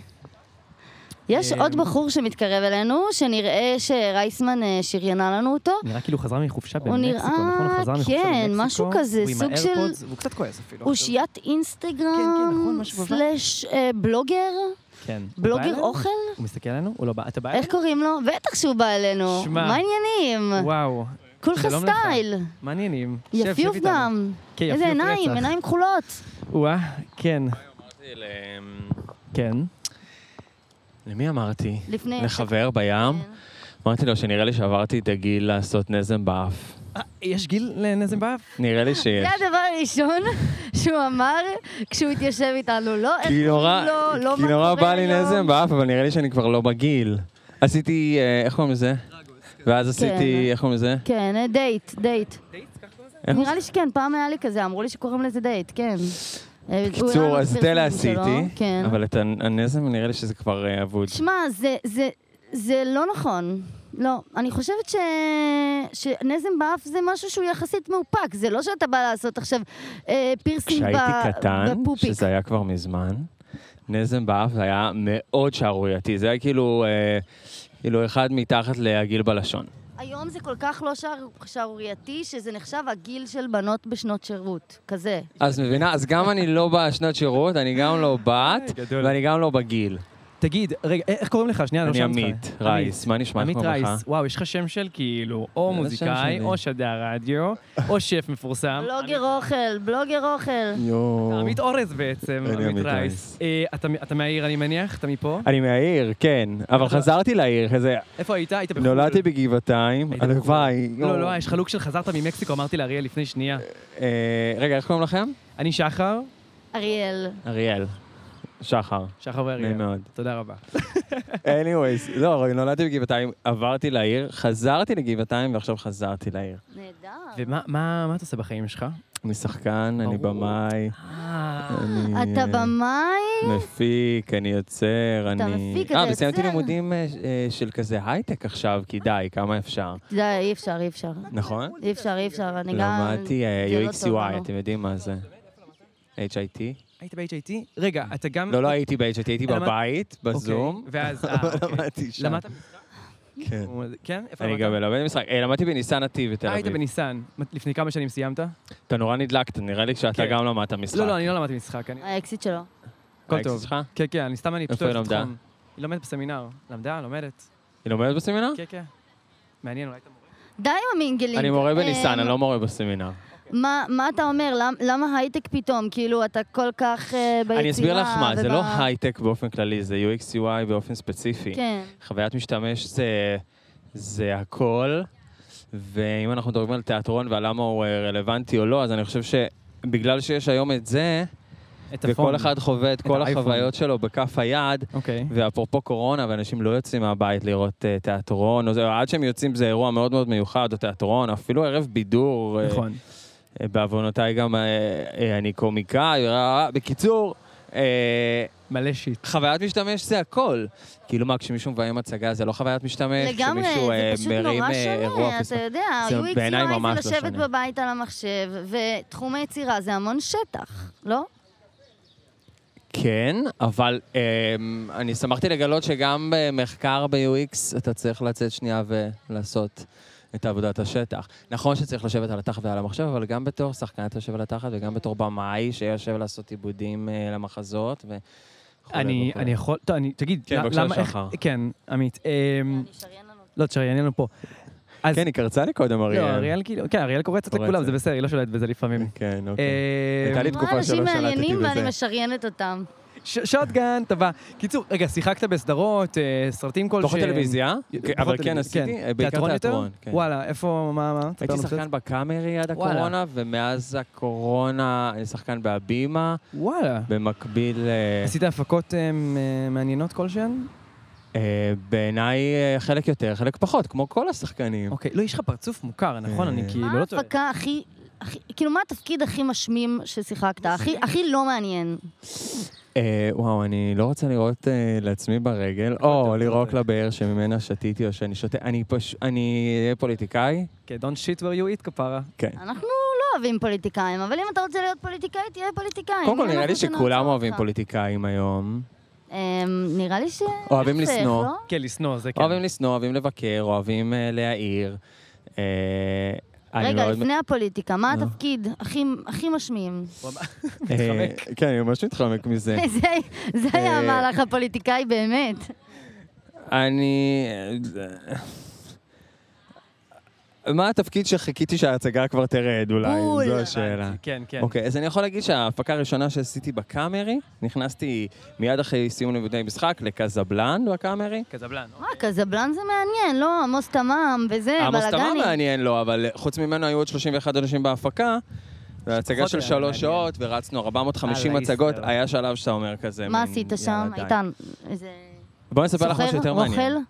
Speaker 4: יש
Speaker 3: אה,
Speaker 4: עוד בחור שמתקרב אלינו, שנראה שרייסמן אה, שריינה לנו אותו.
Speaker 3: נראה כאילו חזרה מחופשה
Speaker 4: הוא
Speaker 3: במקסיקו,
Speaker 4: נראה-
Speaker 3: נכון? הוא חזר מחופשה
Speaker 4: כן,
Speaker 3: במקסיקו,
Speaker 4: משהו כזה,
Speaker 3: הוא עם
Speaker 4: סוג של-
Speaker 3: האיירפודס, והוא קצת כועס אפילו. כן,
Speaker 4: הוא
Speaker 3: עכשיו.
Speaker 4: שיית
Speaker 3: נכון,
Speaker 4: אינסטגרם, סלאש אה, בלוגר.
Speaker 3: כן. הוא
Speaker 4: בלוגר
Speaker 3: בא אלינו?
Speaker 4: אוכל?
Speaker 3: הוא מסתכל עלינו? הוא לא בא, אתה בא אלינו?
Speaker 4: איך קוראים לו? בטח שהוא בא אלינו.
Speaker 3: שמע.
Speaker 4: מה העניינים?
Speaker 3: וואו.
Speaker 4: כולך
Speaker 3: שלום לך.
Speaker 4: סטייל.
Speaker 3: מעניינים. שב, שב
Speaker 4: יפיוף
Speaker 3: איתנו.
Speaker 4: גם.
Speaker 3: כן,
Speaker 4: איזה
Speaker 3: יפיוף
Speaker 4: עיניים,
Speaker 3: רצח.
Speaker 4: עיניים כחולות.
Speaker 3: וואה, כן,
Speaker 15: אמרתי ל...
Speaker 3: כן.
Speaker 15: למי אמרתי?
Speaker 4: לפני- כן.
Speaker 15: לחבר בים. אמרתי לו שנראה לי שעברתי את הגיל לעשות נזם באף.
Speaker 3: יש גיל לנזם באף?
Speaker 15: נראה לי שיש.
Speaker 4: זה הדבר הראשון שהוא אמר כשהוא התיישב איתנו. לא, איך
Speaker 15: כי נורא,
Speaker 4: קוראים לו, לא
Speaker 15: כי
Speaker 4: מה
Speaker 15: נורא
Speaker 4: קורה
Speaker 15: בא לי
Speaker 4: היום.
Speaker 15: נזם באף, אבל נראה לי שאני כבר לא בגיל. עשיתי, אה, איך קוראים לזה? ואז עשיתי, איך קוראים לזה?
Speaker 4: כן, אה, דייט, דייט. נראה לי שכן, פעם היה לי כזה, אמרו לי שקוראים לזה דייט, כן. אה, הוא הראה
Speaker 15: קיצור,
Speaker 4: לנו
Speaker 15: אז
Speaker 4: פרסום
Speaker 15: תלה
Speaker 4: שלו,
Speaker 15: עשיתי,
Speaker 4: כן.
Speaker 15: אבל את הנ- הנזם נראה לי שזה כבר אה, אבוד.
Speaker 4: שמע, זה, זה, זה לא נכון. לא, אני חושבת ש... שנזם באף זה משהו שהוא יחסית מאופק, זה לא שאתה בא לעשות עכשיו אה, פירסינג ב...
Speaker 15: כשהייתי קטן,
Speaker 4: בפופיק.
Speaker 15: שזה היה כבר מזמן, נזם באף זה היה מאוד שערורייתי. זה היה כאילו, אה, כאילו אחד מתחת להגיל בלשון.
Speaker 4: היום זה כל כך לא שער- שערורייתי, שזה נחשב הגיל של בנות בשנות שירות, כזה.
Speaker 15: אז מבינה, אז גם אני לא בשנת שירות, אני גם לא בת, ואני גם לא בגיל.
Speaker 3: תגיד, רגע, א- איך קוראים לך? שנייה, אני לא
Speaker 15: אני
Speaker 3: שאלתי אותך.
Speaker 15: עמית רייס, מה נשמע
Speaker 3: עמית
Speaker 15: כמו
Speaker 3: רייס,
Speaker 15: בך?
Speaker 3: וואו, יש לך שם של כאילו, או
Speaker 15: זה השם
Speaker 3: מוזיקאי,
Speaker 15: שלי.
Speaker 3: או שדר רדיו, או שף מפורסם.
Speaker 4: בלוגר אוכל, בלוגר אוכל.
Speaker 15: יואו.
Speaker 3: עמית אורז בעצם,
Speaker 15: אני
Speaker 3: עמית
Speaker 15: עמית
Speaker 3: רייס. אה, אתה מ- אתה מהעיר, אני מניח? אתה מפה?
Speaker 15: אני מהעיר, כן, אבל חזרתי לעיר, אחרי זה...
Speaker 3: איפה היית? היית בחו"ל.
Speaker 15: נולדתי בגבעתיים, הלוואי.
Speaker 3: לא, לא, יש לך לוק של חזרת ממקסיקו, אמרתי לאריאל לפני שנייה.
Speaker 15: אה, רגע, איך קוראים לכם?
Speaker 3: אני שחר.
Speaker 4: אריאל.
Speaker 15: אריאל. שחר.
Speaker 3: שחר ואריאל.
Speaker 15: נעים מאוד.
Speaker 3: תודה רבה.
Speaker 15: anyways, לא, אבל נולדתי בגבעתיים, עברתי לעיר, חזרתי לגבעתיים ועכשיו חזרתי לעיר.
Speaker 3: ומה מה- מה אתה עושה בחיים שלך?
Speaker 15: אני שחקן, אני במאי, אני
Speaker 4: אתה
Speaker 15: אה,
Speaker 4: במאי?
Speaker 15: מפיק, אני יוצר, אני...
Speaker 4: אתה מפיק,
Speaker 15: אה,
Speaker 4: אתה
Speaker 15: וסיימתי
Speaker 4: יוצר.
Speaker 15: לימודים אה, אה, של כזה הייטק עכשיו, כי די, כמה אפשר.
Speaker 4: די, אי אפשר, אי אפשר.
Speaker 15: נכון?
Speaker 4: אי אפשר, אי אפשר, אני גם...
Speaker 15: למדתי אה,
Speaker 4: זה לא טוב
Speaker 15: UX/UI,
Speaker 4: לנו.
Speaker 15: אתם יודעים מה זה? HIT?
Speaker 3: היית ב-HIT? רגע, אתה גם...
Speaker 15: לא, לא הייתי ב-HIT, הייתי
Speaker 3: למד-
Speaker 15: בבית,
Speaker 3: אוקיי,
Speaker 15: בזום.
Speaker 3: ואז... אה, אוקיי.
Speaker 15: למדתי שם.
Speaker 3: למדת
Speaker 15: כן.
Speaker 3: כן? איפה
Speaker 15: אני
Speaker 3: למדת?
Speaker 15: גם מלמד משחק. אה, למדתי בניסן נתיב בתל
Speaker 3: אה, היית
Speaker 15: אביב.
Speaker 3: בניסן. לפני כמה שנים סיימת?
Speaker 15: אתה נורא נדלקת, נראה לי כשאתה
Speaker 3: כן.
Speaker 15: גם למדת משחק.
Speaker 3: לא, לא, אני לא למדתי משחק. אני-
Speaker 4: האקסיט שלו.
Speaker 3: הכל
Speaker 15: האקסיט
Speaker 3: טוב.
Speaker 15: שלך?
Speaker 3: כן, כן, אני סתם, אני פשוט
Speaker 15: איפה היא
Speaker 3: אוהב את
Speaker 15: למדה?
Speaker 3: התחום. היא לומדת בסמינר. למדה, לומדת.
Speaker 15: היא לומדת בסמינר?
Speaker 3: כן, כן. מעניין, אולי אתה מורה.
Speaker 4: די עם המינגלינג.
Speaker 15: אני מורה בניסן,
Speaker 4: אה,
Speaker 15: אני לא מורה בסמינר.
Speaker 4: מה, מה אתה אומר? למ, למה הייטק פתאום? כאילו, אתה כל כך uh, ביצירה...
Speaker 15: אני אסביר לך מה, זה
Speaker 4: וב-
Speaker 15: לא הייטק באופן כללי, זה UX UI באופן ספציפי.
Speaker 4: כן.
Speaker 15: חוויית משתמש זה- זה הכל, ואם אנחנו מדברים על תיאטרון ועל למה הוא אה, רלוונטי או לא, אז אני חושב שבגלל שיש היום את זה,
Speaker 3: את הפון.
Speaker 15: וכל אחד חווה את
Speaker 3: את
Speaker 15: כל
Speaker 3: האייפון.
Speaker 15: החוויות שלו בכף היד,
Speaker 3: אוקיי.
Speaker 15: ואפרופו קורונה, ואנשים לא יוצאים מהבית לראות אה, תיאטרון, או זה, עד שהם יוצאים זה אירוע מאוד מאוד מיוחד, או תיאטרון, אפילו ערב בידור. אה,
Speaker 3: נכון.
Speaker 15: אה, בעוונותיי גם אה, אה, אני קומיקאי, אה, אה, בקיצור... אה,
Speaker 3: מלא שיט.
Speaker 15: חוויית משתמש זה הכל. כאילו מה, כשמישהו מביים הצגה זה לא חוויית משתמש?
Speaker 4: לגמרי,
Speaker 15: כשמישהו,
Speaker 4: זה
Speaker 15: אה,
Speaker 4: פשוט
Speaker 15: מרים,
Speaker 4: נורא
Speaker 15: אה, אירוע
Speaker 4: שונה, אתה
Speaker 15: פספס-
Speaker 4: יודע,
Speaker 15: זה
Speaker 4: UX
Speaker 15: בעיניי
Speaker 4: UI
Speaker 15: ממש
Speaker 4: זה
Speaker 15: לא
Speaker 4: לשבת
Speaker 15: שונה.
Speaker 4: בבית על המחשב, ותחום היצירה זה המון שטח, לא?
Speaker 15: כן, אבל אמ, אני שמחתי לגלות שגם במחקר ב-UX אתה צריך לצאת שנייה ולעשות את עבודת השטח. נכון שצריך לשבת על התחת ועל המחשב, אבל גם בתור שחקן אתה יושב על התחת וגם בתור במאי שיושב לעשות עיבודים אה, למחזות. ו...
Speaker 3: אני, אני יכול, טוב, אני, תגיד,
Speaker 15: כן,
Speaker 3: ל-
Speaker 15: בבקשה,
Speaker 3: למה, איך,
Speaker 15: שחר.
Speaker 3: כן, עמית. אמ, לא, תשריין לנו פה.
Speaker 15: כן, היא קרצה לי קודם, אריאל.
Speaker 3: לא, אריאל כאילו, כן, אריאל קורצת
Speaker 15: קורצת.
Speaker 3: לכולם, זה בסדר, היא לא שולטת בזה לפעמים.
Speaker 15: כן,
Speaker 3: אוקיי.
Speaker 15: הייתה לי
Speaker 4: מה אנשים מעניינים ואני משריינת אותם.
Speaker 3: ש- שוטגן, אתה בא. קיצור, רגע, שיחקת בסדרות, אה, סרטים כלשהם. אה,
Speaker 15: פחות טלוויזיה, כן,
Speaker 3: פחות
Speaker 15: אבל
Speaker 3: טלוויזיה,
Speaker 15: כן עשיתי, אה, בעיקר
Speaker 3: תיאטרון יותר?
Speaker 15: תיאטרון, כן.
Speaker 3: וואלה, איפה, מה, מה? תספר
Speaker 15: הייתי
Speaker 3: לנו
Speaker 15: שחקן
Speaker 3: קצת.
Speaker 15: בקאמרי עד
Speaker 3: וואלה.
Speaker 15: הקורונה, ומאז הקורונה אני שחקן בהבימה.
Speaker 3: וואלה.
Speaker 15: במקביל... אה,
Speaker 3: עשית הפקות אה, אה, מעניינות כלשהן?
Speaker 15: אה, בעיניי אה, חלק יותר, חלק פחות, כמו כל השחקנים. אה,
Speaker 3: אוקיי, לא, יש לך פרצוף מוכר, נכון? אני כאילו
Speaker 4: מה
Speaker 3: לא טועה.
Speaker 4: ההפקה הכי... הכי- כאילו, מה התפקיד הכי משמים ששיחקת? הכי- הכי לא מעניין.
Speaker 15: אה, וואו, אני לא רוצה לראות אה, לעצמי ברגל, או לירוק לבאר שממנה שתיתי או שאני שותה. אני פשוט, אני אהיה פוליטיקאי?
Speaker 3: כן, don't shit where you eat, כפרה.
Speaker 15: כן.
Speaker 4: אנחנו לא, אוהבים פוליטיקאים, אבל אם אתה רוצה להיות פוליטיקאי, תהיה פוליטיקאי.
Speaker 15: קודם כל,
Speaker 4: מי
Speaker 15: נראה לי
Speaker 4: אנחנו
Speaker 15: שכולם
Speaker 4: שנעצור
Speaker 15: אוהבים
Speaker 4: אותך?
Speaker 15: פוליטיקאים היום.
Speaker 4: אמ, נראה לי ש...
Speaker 15: אוהבים
Speaker 4: להפך,
Speaker 15: לשנוא.
Speaker 4: לא?
Speaker 3: כן, לשנוא, זה
Speaker 15: כן. אוהבים לשנוא, אוהבים לבקר, אוהבים אה, להעיר. אה, אני
Speaker 4: רגע,
Speaker 15: מאוד- לא.
Speaker 4: לפני הפוליטיקה, מה
Speaker 15: נו.
Speaker 4: התפקיד הכי- הכי משמיעים?
Speaker 15: אה, כן, אני ממש מתחמק מזה.
Speaker 4: זה- זה היה
Speaker 15: אה,
Speaker 4: המהלך הפוליטיקאי באמת.
Speaker 15: אני... מה התפקיד שחיכיתי שההצגה כבר תרד אולי?
Speaker 3: בול.
Speaker 15: זו השאלה.
Speaker 3: כן, כן.
Speaker 15: אוקיי, אז אני יכול להגיד שההפקה הראשונה שעשיתי בקאמרי, נכנסתי מיד אחרי סיום לימודי משחק לקזבלן בקאמרי.
Speaker 3: קזבלן. אוקיי.
Speaker 4: אה, קזבלן זה מעניין, לא? עמוס תמם וזה,
Speaker 15: עמוס תמם
Speaker 4: בלאגנים.
Speaker 15: מעניין לו, אבל חוץ ממנו היו עוד 31 אנשים בהפקה. זו הצגה
Speaker 3: פחות
Speaker 15: של
Speaker 3: היה
Speaker 15: שלוש שעות, ורצנו 450
Speaker 3: אללה,
Speaker 15: הצגות, היה שלב שאתה אומר כזה.
Speaker 4: מה
Speaker 15: מין,
Speaker 4: עשית
Speaker 15: יאללה,
Speaker 4: שם,
Speaker 15: די.
Speaker 4: איתן? איזה-
Speaker 15: בואי אני אספר לך משהו
Speaker 4: סוחר?
Speaker 15: יותר מעניין.
Speaker 4: רוכל?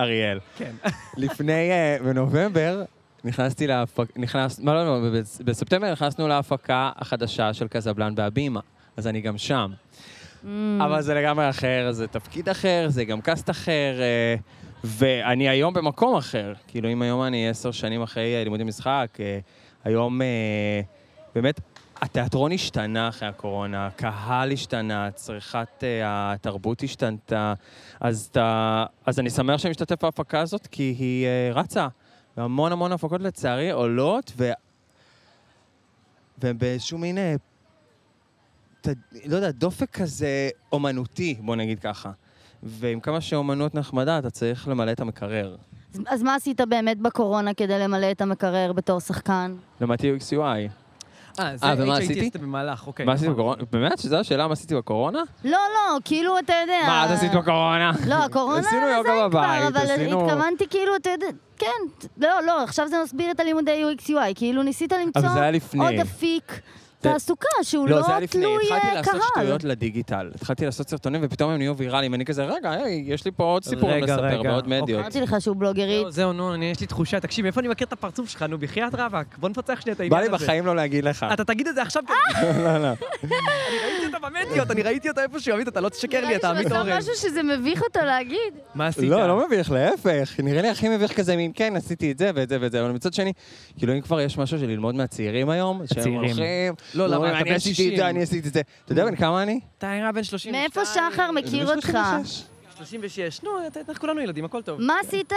Speaker 15: אריאל. כן. לפני, אה, בנובמבר, נכנסתי להפקה, נכנס, לא, לא, לא, בס- בספטמבר נכנסנו להפקה החדשה של קזבלן בהבימה, אז אני גם שם.
Speaker 4: Mm.
Speaker 15: אבל זה לגמרי אחר, זה תפקיד אחר, זה גם קאסט אחר, אה, ואני היום במקום אחר. כאילו, אם היום אני עשר שנים אחרי אה, לימודי משחק, אה, היום אה, באמת, התיאטרון השתנה אחרי הקורונה, הקהל השתנה, צריכת אה, התרבות השתנתה, אז, אתה, אז אני שמח שאני משתתף בהפקה הזאת, כי היא אה, רצה. והמון המון הפקות לצערי עולות, ו... והן באיזשהו מין אה, ת- לא יודע, דופק כזה אומנותי, בוא נגיד ככה. ועם כמה שאומנות נחמדה, אתה צריך למלא את המקרר.
Speaker 4: אז- אז מה עשית באמת בקורונה כדי למלא את המקרר בתור שחקן?
Speaker 15: למדתי UX/UI.
Speaker 3: אה, זה
Speaker 15: אה, ומה
Speaker 3: HIT
Speaker 15: עשיתי?
Speaker 3: עשית במהלך, אוקיי.
Speaker 15: מה עשיתי
Speaker 3: נכון.
Speaker 15: בקורונה? באמת? שזו השאלה מה עשיתי בקורונה?
Speaker 4: לא, לא, כאילו, אתה יודע...
Speaker 15: מה את עשית בקורונה?
Speaker 4: לא, הקורונה
Speaker 15: עשינו יוגה
Speaker 4: כבר,
Speaker 15: בבית,
Speaker 4: אבל
Speaker 15: עשינו...
Speaker 4: התכוונתי כאילו, אתה יודע... כן, לא, לא, עכשיו זה מסביר את הלימודי UX/UI, כאילו ניסית למצוא
Speaker 15: זה היה לפני.
Speaker 4: עוד אפיק תעסוקה שהוא
Speaker 15: לא,
Speaker 4: לא
Speaker 15: זה היה לפני,
Speaker 4: תלוי אה,
Speaker 15: התחלתי לעשות
Speaker 4: קהל.
Speaker 15: שטויות לדיגיטל. התחלתי לעשות סרטונים ופתאום הם נהיו ויראליים. אני כזה, רגע, היי, יש לי פה עוד סיפורים
Speaker 3: רגע,
Speaker 15: לספר
Speaker 3: רגע. אוקיי.
Speaker 15: ועוד לא מדיות.
Speaker 4: אמרתי לך שהוא בלוגרית.
Speaker 3: זהו, נו, אני- יש לי תחושה, תקשיב, איפה אני מכיר את הפרצוף שלך? נו, בחייאת רווק, בוא נפצח שנייה את
Speaker 15: בא
Speaker 3: העניין
Speaker 15: לי
Speaker 3: הזה.
Speaker 15: בחיים לא להגיד לך.
Speaker 3: אתה תגיד את זה עכשיו, כי
Speaker 15: לא, לא.
Speaker 3: ראיתי אותה במדיות, אני ראיתי אותה איפשהו, עמית, אתה לא תשקר
Speaker 4: נראה
Speaker 3: לי,
Speaker 4: לי
Speaker 3: אתה
Speaker 4: שהוא
Speaker 3: עמית אורן.
Speaker 4: עשה משהו שזה מביך אותו להגיד.
Speaker 3: מה עשית?
Speaker 15: לא, לא מביך, להפך. נראה לי הכי מביך כזה מין, כן, עשיתי את זה ואת זה ואת זה, אבל מצד שני, כאילו, אם כבר יש משהו שללמוד מהצעירים היום, שהם
Speaker 3: הצעירים.
Speaker 15: הולכים,
Speaker 3: לא, למה,
Speaker 15: אומרים,
Speaker 3: אתה
Speaker 15: אני
Speaker 3: בן
Speaker 15: עשיתי את
Speaker 3: 60.
Speaker 15: זה, אני עשיתי את זה. אתה יודע בן כמה אני?
Speaker 3: אתה נראה בן 32.
Speaker 4: מאיפה שחר מכיר אותך?
Speaker 3: 36. נו, אתה- אנחנו כולנו ילדים, הכל טוב.
Speaker 4: מה עשית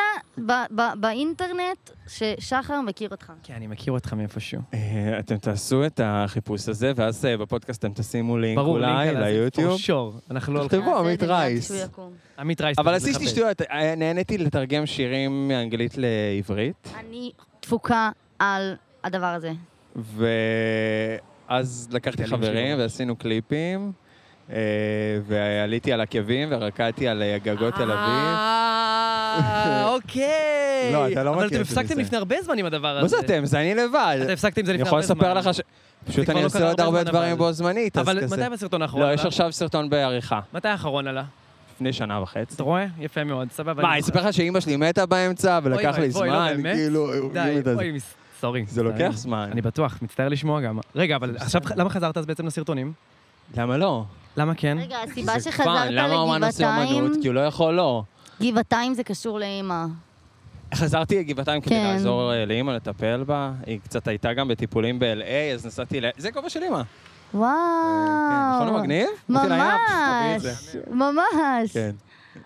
Speaker 4: ב- ב- באינטרנט ששחר מכיר אותך?
Speaker 3: כן, אני מכיר אותך מאיפשהו.
Speaker 15: אה, אתם תעשו את החיפוש הזה, ואז אה, בפודקאסט אתם תשימו לינק
Speaker 3: ברור,
Speaker 15: אולי
Speaker 3: לינק על הזה,
Speaker 15: ליוטיוב.
Speaker 3: for sure. אנחנו לא הולכים.
Speaker 4: אה,
Speaker 15: תכתבו
Speaker 3: נעשה
Speaker 15: עמית
Speaker 3: את זה מיד
Speaker 15: רייס.
Speaker 3: כשהוא יקום. עמית רייס.
Speaker 15: אבל
Speaker 3: צריך
Speaker 15: עשיתי
Speaker 3: לחפש.
Speaker 15: שטויות, אה, נהניתי לתרגם שירים מאנגלית לעברית,
Speaker 4: אני תפוקה על הדבר הזה.
Speaker 15: ואז לקחתי
Speaker 3: גלים
Speaker 15: חברים
Speaker 3: שירים.
Speaker 15: ועשינו קליפים, אה, ועליתי על עקבים ורקדתי על אה, גגות תל אביב.
Speaker 3: אה, אוקיי.
Speaker 15: לא, אתה לא מכיר
Speaker 3: אבל
Speaker 15: אותי
Speaker 3: אתם הפסקתם
Speaker 15: בזה.
Speaker 3: לפני הרבה זמן עם הדבר הזה.
Speaker 15: מה זה אתם? זה אני לבד.
Speaker 3: אתם הפסקתם עם זה
Speaker 15: אני
Speaker 3: לפני
Speaker 15: יכול
Speaker 3: הרבה
Speaker 15: לספר
Speaker 3: זמן.
Speaker 15: לך ש... פשוט
Speaker 3: כבר
Speaker 15: אני
Speaker 3: לא
Speaker 15: עושה
Speaker 3: קרה
Speaker 15: עוד
Speaker 3: הרבה
Speaker 15: הרבה
Speaker 3: זמן,
Speaker 15: דברים
Speaker 3: אבל-
Speaker 15: בו זזמנית, אז
Speaker 3: אבל
Speaker 15: כזה.
Speaker 3: מתי הסרטון האחרון
Speaker 15: לא,
Speaker 3: עלה?
Speaker 15: יש עכשיו סרטון בעריכה.
Speaker 3: מתי האחרון עלה?
Speaker 15: לפני שנה וחצי.
Speaker 3: אתה רואה? יפה מאוד, סבבה.
Speaker 15: מה,
Speaker 3: אני-
Speaker 15: אני אספר לך שאימא שלי מתה באמצע ולקח
Speaker 3: אוי,
Speaker 15: לי
Speaker 3: אוי, אוי, לא,
Speaker 15: זמן?
Speaker 3: באמת?
Speaker 15: כאילו...
Speaker 3: די,
Speaker 15: הורגים את הזה.
Speaker 3: אוי, מס- סורי.
Speaker 15: זה לוקח זמן.
Speaker 3: אני בטוח, מצטער לשמוע גם. רגע, אבל עכשיו, למה חזרת אז בעצם לסרטונים?
Speaker 15: למה לא?
Speaker 3: למה כן?
Speaker 4: רגע, הסיבה
Speaker 15: זה
Speaker 4: שחזרת
Speaker 15: פאן, למה אומן עושה
Speaker 4: לגבעתיים,
Speaker 15: אומנות? כי הוא לא יכול לא.
Speaker 4: גבעתיים זה קשור לאימא.
Speaker 15: חזרתי לגבעתיים כדי
Speaker 4: כן.
Speaker 15: לעזור אה, לאימא לטפל בה. היא קצת הייתה גם בטיפולים ב-LA, אז נסעתי ל... זה כובע של אימא.
Speaker 4: וואו.
Speaker 15: נכון, הוא מגניב? אמרתי לה, "יאפ, תביאי
Speaker 4: ממש,
Speaker 15: את זה." כן,
Speaker 4: ממש.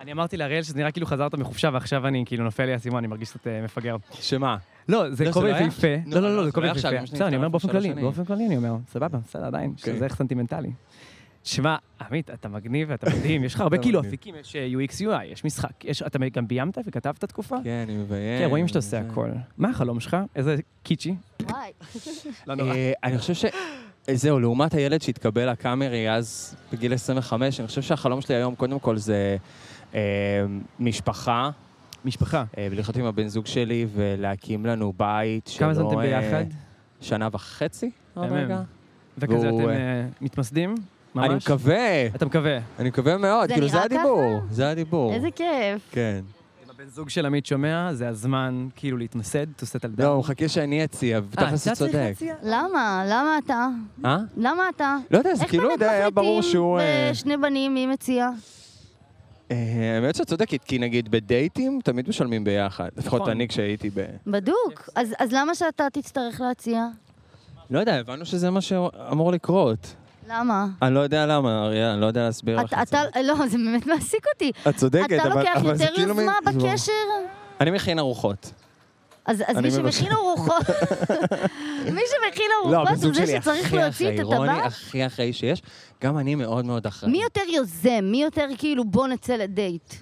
Speaker 3: אני אמרתי לאריאל שזה נראה כאילו חזרת מחופשה, ועכשיו אני כאילו נופל לי האסימון, אני מרגיש קצת אה, מפגר.
Speaker 15: שמה?
Speaker 3: לא, זה
Speaker 15: לא, זה
Speaker 3: כובע
Speaker 15: לא היה?
Speaker 3: יפהפה.
Speaker 15: נו,
Speaker 3: לא, לא,
Speaker 15: לא,
Speaker 3: לא,
Speaker 15: זה
Speaker 3: זה כובע
Speaker 15: לא היה עכשיו,
Speaker 3: יפהפה.
Speaker 15: אמא שלי
Speaker 3: בסדר, אני אומר
Speaker 15: נפטרה
Speaker 3: באופן
Speaker 15: לפני שלוש
Speaker 3: כללי,
Speaker 15: שנים. כן.
Speaker 3: באופן כללי אני אומר, סבבה, בסדר, עדיין, שזה איך סנטימנטלי. שמע, עמית, אתה מגניב ואתה מדהים, יש לך הרבה
Speaker 15: אתה
Speaker 3: כאילו
Speaker 15: מגניב.
Speaker 3: אפיקים, יש אה, UX UI, יש משחק, יש- אתה גם ביימת וכתבת תקופה?
Speaker 15: כן, אני מביים.
Speaker 3: כן, רואים שאתה עושה הכל. מה החלום שלך? איזה קיצ'י.
Speaker 4: וואי.
Speaker 3: לא נורא.
Speaker 15: אה, אני חושב ש... אה, זהו, לעומת הילד שהתקבל לקאמרי אז, בגיל 25, אני חושב שהחלום שלי היום, קודם כל, זה אה, משפחה.
Speaker 3: משפחה.
Speaker 15: אה, ולחיות עם הבן זוג שלי ולהקים לנו בית שלא...
Speaker 3: כמה זמן אתם
Speaker 15: אה,
Speaker 3: ביחד?
Speaker 15: שנה וחצי, עוד
Speaker 3: מהמם.
Speaker 15: רגע.
Speaker 3: וכזה
Speaker 15: והוא,
Speaker 3: אתם
Speaker 15: אה,
Speaker 3: אה, מתמסדים? ממש?
Speaker 15: אני מקווה.
Speaker 3: אתה מקווה.
Speaker 15: אני מקווה מאוד,
Speaker 4: זה
Speaker 15: כאילו זה
Speaker 4: נראה
Speaker 15: הדיבור, זה הדיבור.
Speaker 4: איזה כיף.
Speaker 15: כן.
Speaker 3: אם הבן זוג של עמית שומע, זה הזמן כאילו להתמסד, to settle down.
Speaker 15: לא, הוא מחכה שאני
Speaker 3: אה,
Speaker 15: אציע, ותכלס
Speaker 3: אתה
Speaker 15: הוא
Speaker 3: צריך
Speaker 15: צודק.
Speaker 3: להציע?
Speaker 4: למה? למה אתה?
Speaker 15: אה?
Speaker 4: למה אתה?
Speaker 15: לא יודע, זה כאילו, די, היה ברור שהוא... אה,
Speaker 4: שני בנים, מי מציע?
Speaker 15: אה, האמת שאת צודקת, כי נגיד בדייטים תמיד משלמים ביחד. לפחות
Speaker 4: נכון.
Speaker 15: אני כשהייתי ב...
Speaker 4: בדוק. אז אז למה שאתה תצטרך להציע?
Speaker 15: לא יודע, הבנו שזה מה שאמור לקרות.
Speaker 4: למה?
Speaker 15: אני לא יודע למה, אריה, אני לא יודע להסביר לך.
Speaker 4: אתה, אתה, לא, זה באמת מעסיק אותי.
Speaker 15: את צודקת,
Speaker 4: אתה
Speaker 15: אבל-
Speaker 4: לוקח
Speaker 15: אבל זה
Speaker 4: יותר
Speaker 15: כאילו מין-
Speaker 4: יוזמה בקשר?
Speaker 15: אני מכין ארוחות.
Speaker 4: אז, אז
Speaker 15: אני
Speaker 4: מי
Speaker 15: מבקש. לא,
Speaker 4: שמכין ארוחות, מי שמכין ארוחות הוא זה שצריך להוציא את
Speaker 15: רוני
Speaker 4: הטבעת?
Speaker 15: הכי אחראי שיש. גם אני מאוד מאוד אחראי.
Speaker 4: מי יותר יוזם? מי יותר כאילו בוא נצא לדייט?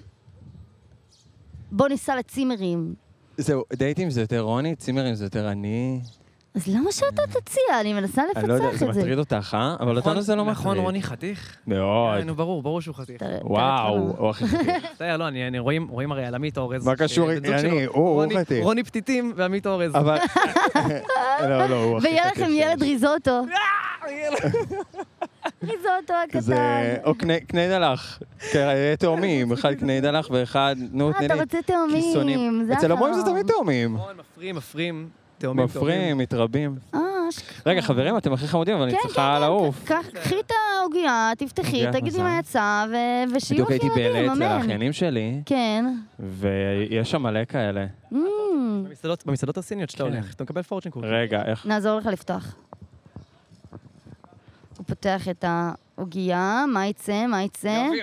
Speaker 4: בוא ניסע לצימרים.
Speaker 15: זהו, דייטים זה יותר רוני, צימרים זה יותר אני.
Speaker 4: אז למה שאתה תציע? אני מנסה
Speaker 15: אני לא יודע,
Speaker 4: לפצח
Speaker 15: זה
Speaker 4: את זה.
Speaker 15: מטריד אותך, אה? אבל אותנו זה לא מטריד.
Speaker 3: נכון, רוני חתיך?
Speaker 15: מאוד.
Speaker 3: כן, נו, ברור, ברור שהוא חתיך.
Speaker 15: וואו, הוא הכי חתיך.
Speaker 3: מצטער, לא, אני, אני רואים, רואים הרי על עמית אורז.
Speaker 15: מה קשור
Speaker 3: שבן זוג
Speaker 15: ענייני?
Speaker 3: שלו,
Speaker 15: הוא- הוא
Speaker 3: רוני-
Speaker 15: חתיך.
Speaker 3: רוני פתיתים ועמית אורז.
Speaker 15: אבל- לא, לא, הוא הכי
Speaker 4: ויהיה
Speaker 15: חתיך
Speaker 4: לכם
Speaker 15: שיש.
Speaker 4: ילד ריזוטו.
Speaker 15: אה,
Speaker 4: ריזוטו הקטן. אה,
Speaker 15: זה... או קני- קני דלח. כן, היה תאומים, אחד קני דלח ואחד... נו,
Speaker 4: אה,
Speaker 15: תני לי.
Speaker 4: אתה רוצה תאומים,
Speaker 15: כיסונים.
Speaker 4: זה
Speaker 15: אצל הומואים זה
Speaker 4: החלום.
Speaker 15: תמיד תאומים.
Speaker 3: מפרים, מפרים. תאומים,
Speaker 15: מפריעים, מתרבים.
Speaker 4: אה,
Speaker 15: רגע, חברים, אתם הכי חמודים, אבל אני
Speaker 4: כן,
Speaker 15: צריכה לעוף.
Speaker 4: קח- קחי את העוגיה, תפתחי,
Speaker 15: עוגיית
Speaker 4: תגידי
Speaker 15: מזל.
Speaker 4: מה יצא, ו- ושיהיו
Speaker 15: בדיוק
Speaker 4: לך
Speaker 15: הייתי
Speaker 4: ילדים,
Speaker 15: באלה אצל
Speaker 4: אמן.
Speaker 15: האחיינים שלי,
Speaker 4: כן.
Speaker 15: ויש שם מלא כאלה. כן.
Speaker 4: Mm.
Speaker 3: במסעדות- במסעדות הסיניות שאתה הולך, אתה מקבל פורצ'ן קורקי.
Speaker 15: רגע, איך...
Speaker 4: נעזור לך לפתוח. הוא פותח את העוגייה, מה יצא, מה יצא?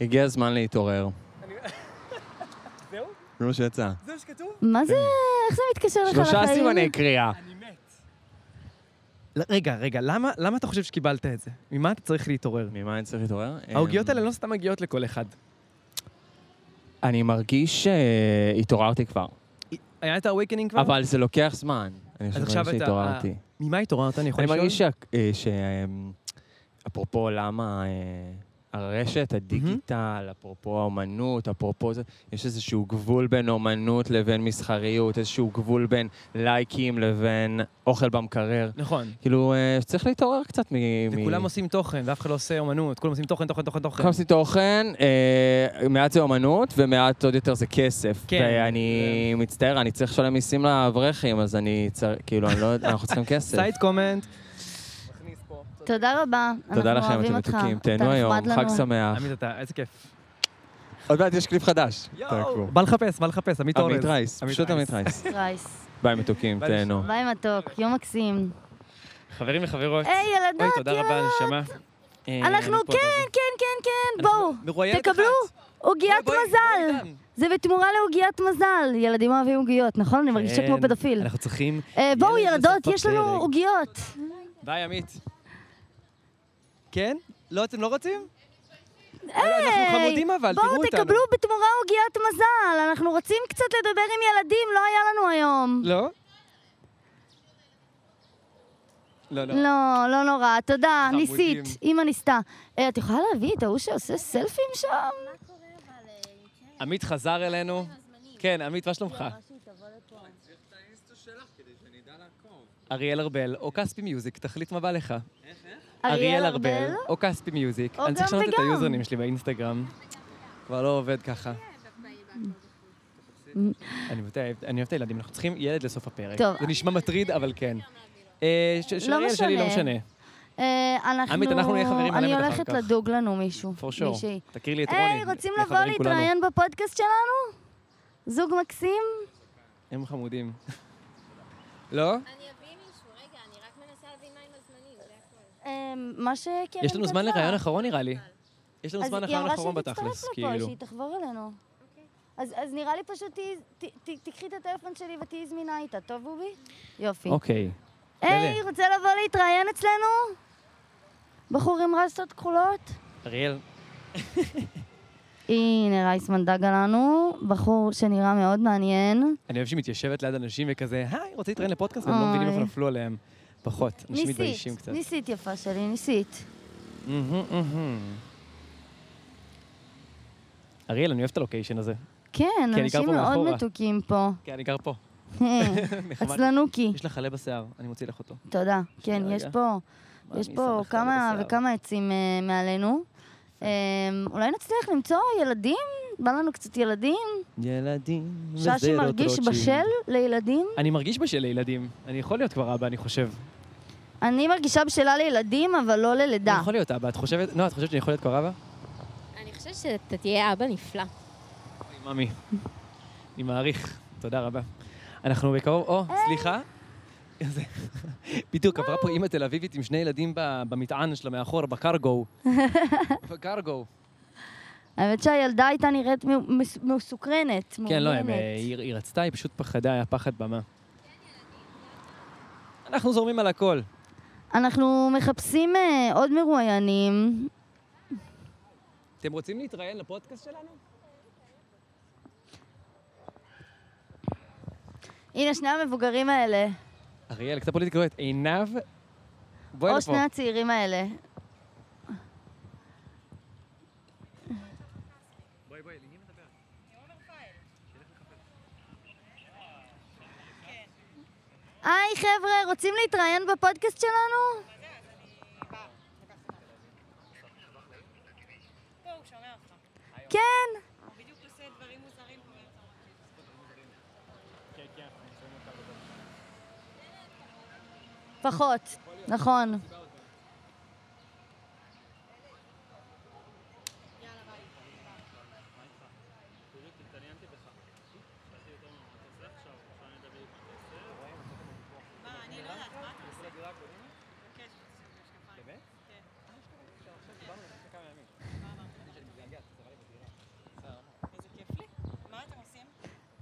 Speaker 15: הגיע הזמן להתעורר.
Speaker 3: זהו?
Speaker 15: זה מה שיצא.
Speaker 3: זה שכתוב?
Speaker 4: מה זה, איך זה מתקשר לך לחיים?
Speaker 15: שלושה סימני קריאה.
Speaker 3: ל- רגע, רגע, למה למה אתה חושב שקיבלת את זה? ממה אתה צריך להתעורר?
Speaker 15: ממה אני צריך להתעורר? אמ,
Speaker 3: העוגיות האלה לא סתם מגיעות לכל אחד.
Speaker 15: אני מרגיש שהתעוררתי כבר,
Speaker 3: היה את ה-awakening כבר?
Speaker 15: אבל זה לוקח זמן. אני
Speaker 3: אז
Speaker 15: חושב
Speaker 3: עכשיו אתה... אה,
Speaker 15: שהתעוררתי.
Speaker 3: ממה התעוררת? אני יכול
Speaker 15: אני
Speaker 3: לשאול?
Speaker 15: מרגיש שה- אה, ש... אה, אפרופו למה אה, הרשת, הדיגיטל, אפרופו האומנות, אפרופו זה, יש איזשהו גבול בין אומנות לבין מסחריות, איזשהו גבול בין לייקים לבין אוכל במקרר.
Speaker 3: נכון.
Speaker 15: כאילו, אה, צריך להתעורר קצת מ... מ-
Speaker 3: וכולם עושים תוכן, ואף אחד לא עושה אומנות. כולם עושים תוכן, תוכן, תוכן, תוכן.
Speaker 15: אנחנו עושים תוכן, אה, מעט זה אומנות ומעט עוד יותר זה כסף.
Speaker 3: כן.
Speaker 15: ואני מצטער, אני צריך לשלם מיסים לאברכים, אז אני צריך, כאילו, אני לא יודע, אנחנו צריכים כסף.
Speaker 3: סייד קומנט.
Speaker 4: תודה רבה,
Speaker 15: תודה
Speaker 4: אנחנו
Speaker 15: לכם,
Speaker 4: אוהבים
Speaker 15: אתם
Speaker 4: אותך,
Speaker 15: מתוקים.
Speaker 4: אתה
Speaker 15: תהנו היום,
Speaker 4: נחמד
Speaker 15: חג
Speaker 4: לנו.
Speaker 15: שמח.
Speaker 3: עמית, אתה, איזה כיף.
Speaker 15: עוד מעט יש קליפ חדש. תעקבו.
Speaker 3: בא לחפש, בא לחפש, עמית אורז.
Speaker 15: עמית רייס, פשוט עמית רייס.
Speaker 4: רייס.
Speaker 15: ביי מתוקים,
Speaker 3: ביי,
Speaker 15: תהנו.
Speaker 4: ביי מתוק, יום מקסים.
Speaker 3: חברים וחברות.
Speaker 4: היי, ילדות,
Speaker 3: אוי, תודה רבה, נשמה. אה,
Speaker 4: אנחנו
Speaker 3: אני פה,
Speaker 4: כן, כן, כן, כן, בואו,
Speaker 3: מרואיינת
Speaker 4: תקבלו עוגיית מזל. זה בתמורה לעוגיית מזל. ילדים אוהבים עוגיות, נכון? אני מרגישה כמו
Speaker 3: כן,
Speaker 4: פדופיל.
Speaker 3: אנחנו צריכים...
Speaker 4: אה, בואו,
Speaker 3: ילד
Speaker 4: ילדות,
Speaker 3: בסוף
Speaker 4: יש לנו
Speaker 3: הפרק.
Speaker 4: עוגיות.
Speaker 3: ביי, עמית. כן? לא, אתם לא רוצים?
Speaker 4: היי,
Speaker 3: לא, אנחנו חמודים אבל, תראו
Speaker 4: בואו
Speaker 3: אותנו.
Speaker 4: תקבלו בתמורה עוגיית מזל. אנחנו רוצים קצת לדבר עם ילדים, לא היה לנו היום.
Speaker 3: לא? לא, לא.
Speaker 4: לא, לא נורא, תודה,
Speaker 3: חמודים.
Speaker 4: ניסית, אימא ניסתה. אה, את יכולה להביא את ההוא שעושה סלפים שם?
Speaker 3: עמית חזר אלינו. כן, עמית, מה שלומך? אריאל ארבל או כספי מיוזיק, תחליט מה בא לך.
Speaker 4: אריאל ארבל?
Speaker 3: או כספי מיוזיק.
Speaker 4: או
Speaker 3: אני צריך
Speaker 4: גם
Speaker 3: לשנות את
Speaker 4: וגם.
Speaker 3: היוזרנים שלי באינסטגרם. כבר לא עובד ככה. אני באמת אוהב- אני אוהב את הילדים, אנחנו צריכים ילד לסוף הפרק.
Speaker 4: טוב.
Speaker 3: זה נשמע מטריד, אבל כן. אה, ש- של
Speaker 4: לא
Speaker 3: אריאל שלי לא
Speaker 4: משנה.
Speaker 3: משנה.
Speaker 4: אה, אנחנו...
Speaker 3: עמית, אנחנו נהיה חברים על
Speaker 4: אני
Speaker 3: אמת אחר
Speaker 4: הולכת
Speaker 3: כך.
Speaker 4: לדוג לנו מישהו.
Speaker 3: for sure.
Speaker 4: מישהי.
Speaker 3: תכיר לי את רוני.
Speaker 4: היי, רוצים
Speaker 3: נהיה
Speaker 4: לבוא
Speaker 3: חברים כולנו.
Speaker 4: להתראיין בפודקאסט שלנו? אה, זוג מקסים?
Speaker 3: הם חמודים. לא?
Speaker 4: אה, מה שקרן
Speaker 3: יש לנו זמן
Speaker 4: כתבה.
Speaker 3: לרעיון אחרון נראה לי. יש לנו זמן לרעיון אחרון
Speaker 4: אז היא אמרה
Speaker 3: בתכלס,
Speaker 4: שהיא תצטרף לפה,
Speaker 3: כאילו.
Speaker 4: שהיא תחבור אלינו. אז, אז נראה לי פשוט תהיי- ת- ת- תקחי את הטלפון שלי ותהיי זמינה איתה, טוב בובי? יופי.
Speaker 15: אוקיי.
Speaker 4: היי,
Speaker 3: יאללה.
Speaker 4: רוצה לבוא להתראיין אצלנו? בחור עם רסטות כחולות?
Speaker 3: אריאל,
Speaker 4: הנה רייסמן דגה לנו, בחור שנראה מאוד מעניין.
Speaker 3: אני אוהב שהיא מתיישבת ליד אנשים וכזה, היי, רוצה להתראיין לפודקאסט, והם לא
Speaker 4: אוי.
Speaker 3: מבינים איפה נפלו עליהם. פחות, אנשים מתביישים
Speaker 4: ניסית,
Speaker 3: קצת.
Speaker 4: ניסית יפה שלי, ניסית.
Speaker 3: מהמם, מהמם. אריאל, אני אוהב את הלוקיישן הזה.
Speaker 4: כן,
Speaker 3: אני גר
Speaker 4: אנשים
Speaker 3: פה
Speaker 4: מאוד
Speaker 3: מאחורה.
Speaker 4: מתוקים פה.
Speaker 3: כן, אני גר פה. נחמד.
Speaker 4: עצלנוקי.
Speaker 3: יש לך עלה בשיער, אני מוציא לך אותו.
Speaker 4: תודה. כן, יש
Speaker 3: רגע.
Speaker 4: פה,
Speaker 3: מה,
Speaker 4: יש
Speaker 3: אני
Speaker 4: פה
Speaker 3: שם לך
Speaker 4: כמה
Speaker 3: בשיער.
Speaker 4: וכמה עצים אה, מעלינו. אה, אולי נצליח למצוא ילדים? בא לנו קצת ילדים?
Speaker 3: ילדים,
Speaker 4: ששי
Speaker 3: וזרות
Speaker 4: מרגיש
Speaker 3: רוטשילד.
Speaker 4: בשל לילדים?
Speaker 3: אני מרגיש בשל לילדים. אני יכול להיות כבר אבא, אני חושב.
Speaker 4: אני מרגישה בשלה לילדים, אבל לא
Speaker 3: אני
Speaker 4: ללידה.
Speaker 3: יכול להיות אבא. את חושבת, נועה, את חושבת שאני יכול להיות כבר אבא?
Speaker 8: אני חושבת שאתה תהיה אבא נפלא.
Speaker 3: ממי. אני מעריך. תודה רבה. אנחנו בקרוב, או, סליחה. זה- בדיוק, עברה פה אימא תל אביבית עם שני ילדים ב- במטען שלה מאחור, בקרגו. בקרגו.
Speaker 4: האמת שהילדה הייתה נראית מ- מס- מסוקרנת,
Speaker 3: כן, לא, הם,
Speaker 4: מאוימת.
Speaker 3: אה, היא היא רצתה, היא פשוט פחדה, היה פחד במה. אנחנו זורמים על הכל.
Speaker 4: אנחנו מחפשים אה, עוד מרואיינים.
Speaker 3: אתם רוצים להתראיין לפודקאסט שלנו?
Speaker 4: הנה, שני המבוגרים האלה,
Speaker 3: אריאל, קצת פוליטיקה עינב, בואי
Speaker 4: או
Speaker 3: לפה.
Speaker 4: שני הצעירים האלה. היי, חבר'ה, רוצים להתראיין בפודקאסט שלנו? כן.
Speaker 3: כן,
Speaker 4: פחות, נכון.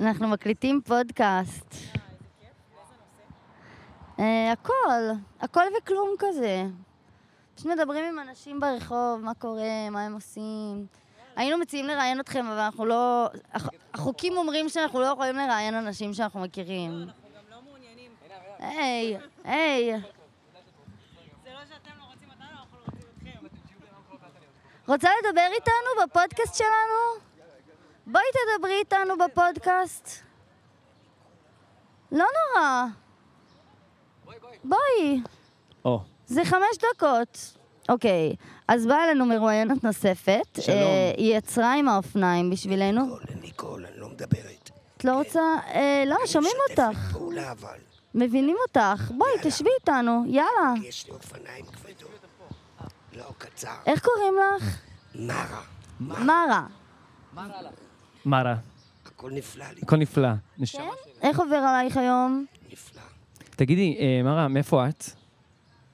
Speaker 4: אנחנו מקליטים פודקאסט. אה, הכל, הכל וכלום כזה. פשוט מדברים עם אנשים ברחוב, מה קורה, מה הם עושים. היינו מציעים לראיין אתכם, אבל אנחנו לא... הח- החוקים אומרים שאנחנו לא יכולים לראיין אנשים שאנחנו מכירים. לא, אנחנו גם לא מעוניינים. היי, היי. רוצה לדבר איתנו בפודקאסט שלנו? בואי תדברי איתנו בפודקאסט. לא נורא. בואי.
Speaker 3: או.
Speaker 4: זה חמש דקות. אוקיי, אז באה אלינו מרואיינת נוספת.
Speaker 8: שלום.
Speaker 4: אה, היא יצרה עם האופניים בשבילנו.
Speaker 8: ניקול, אני לא מדברת.
Speaker 4: את לא רוצה... אה, לא, שומעים אותך.
Speaker 8: פעולה אבל.
Speaker 4: מבינים אותך. בואי, תשבי איתנו. יאללה.
Speaker 8: יש לי אופניים כבדות. לא, קצר.
Speaker 4: איך קוראים לך?
Speaker 8: נרה.
Speaker 4: מרה.
Speaker 3: מרה,
Speaker 8: הכל נפלא לא לי.
Speaker 3: הכל נפלא. נשמה.
Speaker 4: איך עובר עלייך היום?
Speaker 3: תגידי, אה, מרה, מאיפה את?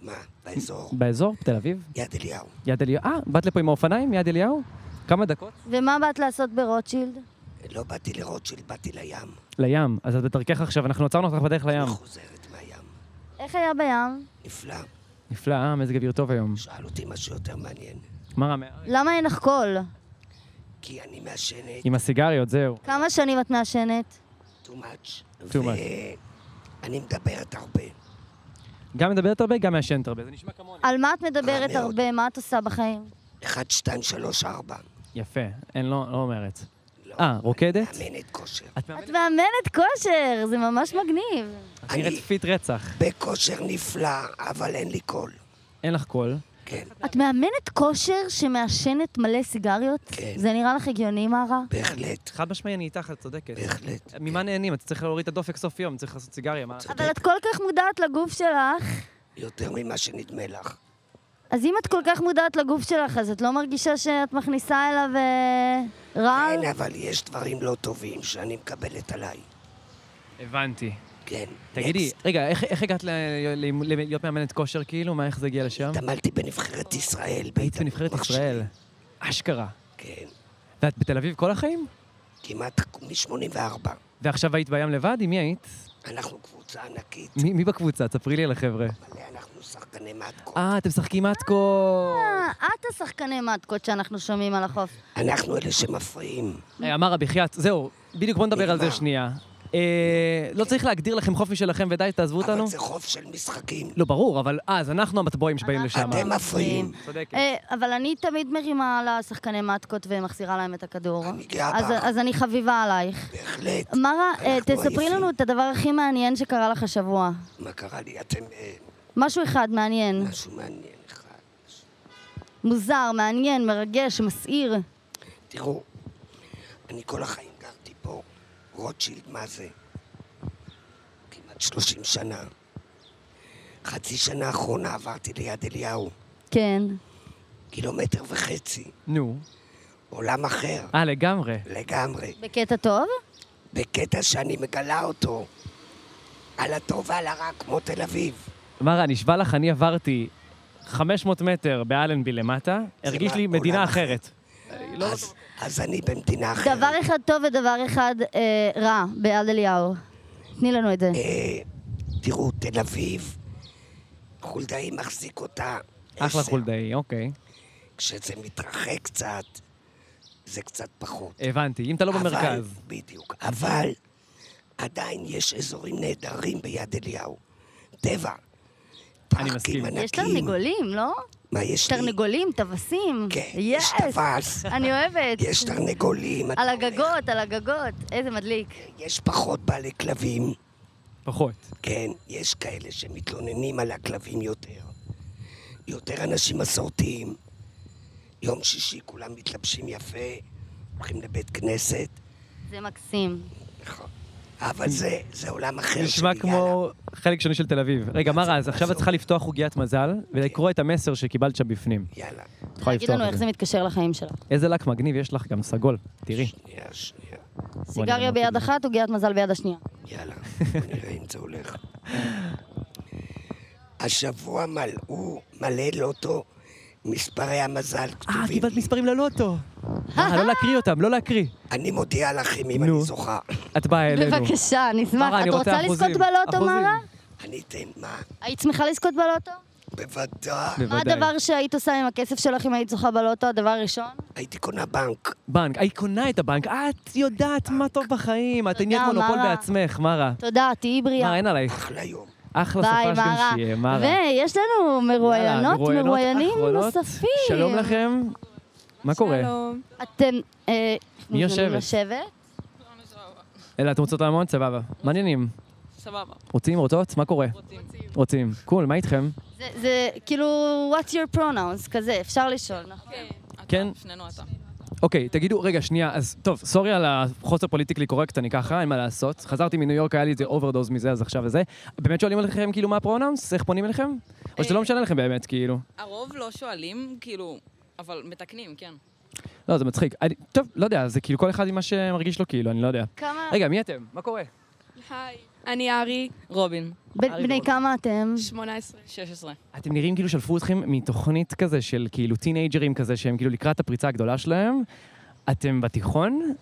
Speaker 8: מה? באזור.
Speaker 3: באזור? תל אביב?
Speaker 8: יד אליהו.
Speaker 3: יד אליהו. אה, באת לפה עם האופניים? יד אליהו? כמה דקות?
Speaker 4: ומה באת לעשות ברוטשילד?
Speaker 8: לא באתי לרוטשילד, באתי לים.
Speaker 3: לים. אז את בדרכך עכשיו, אנחנו עצרנו אותך בדרך לים.
Speaker 4: איך היה בים?
Speaker 8: נפלא.
Speaker 3: נפלא, אה? מזג אוויר טוב היום.
Speaker 8: שאל אותי משהו יותר מעניין.
Speaker 3: מרה, מה-
Speaker 4: למה אין לך קול?
Speaker 8: כי אני מעשנת
Speaker 3: עם הסיגריות, זהו.
Speaker 4: כמה שנים את מעשנת?
Speaker 8: too much.
Speaker 3: too much.
Speaker 8: ואני מדברת הרבה.
Speaker 3: גם מדברת הרבה, גם מעשנת הרבה. זה נשמע
Speaker 4: על מה את מדברת
Speaker 8: רע מאוד.
Speaker 4: הרבה? מה את עושה בחיים?
Speaker 8: אחד, שתיים, שלוש, ארבע.
Speaker 3: יפה. אין, לא לא אומרת. אה, רוקדת?
Speaker 8: מאמנת כושר.
Speaker 3: את
Speaker 4: את מאמנת כושר, זה ממש מגניב.
Speaker 3: נראית פיט רצח.
Speaker 8: בכושר נפלא, אבל אין לי קול.
Speaker 3: אין לך קול.
Speaker 4: את מאמנת כושר שמעשנת מלא סיגריות?
Speaker 3: כן.
Speaker 4: זה נראה לך הגיוני, מרה?
Speaker 8: בהחלט.
Speaker 3: חד משמעי, אני איתך, את צודקת. בהחלט. ממה נהנים? את צריכה להוריד את הדופק סוף יום, צריך לעשות סיגריה. מה-
Speaker 4: אבל את כל כך מודעת לגוף שלך,
Speaker 8: יותר ממה שנדמה לך.
Speaker 4: אז אם את כל כך מודעת לגוף שלך, אז את לא מרגישה שאת מכניסה אליו אה, רעל?
Speaker 8: כן, אבל יש דברים לא טובים שאני מקבלת עליי.
Speaker 3: הבנתי.
Speaker 8: כן.
Speaker 3: תגידי, רגע, איך- איך הגעת ל- ל- ל- להיות מאמנת כושר, כאילו? מה, איך זה הגיע לשם?
Speaker 8: התעמלתי בנבחרת ישראל.
Speaker 3: היית בנבחרת ישראל. אשכרה.
Speaker 8: כן.
Speaker 3: ואת בתל אביב כל החיים?
Speaker 8: כמעט מ-84.
Speaker 3: ועכשיו היית בים לבד? עם מי היית?
Speaker 8: אנחנו קבוצה ענקית,
Speaker 3: מי מי בקבוצה? תספרי לי על החבר'ה.
Speaker 8: אנחנו שחקני מתקו.
Speaker 3: אה, אתם משחקים מתקו.
Speaker 4: אה, את השחקני מתקות שאנחנו שומעים על החוף.
Speaker 8: אנחנו אלה שמפריעים.
Speaker 3: היי, אה, אמרה בחייאת, זהו, בדיוק בוא נדבר על זה שנייה. אה, לא צריך להגדיר לכם חוף משלכם ודי, תעזבו אותנו. אבל
Speaker 8: זה חוף של משחקים.
Speaker 3: לא, ברור, אבל אה, אז אנחנו המטבועים שבאים לשם.
Speaker 8: אתם מפריעים.
Speaker 3: צודקת.
Speaker 4: אה, אבל אני תמיד מרימה על השחקני מתקות ומחזירה להם את הכדור. אני
Speaker 8: גאה
Speaker 4: בך. אז אני חביבה עלייך.
Speaker 8: בהחלט.
Speaker 4: מרה, אה,
Speaker 8: אנחנו
Speaker 4: תספרי
Speaker 8: עייפים.
Speaker 4: לנו את הדבר הכי מעניין שקרה לך השבוע.
Speaker 8: מה קרה לי? אתם... אה,
Speaker 4: משהו אחד מעניין.
Speaker 8: משהו מעניין.
Speaker 4: מוזר, מעניין, מרגש, מסעיר.
Speaker 8: תראו, אני כל החיים גרתי פה. רוטשילד, מה זה? כמעט 30 שנה. חצי שנה האחרונה עברתי ליד אליהו.
Speaker 4: כן.
Speaker 8: קילומטר וחצי.
Speaker 3: נו.
Speaker 8: עולם אחר.
Speaker 3: אה, לגמרי.
Speaker 8: לגמרי.
Speaker 4: בקטע טוב?
Speaker 8: בקטע שאני מגלה אותו על הטוב ועל הרע, כמו תל אביב.
Speaker 3: מרה, נשבע לך, אני עברתי 500 מטר באלנבי למטה, הרגיש לי מדינה אחרת. לא
Speaker 8: אז- אז אני במדינה אחרת.
Speaker 4: דבר אחד טוב ודבר אחד אה, רע ביד אליהו. תני לנו את זה.
Speaker 8: אה, תראו, תל אביב, חולדאי מחזיק אותה.
Speaker 3: אחלה
Speaker 8: עשר.
Speaker 3: חולדאי, אוקיי.
Speaker 8: כשזה מתרחק קצת, זה קצת פחות.
Speaker 3: הבנתי, אם אתה לא
Speaker 8: אבל-
Speaker 3: במרכז.
Speaker 8: בדיוק. אבל עדיין יש אזורים נהדרים ביד אליהו. טבע. אני מסכים.
Speaker 4: יש תרנגולים, לא?
Speaker 8: מה יש לי?
Speaker 4: תרנגולים, טווסים. כן,
Speaker 8: יש טווס.
Speaker 4: אני אוהבת.
Speaker 8: יש תרנגולים,
Speaker 4: על הגגות, על הגגות. איזה מדליק.
Speaker 8: יש פחות בעלי כלבים.
Speaker 3: פחות.
Speaker 8: כן, יש כאלה שמתלוננים על הכלבים יותר. יותר אנשים מסורתיים. יום שישי כולם מתלבשים יפה, הולכים לבית כנסת,
Speaker 4: זה מקסים.
Speaker 8: אבל זה, זה עולם אחר
Speaker 3: נשמע כמו חלק שני של תל אביב. רגע, מרה, אז עכשיו את צריכה לפתוח עוגיית מזל ולקרוא את המסר שקיבלת שם בפנים.
Speaker 8: יאללה.
Speaker 3: את יכולה
Speaker 4: תגיד
Speaker 3: לפתוח
Speaker 4: לנו
Speaker 3: את
Speaker 4: איך
Speaker 3: זה.
Speaker 4: זה מתקשר לחיים שלך.
Speaker 3: איזה לק מגניב יש לך, גם סגול. תראי.
Speaker 8: שנייה, שנייה.
Speaker 4: סיגריה ביד אחת, עוגיית מזל ביד השנייה.
Speaker 8: יאללה, בוא נראה אם זה הולך. השבוע מלאו מלא לוטו מספרי המזל כתובים.
Speaker 3: אה, קיבלת מספרים ללוטו. אה, לא להקריא אותם, לא להקריא.
Speaker 8: אני מודיע לכם אם
Speaker 3: נו.
Speaker 8: אני זוכה.
Speaker 3: את באה אלינו.
Speaker 4: בבקשה, נשמח.
Speaker 3: מרה, אני
Speaker 4: את
Speaker 3: רוצה
Speaker 4: רוצה לזכות
Speaker 3: אחוזים,
Speaker 4: בלוטו,
Speaker 3: אחוזים.
Speaker 4: מרה?
Speaker 8: אני אתן, מה?
Speaker 4: היית שמחה לזכות בלוטו?
Speaker 8: בוודאי.
Speaker 4: מה הדבר שהיית עושה עם הכסף שלך אם היית זוכה בלוטו, הדבר הראשון?
Speaker 8: הייתי קונה בנק.
Speaker 3: בנק, היי קונה את הבנק. אה, את יודעת מה טוב בחיים. את נהיית
Speaker 4: תודה,
Speaker 3: מונופול
Speaker 4: מרה.
Speaker 3: בעצמך, מרה.
Speaker 4: תודה, תהיי בריאה.
Speaker 3: מה, אין עלייך.
Speaker 8: אחלה יום.
Speaker 3: אחלה
Speaker 4: ביי,
Speaker 3: סופש גם
Speaker 4: מרה.
Speaker 3: שיהיה, מרה.
Speaker 4: ויש לנו מרואיינות,
Speaker 3: מרואיינות
Speaker 4: מרואיינים
Speaker 3: אה, אחרונות.
Speaker 4: נוספים.
Speaker 3: שלום לכם. מה קורה?
Speaker 4: אתם... אה,
Speaker 3: מי
Speaker 4: מוזמנים
Speaker 3: יושבת?
Speaker 4: לשבת.
Speaker 3: אלא, אתם רוצות לעמוד? סבבה. מעניינים.
Speaker 7: סבבה.
Speaker 3: רוצים, רוצות? מה קורה? רוצים. רוצים. קול, מה איתכם?
Speaker 4: זה- זה כאילו, what your pronouns, כזה, אפשר לשאול, נכון?
Speaker 3: כן?
Speaker 7: שנינו אתה.
Speaker 3: אוקיי, תגידו, רגע, שנייה, אז טוב, סורי על החוסר פוליטיקלי קורקט, אני ככה, אין מה לעשות. חזרתי מניו יורק, היה לי איזה אוברדוז מזה, אז עכשיו וזה. באמת שואלים עליכם כאילו מה הפרונאונס? איך פונים אליכם? או שזה לא משנה לכם באמת, כאילו?
Speaker 7: הרוב לא שואלים, כאילו, אבל מתקנים, כן.
Speaker 3: לא, זה מצחיק. אני, טוב, לא יודע, זה כאילו כל אחד עם מה שמרגיש לו, כאילו, אני לא יודע.
Speaker 4: כמה-
Speaker 3: רגע, מי אתם? מה קורה?
Speaker 7: היי. אני ארי. רובין.
Speaker 4: בן- בני כמה אתם?
Speaker 7: 18. 16.
Speaker 3: אתם נראים כאילו שלפו אתכם מתוכנית כזה של כאילו טינג'רים כזה, שהם כאילו לקראת הפריצה הגדולה שלהם. אתם בתיכון?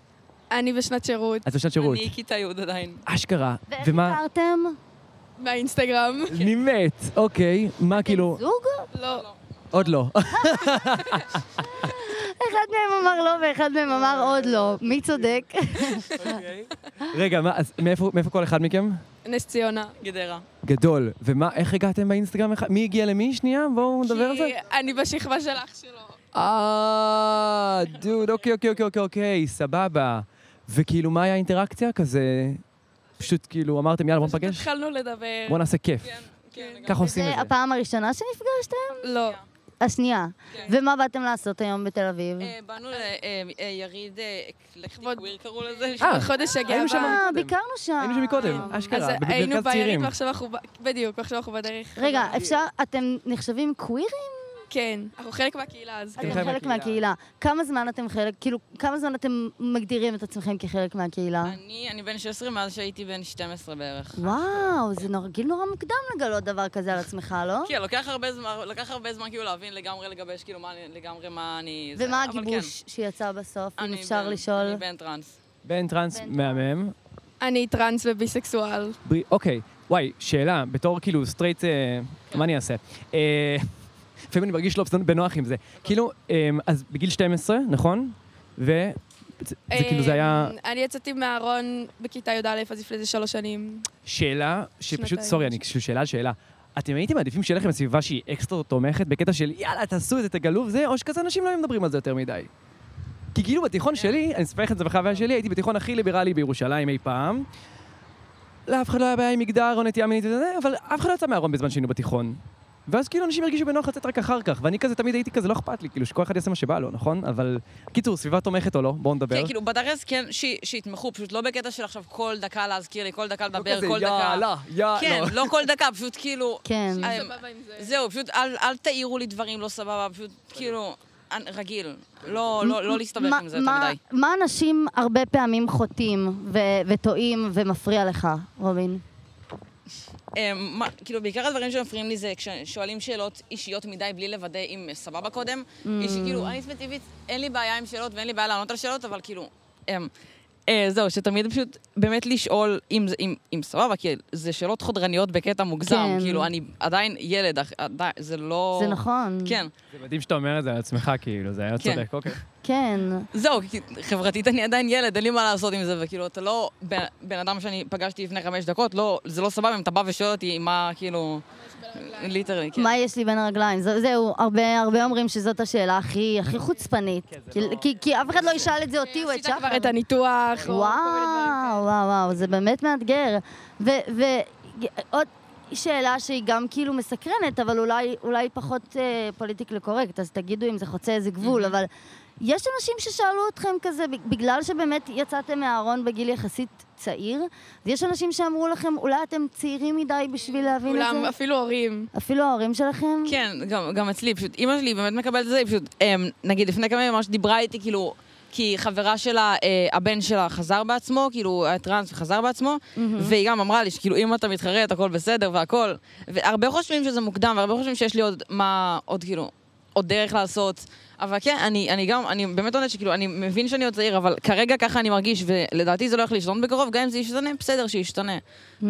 Speaker 16: אני בשנת שירות.
Speaker 3: את בשנת שירות.
Speaker 16: אני כיתה י' עדיין.
Speaker 3: אשכרה.
Speaker 16: ואיך
Speaker 3: ומה?
Speaker 4: אתם?
Speaker 16: מהאינסטגרם.
Speaker 3: נימת, אוקיי. מה כאילו...
Speaker 16: זוג? לא.
Speaker 3: עוד לא.
Speaker 4: אחד מהם אמר לא ואחד מהם אמר עוד לא. מי צודק?
Speaker 11: אוקיי.
Speaker 3: רגע, מה, אז מאיפה, מאיפה כל אחד מכם?
Speaker 16: נס ציונה. גדרה.
Speaker 3: גדול. ומה, איך הגעתם באינסטגרם? אחד- מי הגיע למי? שנייה, בואו נדבר על זה.
Speaker 16: אני בשכבה של אח שלו.
Speaker 3: אה, דוד, אוקיי, אוקיי, אוקיי, אוקיי, אוקיי, סבבה. וכאילו, מה היה האינטראקציה? כזה... פשוט כאילו, אמרתם, יאללה, בוא נפגש?
Speaker 16: התחלנו כן. לדבר.
Speaker 3: בוא נעשה כיף. ככה עושים את
Speaker 4: זה
Speaker 3: זה.
Speaker 4: הפעם הראשונה שנפגשתם?
Speaker 16: לא.
Speaker 4: השנייה. ומה באתם לעשות היום בתל אביב?
Speaker 7: אה, באנו אה, ליריד אקלקטי קוויר קראו לזה.
Speaker 16: אה, חודש הגאווה.
Speaker 4: היינו שם אה, ביקרנו שם. היינו
Speaker 3: שם מקודם,
Speaker 16: אז
Speaker 3: אשכרה,
Speaker 16: היינו
Speaker 3: במרכז
Speaker 16: ביריד
Speaker 3: צעירים.
Speaker 16: ועכשיו אנחנו... ב- בדיוק, ועכשיו אנחנו בדרך.
Speaker 4: רגע, אפשר, אתם נחשבים קווירים?
Speaker 16: כן, אנחנו חלק מהקהילה אז. כן.
Speaker 4: אתם חלק מהקהילה. כמה זמן אתם חלק, כאילו, כמה זמן אתם מגדירים את עצמכם כחלק מהקהילה?
Speaker 7: אני, אני בן 16 מאז שהייתי בן 12 בערך.
Speaker 4: וואו, זה נור- גיל נורא מוקדם לגלות דבר כזה על עצמך, לא?
Speaker 7: כן, לקח הרבה זמן, לקח הרבה זמן כאילו להבין לגמרי לגבש, כאילו מה אני, לגמרי מה אני... זה,
Speaker 4: ומה
Speaker 7: אבל כן.
Speaker 4: הגיבוש שיצא בסוף, אם
Speaker 7: אני
Speaker 4: אפשר
Speaker 7: בן-
Speaker 4: לשאול?
Speaker 7: אני בן טראנס.
Speaker 3: בן טרנס מהמם.
Speaker 16: אני טראנס וביסקסואל.
Speaker 3: ב- אוקיי, וואי, שאלה, בתור כאילו סטרייט, אה, מה אני אעשה? אה, לפעמים אני מרגיש לא בסדר- בנוח עם זה. כאילו, אה, אז בגיל 12, נכון? ו... זה זה כאילו זה היה
Speaker 16: אה, אני יצאתי מהארון בכיתה י"א, אז לפני זה שלוש שנים.
Speaker 3: שאלה שפשוט,
Speaker 16: שנתיים.
Speaker 3: סורי, אני כאילו שאלה על שאלה. אתם הייתם מעדיפים שיהיה לכם סביבה שהיא אקסטרה תומכת בקטע של יאללה, תעשו את זה, תגלו זה, או שכזה אנשים לא היו מדברים על זה יותר מדי. כי כאילו בתיכון
Speaker 7: כן.
Speaker 3: שלי, אני אספר לכם את זה בחוויה שלי, הייתי בתיכון הכי ליברלי בירושלים אי פעם. לאף אחד לא היה בעיה עם מגדר או נטייה מינית וזה, אבל אף אחד לא יצא מהארון בזמן שהיינו בתיכון. ואז כאילו אנשים הרגישו בנוח לצאת רק אחר כך, ואני כזה תמיד הייתי כזה, לא אכפת לי, כאילו שכל אחד יעשה מה שבא לו, נכון? אבל קיצור, סביבה תומכת או לא, בואו נדבר.
Speaker 7: כן, כאילו, בתכלס כן, ש- שיתמכו, פשוט לא בקטע של עכשיו כל דקה להזכיר לי, כל דקה לדבר,
Speaker 3: כזה,
Speaker 7: כל דקה.
Speaker 3: יאללה, יאללה.
Speaker 7: כן, לא כל דקה, פשוט כאילו...
Speaker 4: כן.
Speaker 7: אה, זהו, פשוט אל אל תעירו לי דברים לא סבבה, פשוט כאילו... רגיל. לא, לא, לא להסתבך עם זה יותר
Speaker 4: מה-
Speaker 7: מדי.
Speaker 4: מה אנשים הרבה פעמים חוטאים ו- וטועים ומפריע לך, רובין?
Speaker 7: אה, מה, כאילו, בעיקר הדברים שמפריעים לי זה כששואלים שאלות אישיות מדי בלי לוודא אם סבבה קודם.
Speaker 4: Mm.
Speaker 7: היא שכאילו, כאילו, אני ספציפית, אין לי בעיה עם שאלות ואין לי בעיה לענות על שאלות, אבל כאילו... אמ, אה, זהו, שתמיד פשוט באמת לשאול אם, זה- אם, אם סבבה, כי זה שאלות חודרניות בקטע מוגזם.
Speaker 4: כן.
Speaker 7: כאילו, אני עדיין ילד, אך- עדיין, זה לא...
Speaker 4: זה נכון.
Speaker 7: כן.
Speaker 3: זה מדהים שאתה אומר את זה על עצמך, כאילו, זה היה
Speaker 7: כן.
Speaker 3: צודק, אוקיי.
Speaker 4: כן.
Speaker 7: זהו, כי חברתית אני עדיין ילד, אין לי מה לעשות עם זה, וכאילו, אתה לא בן, בן אדם שאני פגשתי לפני חמש דקות, לא, זה לא סבבה אם אתה בא ושואל אותי מה, כאילו... ליטרלי, כן.
Speaker 4: מה יש לי בין הרגליים? זו- זהו, הרבה הרבה אומרים שזאת השאלה הכי הכי חוצפנית.
Speaker 16: כן,
Speaker 4: כי- כי- כי אף אחד לא ישאל את זה אותי או את שחר.
Speaker 16: אה, כבר את הניתוח, או כל מיני
Speaker 4: וואו,
Speaker 16: דברים
Speaker 4: וואו, וואו, זה באמת מאתגר. ועוד שאלה שהיא גם כאילו מסקרנת, אבל אולי, אולי פחות אה, פוליטיקלי קורקט, אז תגידו אם זה חוצה איזה גבול, אבל יש אנשים ששאלו אתכם כזה, ב- בגלל שבאמת יצאתם מהארון בגיל יחסית צעיר, אז יש אנשים שאמרו לכם, אולי אתם צעירים מדי בשביל להבין את זה?
Speaker 16: כולם, אפילו הורים.
Speaker 4: אפילו ההורים שלכם?
Speaker 7: כן, גם, גם אצלי, פשוט אימא שלי באמת מקבלת את זה, היא פשוט, אמ, נגיד לפני כמה ימים ממש דיברה איתי, כאילו, כי חברה שלה, אה, הבן שלה חזר בעצמו, כאילו, היה טרנס וחזר בעצמו, והיא גם אמרה לי שכאילו, אם אתה מתחרט, הכל בסדר והכל, והרבה חושבים שזה מוקדם, והרבה חושבים שיש לי עוד מה, עוד כאילו, עוד דרך לעשות, אבל כן, אני, אני גם, אני באמת אומרת שכאילו, אני מבין שאני עוד צעיר, אבל כרגע ככה אני מרגיש, ולדעתי זה לא הולך להשתנות בקרוב, גם אם זה ישתנה, בסדר שישתנה.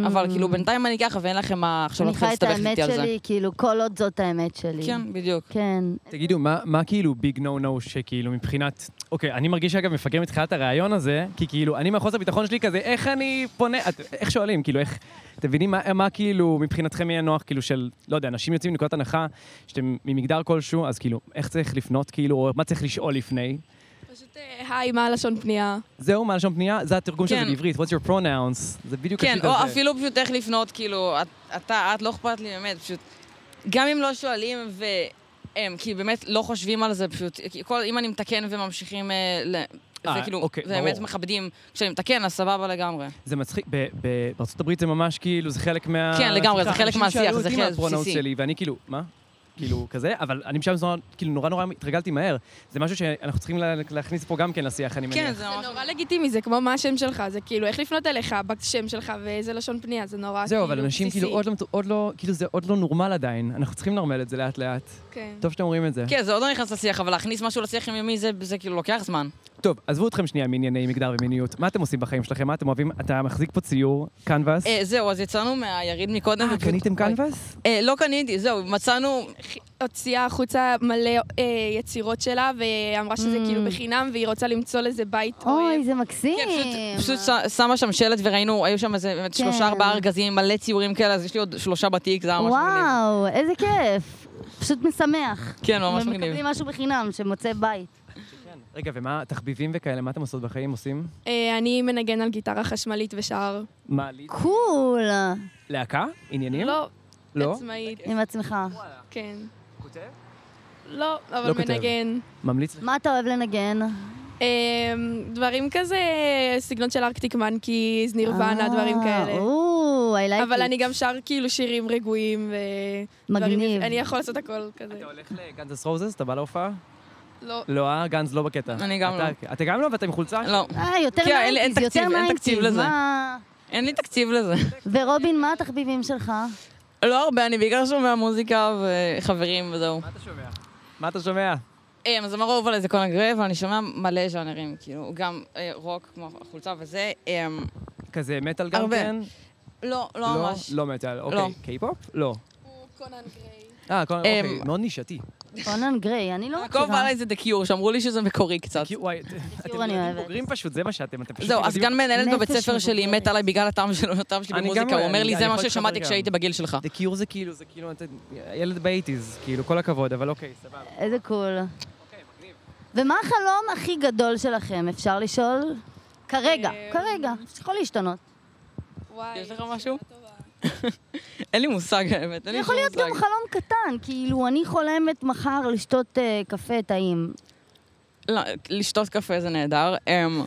Speaker 7: אבל כאילו, בינתיים אני ככה, ואין לכם מה עכשיו
Speaker 4: אני
Speaker 7: להתחיל
Speaker 4: חי את
Speaker 7: להסתבך
Speaker 4: האמת
Speaker 7: איתי על זה.
Speaker 4: שלי, כאילו, כל עוד זאת האמת שלי.
Speaker 7: כן, בדיוק.
Speaker 4: כן.
Speaker 3: תגידו, מה, מה כאילו ביג נו נו שכאילו מבחינת... אוקיי, אני מרגיש אגב מפגר מתחילת הראיון הזה, כי כאילו, אני מהחוסר ביטחון שלי כזה, איך אני פונה... את, איך שואלים, כאילו, איך... אתם מבינים מה, מה כאילו מבחינתכם יהיה נוח, כאילו של, לא יודע, אנשים יוצאים מנקודת הנחה שאתם ממגדר כלשהו, אז כאילו, איך צריך לפנות, כאילו, או מה צריך לשאול לפני?
Speaker 16: פשוט, אה, היי, מה הלשון פנייה?
Speaker 3: זהו, מה לשון פנייה? זה התרגום של
Speaker 7: כן.
Speaker 3: זה בעברית, what's your pronouns? זה בדיוק
Speaker 7: כן,
Speaker 3: השיט
Speaker 7: או
Speaker 3: הזה.
Speaker 7: אפילו פשוט איך לפנות, כאילו, את- אתה, את לא אכפת לי באמת, פשוט, גם אם לא שואלים והם, כי באמת לא חושבים על זה, פשוט, כי כל, אם אני מתקן וממשיכים, אה, ל-
Speaker 3: אה,
Speaker 7: זה כאילו,
Speaker 3: אוקיי,
Speaker 7: זה באמת
Speaker 3: ברור.
Speaker 7: מכבדים, כשאני מתקן, אז סבבה לגמרי.
Speaker 3: זה מצחיק, ב- ב- בארצות הברית זה ממש כאילו, זה חלק מה...
Speaker 7: כן, לגמרי, זה
Speaker 3: סליחה,
Speaker 7: חלק
Speaker 3: אנשים
Speaker 7: מהשיח,
Speaker 3: שאלו
Speaker 7: זה
Speaker 3: אותי
Speaker 7: חלק
Speaker 3: מה הפרונאונס
Speaker 7: בסיסי.
Speaker 3: שלי, ואני כאילו, מה? כאילו, כזה, אבל אני בשלב זמן, כאילו, נורא נורא התרגלתי מהר. זה משהו שאנחנו צריכים לה- להכניס פה גם כן לשיח, אני מניח.
Speaker 16: זה נורא לגיטימי, זה כמו מה השם שלך, זה כאילו איך לפנות אליך, בשם שלך ואיזה לשון פנייה, זה נורא כאילו
Speaker 3: זהו, אבל אנשים כאילו
Speaker 16: בסיסי.
Speaker 3: עוד לא, עוד לא, כאילו זה עוד לא נורמל עדיין, אנחנו צריכים לנרמל את זה לאט-לאט.
Speaker 16: כן.
Speaker 3: טוב שאתם אומרים את זה.
Speaker 7: כן, זה עוד לא נכנס לשיח, אבל להכניס משהו לשיח יומיומי, זה- זה כאילו לוקח זמן.
Speaker 3: טוב, עזבו אתכם שנייה מענייני מגדר ומיניות. מה אתם עושים בחיים שלכם? מה אתם אוהבים? אתה מחזיק פה ציור, קנבאס.
Speaker 7: אה, זהו, אז יצאנו מהיריד מקודם. ופשוט-
Speaker 3: אה, קניתם קנבאס?
Speaker 7: אה, לא קניתי, זהו, מצאנו...
Speaker 16: הוציאה החוצה מלא אה, יצירות שלה, והיא אמרה שזה כאילו בחינם, והיא רוצה למצוא לזה בית. כן, אוי,
Speaker 4: זה מקסים.
Speaker 7: פשוט ש- שמה שם שלט וראינו, היו שם איזה באמת
Speaker 4: כן.
Speaker 7: שלושה ארבעה ארגזים, מלא ציורים כאלה, אז יש לי עוד שלושה בתיק, זה היה ממש מגניב.
Speaker 4: וואו, איזה כיף. פשוט משמח.
Speaker 7: כן, ממש מגניב.
Speaker 4: ומקבלים משהו בחינם שמוצא בית.
Speaker 3: רגע, ומה, תחביבים וכאלה, מה אתם עושות בחיים? עושים?
Speaker 16: אה, אני מנגן על גיטרה חשמלית ושר.
Speaker 3: מה,
Speaker 4: קול.
Speaker 3: להקה? עניינים?
Speaker 16: לא.
Speaker 3: לא?
Speaker 16: עצמאית.
Speaker 4: עם עצמך.
Speaker 16: כן.
Speaker 3: כותב?
Speaker 16: לא,
Speaker 3: לא
Speaker 16: אבל
Speaker 3: כותב.
Speaker 16: מנגן.
Speaker 3: ממליץ
Speaker 4: מה אתה אוהב לנגן?
Speaker 16: אמ, דברים כזה, סגנון של ארקטיק מנקיז, נירוונה, דברים כאלה.
Speaker 4: אה, או, I like
Speaker 16: אבל
Speaker 4: it.
Speaker 16: אני גם שר כאילו שירים רגועים ו... דברים
Speaker 3: מגניב.
Speaker 16: יפים. אני יכול לעשות הכל כזה. אתה
Speaker 3: הולך ל... גאנז רוזס, אתה בא להופעה?
Speaker 16: לא.
Speaker 3: לא, אה? גאנז לא בקטע.
Speaker 7: אני גם
Speaker 3: אתה- אתה גם לא? ואתה עם חולצה?
Speaker 7: לא.
Speaker 4: אה, יותר
Speaker 7: כן, אין- אין
Speaker 4: ניינטיז, יותר
Speaker 7: תקציב, אין תקציב
Speaker 4: ניינטיז,
Speaker 7: לזה.
Speaker 4: מה?
Speaker 7: אין לי תקציב לזה.
Speaker 4: ורובין, מה התחביבים שלך?
Speaker 7: לא הרבה, אני בעיקר שומע מוזיקה וחברים וזהו. מה אתה
Speaker 3: שומע? מה אתה שומע?
Speaker 7: אה, אז אמר אהובה לזה כל הגרי, אבל אני שומע מלא ז'אנרים, כאילו, גם אה, רוק, כמו החולצה וזה, אה,
Speaker 3: כזה מטאל גם
Speaker 7: הרבה.
Speaker 3: כן?
Speaker 7: לא, לא ממש.
Speaker 3: לא מטאל, אוקיי. קיי-פופ? לא. אה, כל-
Speaker 7: אה,
Speaker 3: אוקיי, מאוד נישתי.
Speaker 4: קונן גריי, אני לא
Speaker 7: יעקב בא לזה The Cure, שאמרו לי שזה מקורי קצת.
Speaker 3: אתם ילדים בוגרים פשוט, זה מה שאתם, אתם פשוט...
Speaker 7: זהו, אז
Speaker 3: ילדים-
Speaker 7: גן מנהלת בבית ספר שלי מת עליי בגלל הטעם שלו, הטעם שלי
Speaker 3: אני גם
Speaker 7: במוזיקה,
Speaker 3: אוהב,
Speaker 7: הוא אומר
Speaker 3: אני-
Speaker 7: לי,
Speaker 3: אני
Speaker 7: זה
Speaker 3: יכול
Speaker 7: מה
Speaker 3: להתחבר
Speaker 7: ששמעתי
Speaker 3: גם."
Speaker 7: כשהייתי בגיל שלך.
Speaker 3: The Cure זה כאילו, זה כאילו, אתה- ילד באייטיז, כאילו, כל הכבוד, אבל אוקיי, סבבה.
Speaker 4: איזה קול. ומה החלום הכי גדול שלכם, אפשר לשאול? כרגע,
Speaker 7: אה,
Speaker 4: כרגע, יכול להשתנות.
Speaker 7: יש לך משהו? אין לי מושג האמת, אין
Speaker 4: זה
Speaker 7: לי
Speaker 4: יכול
Speaker 7: שום
Speaker 4: להיות גם
Speaker 7: מושג.
Speaker 4: חלום קטן, כאילו, אני חולמת מחר לשתות אה, קפה טעים.
Speaker 7: לא, לשתות קפה זה נהדר. אמ,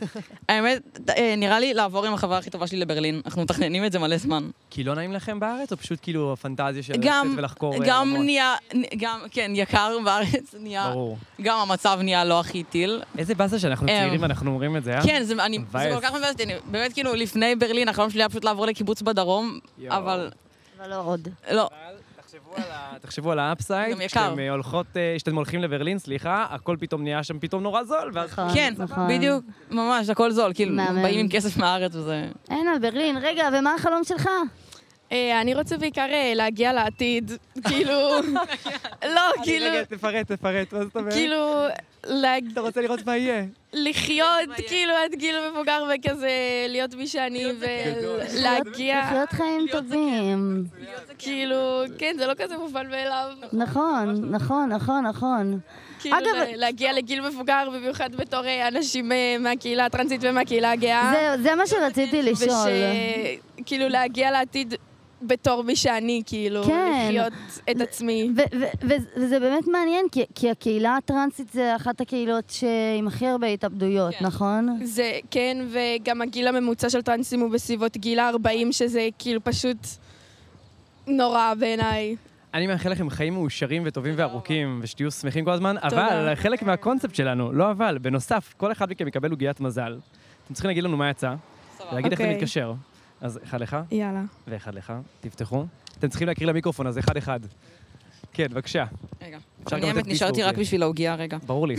Speaker 7: האמת, אה, נראה לי לעבור עם החברה הכי טובה שלי לברלין. אנחנו מתכננים את זה מלא זמן.
Speaker 3: כי לא נעים לכם בארץ, או פשוט כאילו הפנטזיה של
Speaker 7: גם,
Speaker 3: לצאת ולחקור? אה,
Speaker 7: גם
Speaker 3: רמות?
Speaker 7: נהיה, גם, כן, יקר בארץ נהיה,
Speaker 3: ברור.
Speaker 7: גם המצב נהיה לא הכי טיל.
Speaker 3: איזה באסה שאנחנו
Speaker 7: אמ,
Speaker 3: צעירים ואנחנו אומרים את זה, אה?
Speaker 7: כן, זה, אני, זה
Speaker 3: מבאס.
Speaker 7: כל כך מבאס אותי, אני באמת כאילו, לפני ברלין, החלום שלי היה פשוט לעבור לקיבוץ בדרום, אבל...
Speaker 4: אבל לא עוד.
Speaker 7: לא.
Speaker 3: תחשבו על האפסייד,
Speaker 7: גם יקר.
Speaker 3: כשאתם אה, הולכות, אה, כשאתם הולכים לברלין, סליחה, הכל פתאום נהיה שם פתאום נורא זול, ואז...
Speaker 7: כן,
Speaker 3: נכון.
Speaker 7: בדיוק, ממש, הכל זול, כאילו,
Speaker 4: נכון, מהמם.
Speaker 7: באים עם כסף מהארץ וזה...
Speaker 4: אין על ברלין. רגע, ומה החלום שלך?
Speaker 16: אני רוצה בעיקר אה, להגיע לעתיד, כאילו... לא, כאילו...
Speaker 3: רגע, תפרט, תפרט, מה זאת אומרת?
Speaker 16: כאילו... אתה
Speaker 3: רוצה לראות מה יהיה.
Speaker 16: לחיות, כאילו, עד גיל מבוגר וכזה, להיות מי שאני, ולהגיע...
Speaker 4: לחיות חיים טובים.
Speaker 16: כאילו, כן, זה לא כזה מובן מאליו.
Speaker 4: נכון, נכון, נכון, נכון.
Speaker 16: כאילו,
Speaker 4: אגב- לא.
Speaker 16: ל- להגיע לגיל מבוגר, במיוחד בתור אה, אנשים אה, מהקהילה הטרנסית ומהקהילה הגאה.
Speaker 4: זהו, זה מה שרציתי לשאול.
Speaker 16: כאילו, להגיע לעתיד בתור מי שאני, כאילו,
Speaker 4: כן.
Speaker 16: לחיות את עצמי.
Speaker 4: ו- ו- ו- וזה באמת מעניין, כי- כי הקהילה הטרנסית זה אחת הקהילות שעם הכי הרבה התאבדויות, נכון?
Speaker 16: זה, כן, וגם הגיל הממוצע של טרנסים הוא בסביבות גיל ה-40, שזה כאילו פשוט נורא בעיניי.
Speaker 3: אני מאחל לכם חיים מאושרים וטובים וארוכים, ושתהיו שמחים כל הזמן,
Speaker 16: תודה.
Speaker 3: אבל חלק מהקונספט שלנו, לא אבל, בנוסף, כל אחד מכם יקבל עוגיית מזל. אתם צריכים להגיד לנו מה יצא, להגיד איך זה
Speaker 16: אוקיי.
Speaker 3: מתקשר. אז אחד לך,
Speaker 16: יאללה.
Speaker 3: ואחד לך, תפתחו. אתם צריכים להקריא למיקרופון, אז אחד-אחד. כן, בבקשה.
Speaker 7: רגע.
Speaker 3: אפשר גם
Speaker 7: אני האמת
Speaker 3: לתת
Speaker 7: נשארתי
Speaker 3: פיצ'ור,
Speaker 7: רק
Speaker 3: כן.
Speaker 7: בשביל העוגיה רגע.
Speaker 3: ברור לי.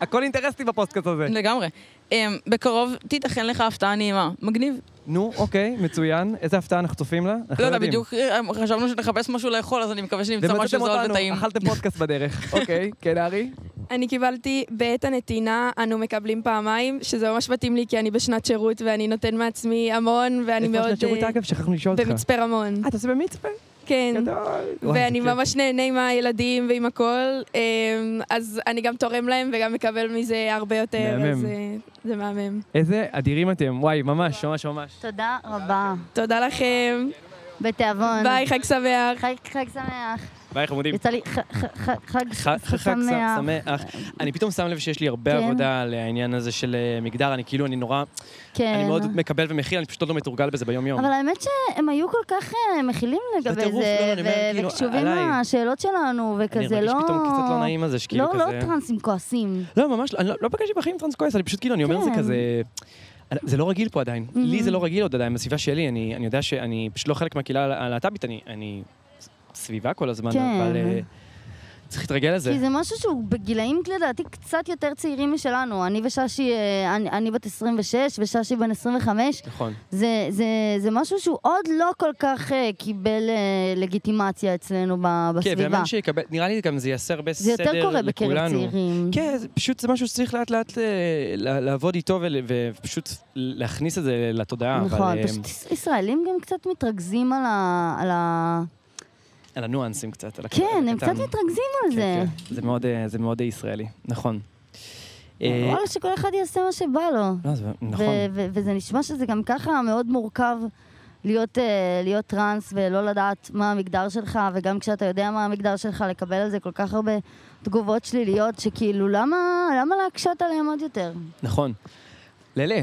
Speaker 3: הכל אינטרסטי בפוסטקאסט הזה.
Speaker 7: לגמרי. אמ, בקרוב תיתכן לך הפתעה נעימה. מגניב.
Speaker 3: נו, אוקיי, מצוין. איזה הפתעה אנחנו צופים לה? אנחנו
Speaker 7: לא יודע,
Speaker 3: יודעים.
Speaker 7: בדיוק אה, חשבנו שנחפש משהו לאכול, אז אני מקווה שנמצא משהו
Speaker 3: נכון, ומצאתם
Speaker 7: זול
Speaker 3: אותנו,
Speaker 7: וטעים.
Speaker 3: אכלתם פודקאסט בדרך. אוקיי, כן, ארי?
Speaker 16: אני קיבלתי בעת הנתינה, אנו מקבלים פעמיים, שזה ממש מתאים לי כי אני בשנת שירות ואני נותן מעצמי המון, ואני
Speaker 3: איפה
Speaker 16: מאוד...
Speaker 3: שנת שירות,
Speaker 16: אה,
Speaker 3: אגב? שכחנו לשאול אותך. אה,
Speaker 16: במצפה רמון.
Speaker 3: אתה עושה במצפה?
Speaker 16: כן.
Speaker 3: וואי,
Speaker 16: ואני
Speaker 3: איזה כיף.
Speaker 16: ממש נהנה עם הילדים ועם הכל, אמ, אז אני גם תורם להם וגם מקבל מזה הרבה יותר,
Speaker 3: מהמם.
Speaker 16: אז אה, זה מהמם.
Speaker 3: איזה אדירים אתם, וואי, ממש, ממש, ממש.
Speaker 4: תודה רבה.
Speaker 16: תודה לכם.
Speaker 4: בתיאבון.
Speaker 16: ביי, חג שמח.
Speaker 4: חג שמח.
Speaker 3: ביי, חמודים.
Speaker 4: יצא לי ח- ח- ח- חג
Speaker 3: ח- ח- חג ש-
Speaker 7: אה,
Speaker 4: שמח.
Speaker 3: שמח. אני פתאום שם לב שיש לי הרבה
Speaker 4: כן.
Speaker 3: עבודה על העניין הזה של אה, מגדר, אני כאילו, אני נורא...
Speaker 4: כן.
Speaker 3: אני מאוד מקבל ומכיל, אני פשוט עוד לא מתורגל בזה ביום-יום.
Speaker 4: אבל האמת שהם היו כל כך אה, מכילים לגבי
Speaker 3: בטירוף, לא,
Speaker 4: זה,
Speaker 3: אני אומר,
Speaker 4: ו-
Speaker 3: כאילו,
Speaker 4: וקשובים
Speaker 3: עליי.
Speaker 4: לשאלות שלנו,
Speaker 3: אני
Speaker 4: וכזה לא...
Speaker 3: מרגיש פתאום קצת לא נעים על זה, שכאילו
Speaker 4: לא,
Speaker 3: כזה-
Speaker 4: לא טרנסים כועסים.
Speaker 3: לא, ממש, לא, אני לא- לא פגשתי בחיים טרנס כועס, אני פשוט כאילו, אני אומר זה
Speaker 4: כן. Mm-hmm.
Speaker 3: כזה... אני- זה לא רגיל פה עדיין. לי זה לא רגיל עוד עדיין, בסביבה שלי, אני אני יודע שאני פשוט לא חלק מהקהילה הל- הלהט"בית, אני- אני ס- סביבה כל הזמן,
Speaker 4: כן.
Speaker 3: אבל אה, צריך להתרגל לזה.
Speaker 4: כי זה משהו שהוא בגילאים לדעתי קצת יותר צעירים משלנו. אני וששי, אה, אני, אני בת 26 וששי בן 25.
Speaker 3: נכון.
Speaker 4: זה, זה, זה משהו שהוא עוד לא כל כך אה, קיבל אה, לגיטימציה אצלנו ב,
Speaker 3: כן,
Speaker 4: בסביבה.
Speaker 3: והאמן שיקבל, נראה לי גם זה יעשה הרבה
Speaker 4: זה
Speaker 3: סדר
Speaker 4: יותר
Speaker 3: לכולנו.
Speaker 4: קורה בקרב צעירים.
Speaker 3: כן, זה פשוט זה משהו שצריך לאט לאט אה, ל- לעבוד איתו ול- ופשוט להכניס את זה לתודעה. אבל,
Speaker 4: נכון,
Speaker 3: אה,
Speaker 4: פשוט יש- ישראלים גם קצת מתרכזים על ה... על ה...
Speaker 3: על הניואנסים קצת, על הקטן.
Speaker 4: כן, הם קצת מתרכזים על זה.
Speaker 3: זה מאוד, אה, זה מאוד ישראלי, נכון. אה,
Speaker 4: וואלה, שכל אחד יעשה מה שבא לו.
Speaker 3: לא, זה נכון.
Speaker 4: ו- ו- וזה נשמע שזה גם ככה מאוד מורכב להיות, אה, להיות טראנס ולא לדעת מה המגדר שלך, וגם כשאתה יודע מה המגדר שלך, לקבל על זה כל כך הרבה תגובות שליליות, שכאילו, למה, למה להקשות עליהם עוד יותר?
Speaker 3: נכון. ללה,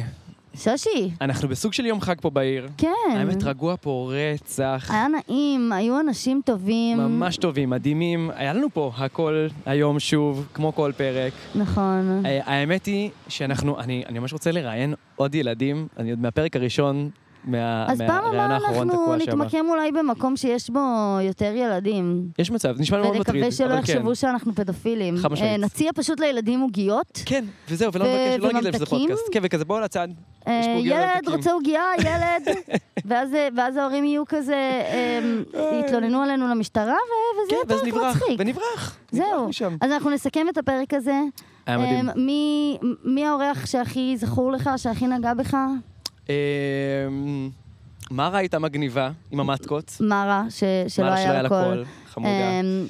Speaker 4: ששי,
Speaker 3: אנחנו בסוג של יום חג פה בעיר.
Speaker 4: כן.
Speaker 3: האמת, רגוע פה רצח.
Speaker 4: היה נעים, היו אנשים טובים.
Speaker 3: ממש טובים, מדהימים. היה לנו פה הכל היום שוב, כמו כל פרק.
Speaker 4: נכון.
Speaker 3: אה, האמת היא שאנחנו, אני, אני ממש רוצה לראיין עוד ילדים, אני עוד מהפרק הראשון, מה,
Speaker 4: אז פעם
Speaker 3: מהראיין
Speaker 4: הבאה
Speaker 3: האחרון
Speaker 4: אנחנו
Speaker 3: תקוע שם.
Speaker 4: נתמקם אולי במקום שיש בו יותר ילדים.
Speaker 3: יש מצב, זה נשמע לי מאוד מטריד.
Speaker 4: ונקווה שלא
Speaker 3: אבל כן.
Speaker 4: יחשבו שאנחנו פדופילים.
Speaker 3: חד משמעית.
Speaker 4: אה, נציע פשוט לילדים עוגיות.
Speaker 3: כן, וזהו, ולא
Speaker 4: ו-
Speaker 3: נבקש, לא נגיד להם שזה
Speaker 4: וממתקים.
Speaker 3: פודקאסט. כן, וכזה בואו לצד. יש פה
Speaker 4: אה,
Speaker 3: עוגיות
Speaker 4: ילד
Speaker 3: וממתקים.
Speaker 4: רוצה עוגיה, ילד, ואז, אה, ואז ההורים יהיו כזה, אה, יתלוננו עלינו למשטרה, ו- וזה
Speaker 3: כן,
Speaker 4: יותר
Speaker 3: ואז נברח,
Speaker 4: אה, מצחיק.
Speaker 3: ונברח,
Speaker 4: זהו.
Speaker 3: משם.
Speaker 4: אז אנחנו נסכם את הפרק הזה.
Speaker 3: היה מדהים.
Speaker 4: אה, מי, מי האורח שהכי זכור לך, שהכי נגע בך?
Speaker 3: אמ, מרה הייתה מגניבה עם המטקות.
Speaker 4: מרה, ש- שלא
Speaker 3: מרה
Speaker 4: היה לה קול.
Speaker 3: חמודה.
Speaker 4: אמ,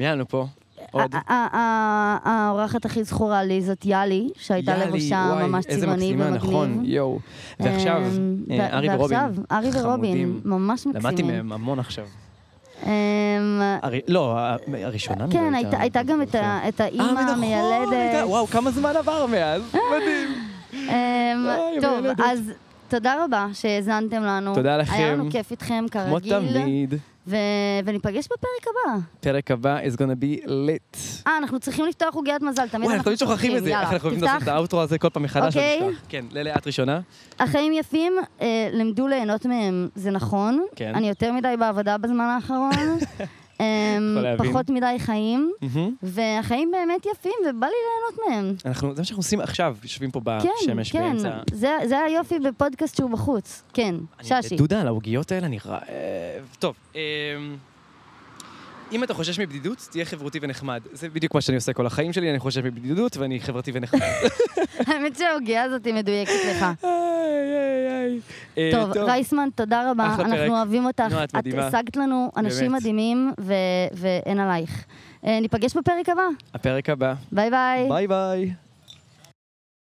Speaker 3: מי היה לנו פה?
Speaker 4: אה,
Speaker 3: עוד.
Speaker 4: ה- ה- ה- האורחת הכי זכורה לי זאת יאלי, שהייתה
Speaker 3: יאלי,
Speaker 4: לראשה
Speaker 3: וואי,
Speaker 4: ממש
Speaker 3: איזה
Speaker 4: צבעוני
Speaker 3: מקסימה,
Speaker 4: ומגניב.
Speaker 3: נכון, יואו. ועכשיו,
Speaker 4: אמ,
Speaker 3: אה,
Speaker 4: ו-
Speaker 3: ארי ורובין.
Speaker 4: ועכשיו, ארי ורובין,
Speaker 3: חמודים.
Speaker 4: ממש מקסימים.
Speaker 3: למדתי מהם המון עכשיו.
Speaker 4: אמ,
Speaker 3: הרי- לא, ה- הראשונה נראה
Speaker 4: כן,
Speaker 3: לי
Speaker 4: הייתה- הייתה גם את ה- את האימא המיילדת.
Speaker 3: אה, נכון, הייתה- Oh וואו, כמה זמן עבר מאז.
Speaker 4: אה,
Speaker 3: מדהים.
Speaker 4: אמ,
Speaker 3: אוי,
Speaker 4: טוב,
Speaker 3: המיילדת.
Speaker 4: אז תודה רבה שהאזנתם לנו.
Speaker 3: אה, תודה
Speaker 4: היה
Speaker 3: לכם.
Speaker 4: לנו כיף איתכם,
Speaker 3: כמו
Speaker 4: כרגיל.
Speaker 3: תמיד,
Speaker 4: ו- וניפגש בפרק הבא.
Speaker 3: פרק הבא is gonna be lit.
Speaker 4: אה, אנחנו צריכים לפתוח עוגיית מזל, תמיד
Speaker 3: וואי, אנחנו תמיד שוכחים את זה. איך
Speaker 4: יאללה,
Speaker 3: אנחנו אוהבים
Speaker 4: תפתח.
Speaker 3: לעשות את האוטרו הזה כל פעם מחדש.
Speaker 4: אוקיי.
Speaker 3: אני אשכח. כן, ללה, את ראשונה.
Speaker 4: החיים יפים, אה, למדו ליהנות מהם, זה נכון.
Speaker 3: כן.
Speaker 4: אני יותר מדי בעבודה בזמן האחרון. אה,
Speaker 3: להבין.
Speaker 4: פחות מדי חיים,
Speaker 3: מהמם.
Speaker 4: והחיים באמת יפים, ובא לי ליהנות מהם.
Speaker 3: אנחנו, זה מה שאנחנו עושים עכשיו, יושבים פה
Speaker 4: כן,
Speaker 3: בשמש
Speaker 4: כן,
Speaker 3: אה, באמצע.
Speaker 4: זה- זה היופי בפודקאסט שהוא בחוץ. כן, ששי.
Speaker 3: דודה, על העוגיות האלה אני רעב. טוב, אמ, אם אתה חושש מבדידות, תהיה חברותי ונחמד. זה בדיוק מה שאני עושה כל החיים שלי, אני חושש מבדידות ואני חברתי ונחמד.
Speaker 4: האמת שהעוגיה הזאת היא מדויקת לך.
Speaker 3: אה,
Speaker 4: טוב,
Speaker 3: טוב.
Speaker 4: רייסמן, תודה רבה,
Speaker 3: אחלה פרק.
Speaker 4: אנחנו אוהבים אותך.
Speaker 3: נועה, את
Speaker 4: את
Speaker 3: מדהימה.
Speaker 4: השגת לנו אנשים
Speaker 3: באמת.
Speaker 4: מדהימים, ו- ואין עלייך. אה, ניפגש בפרק הבא.
Speaker 3: הפרק הבא.
Speaker 4: ביי ביי.
Speaker 3: ביי ביי.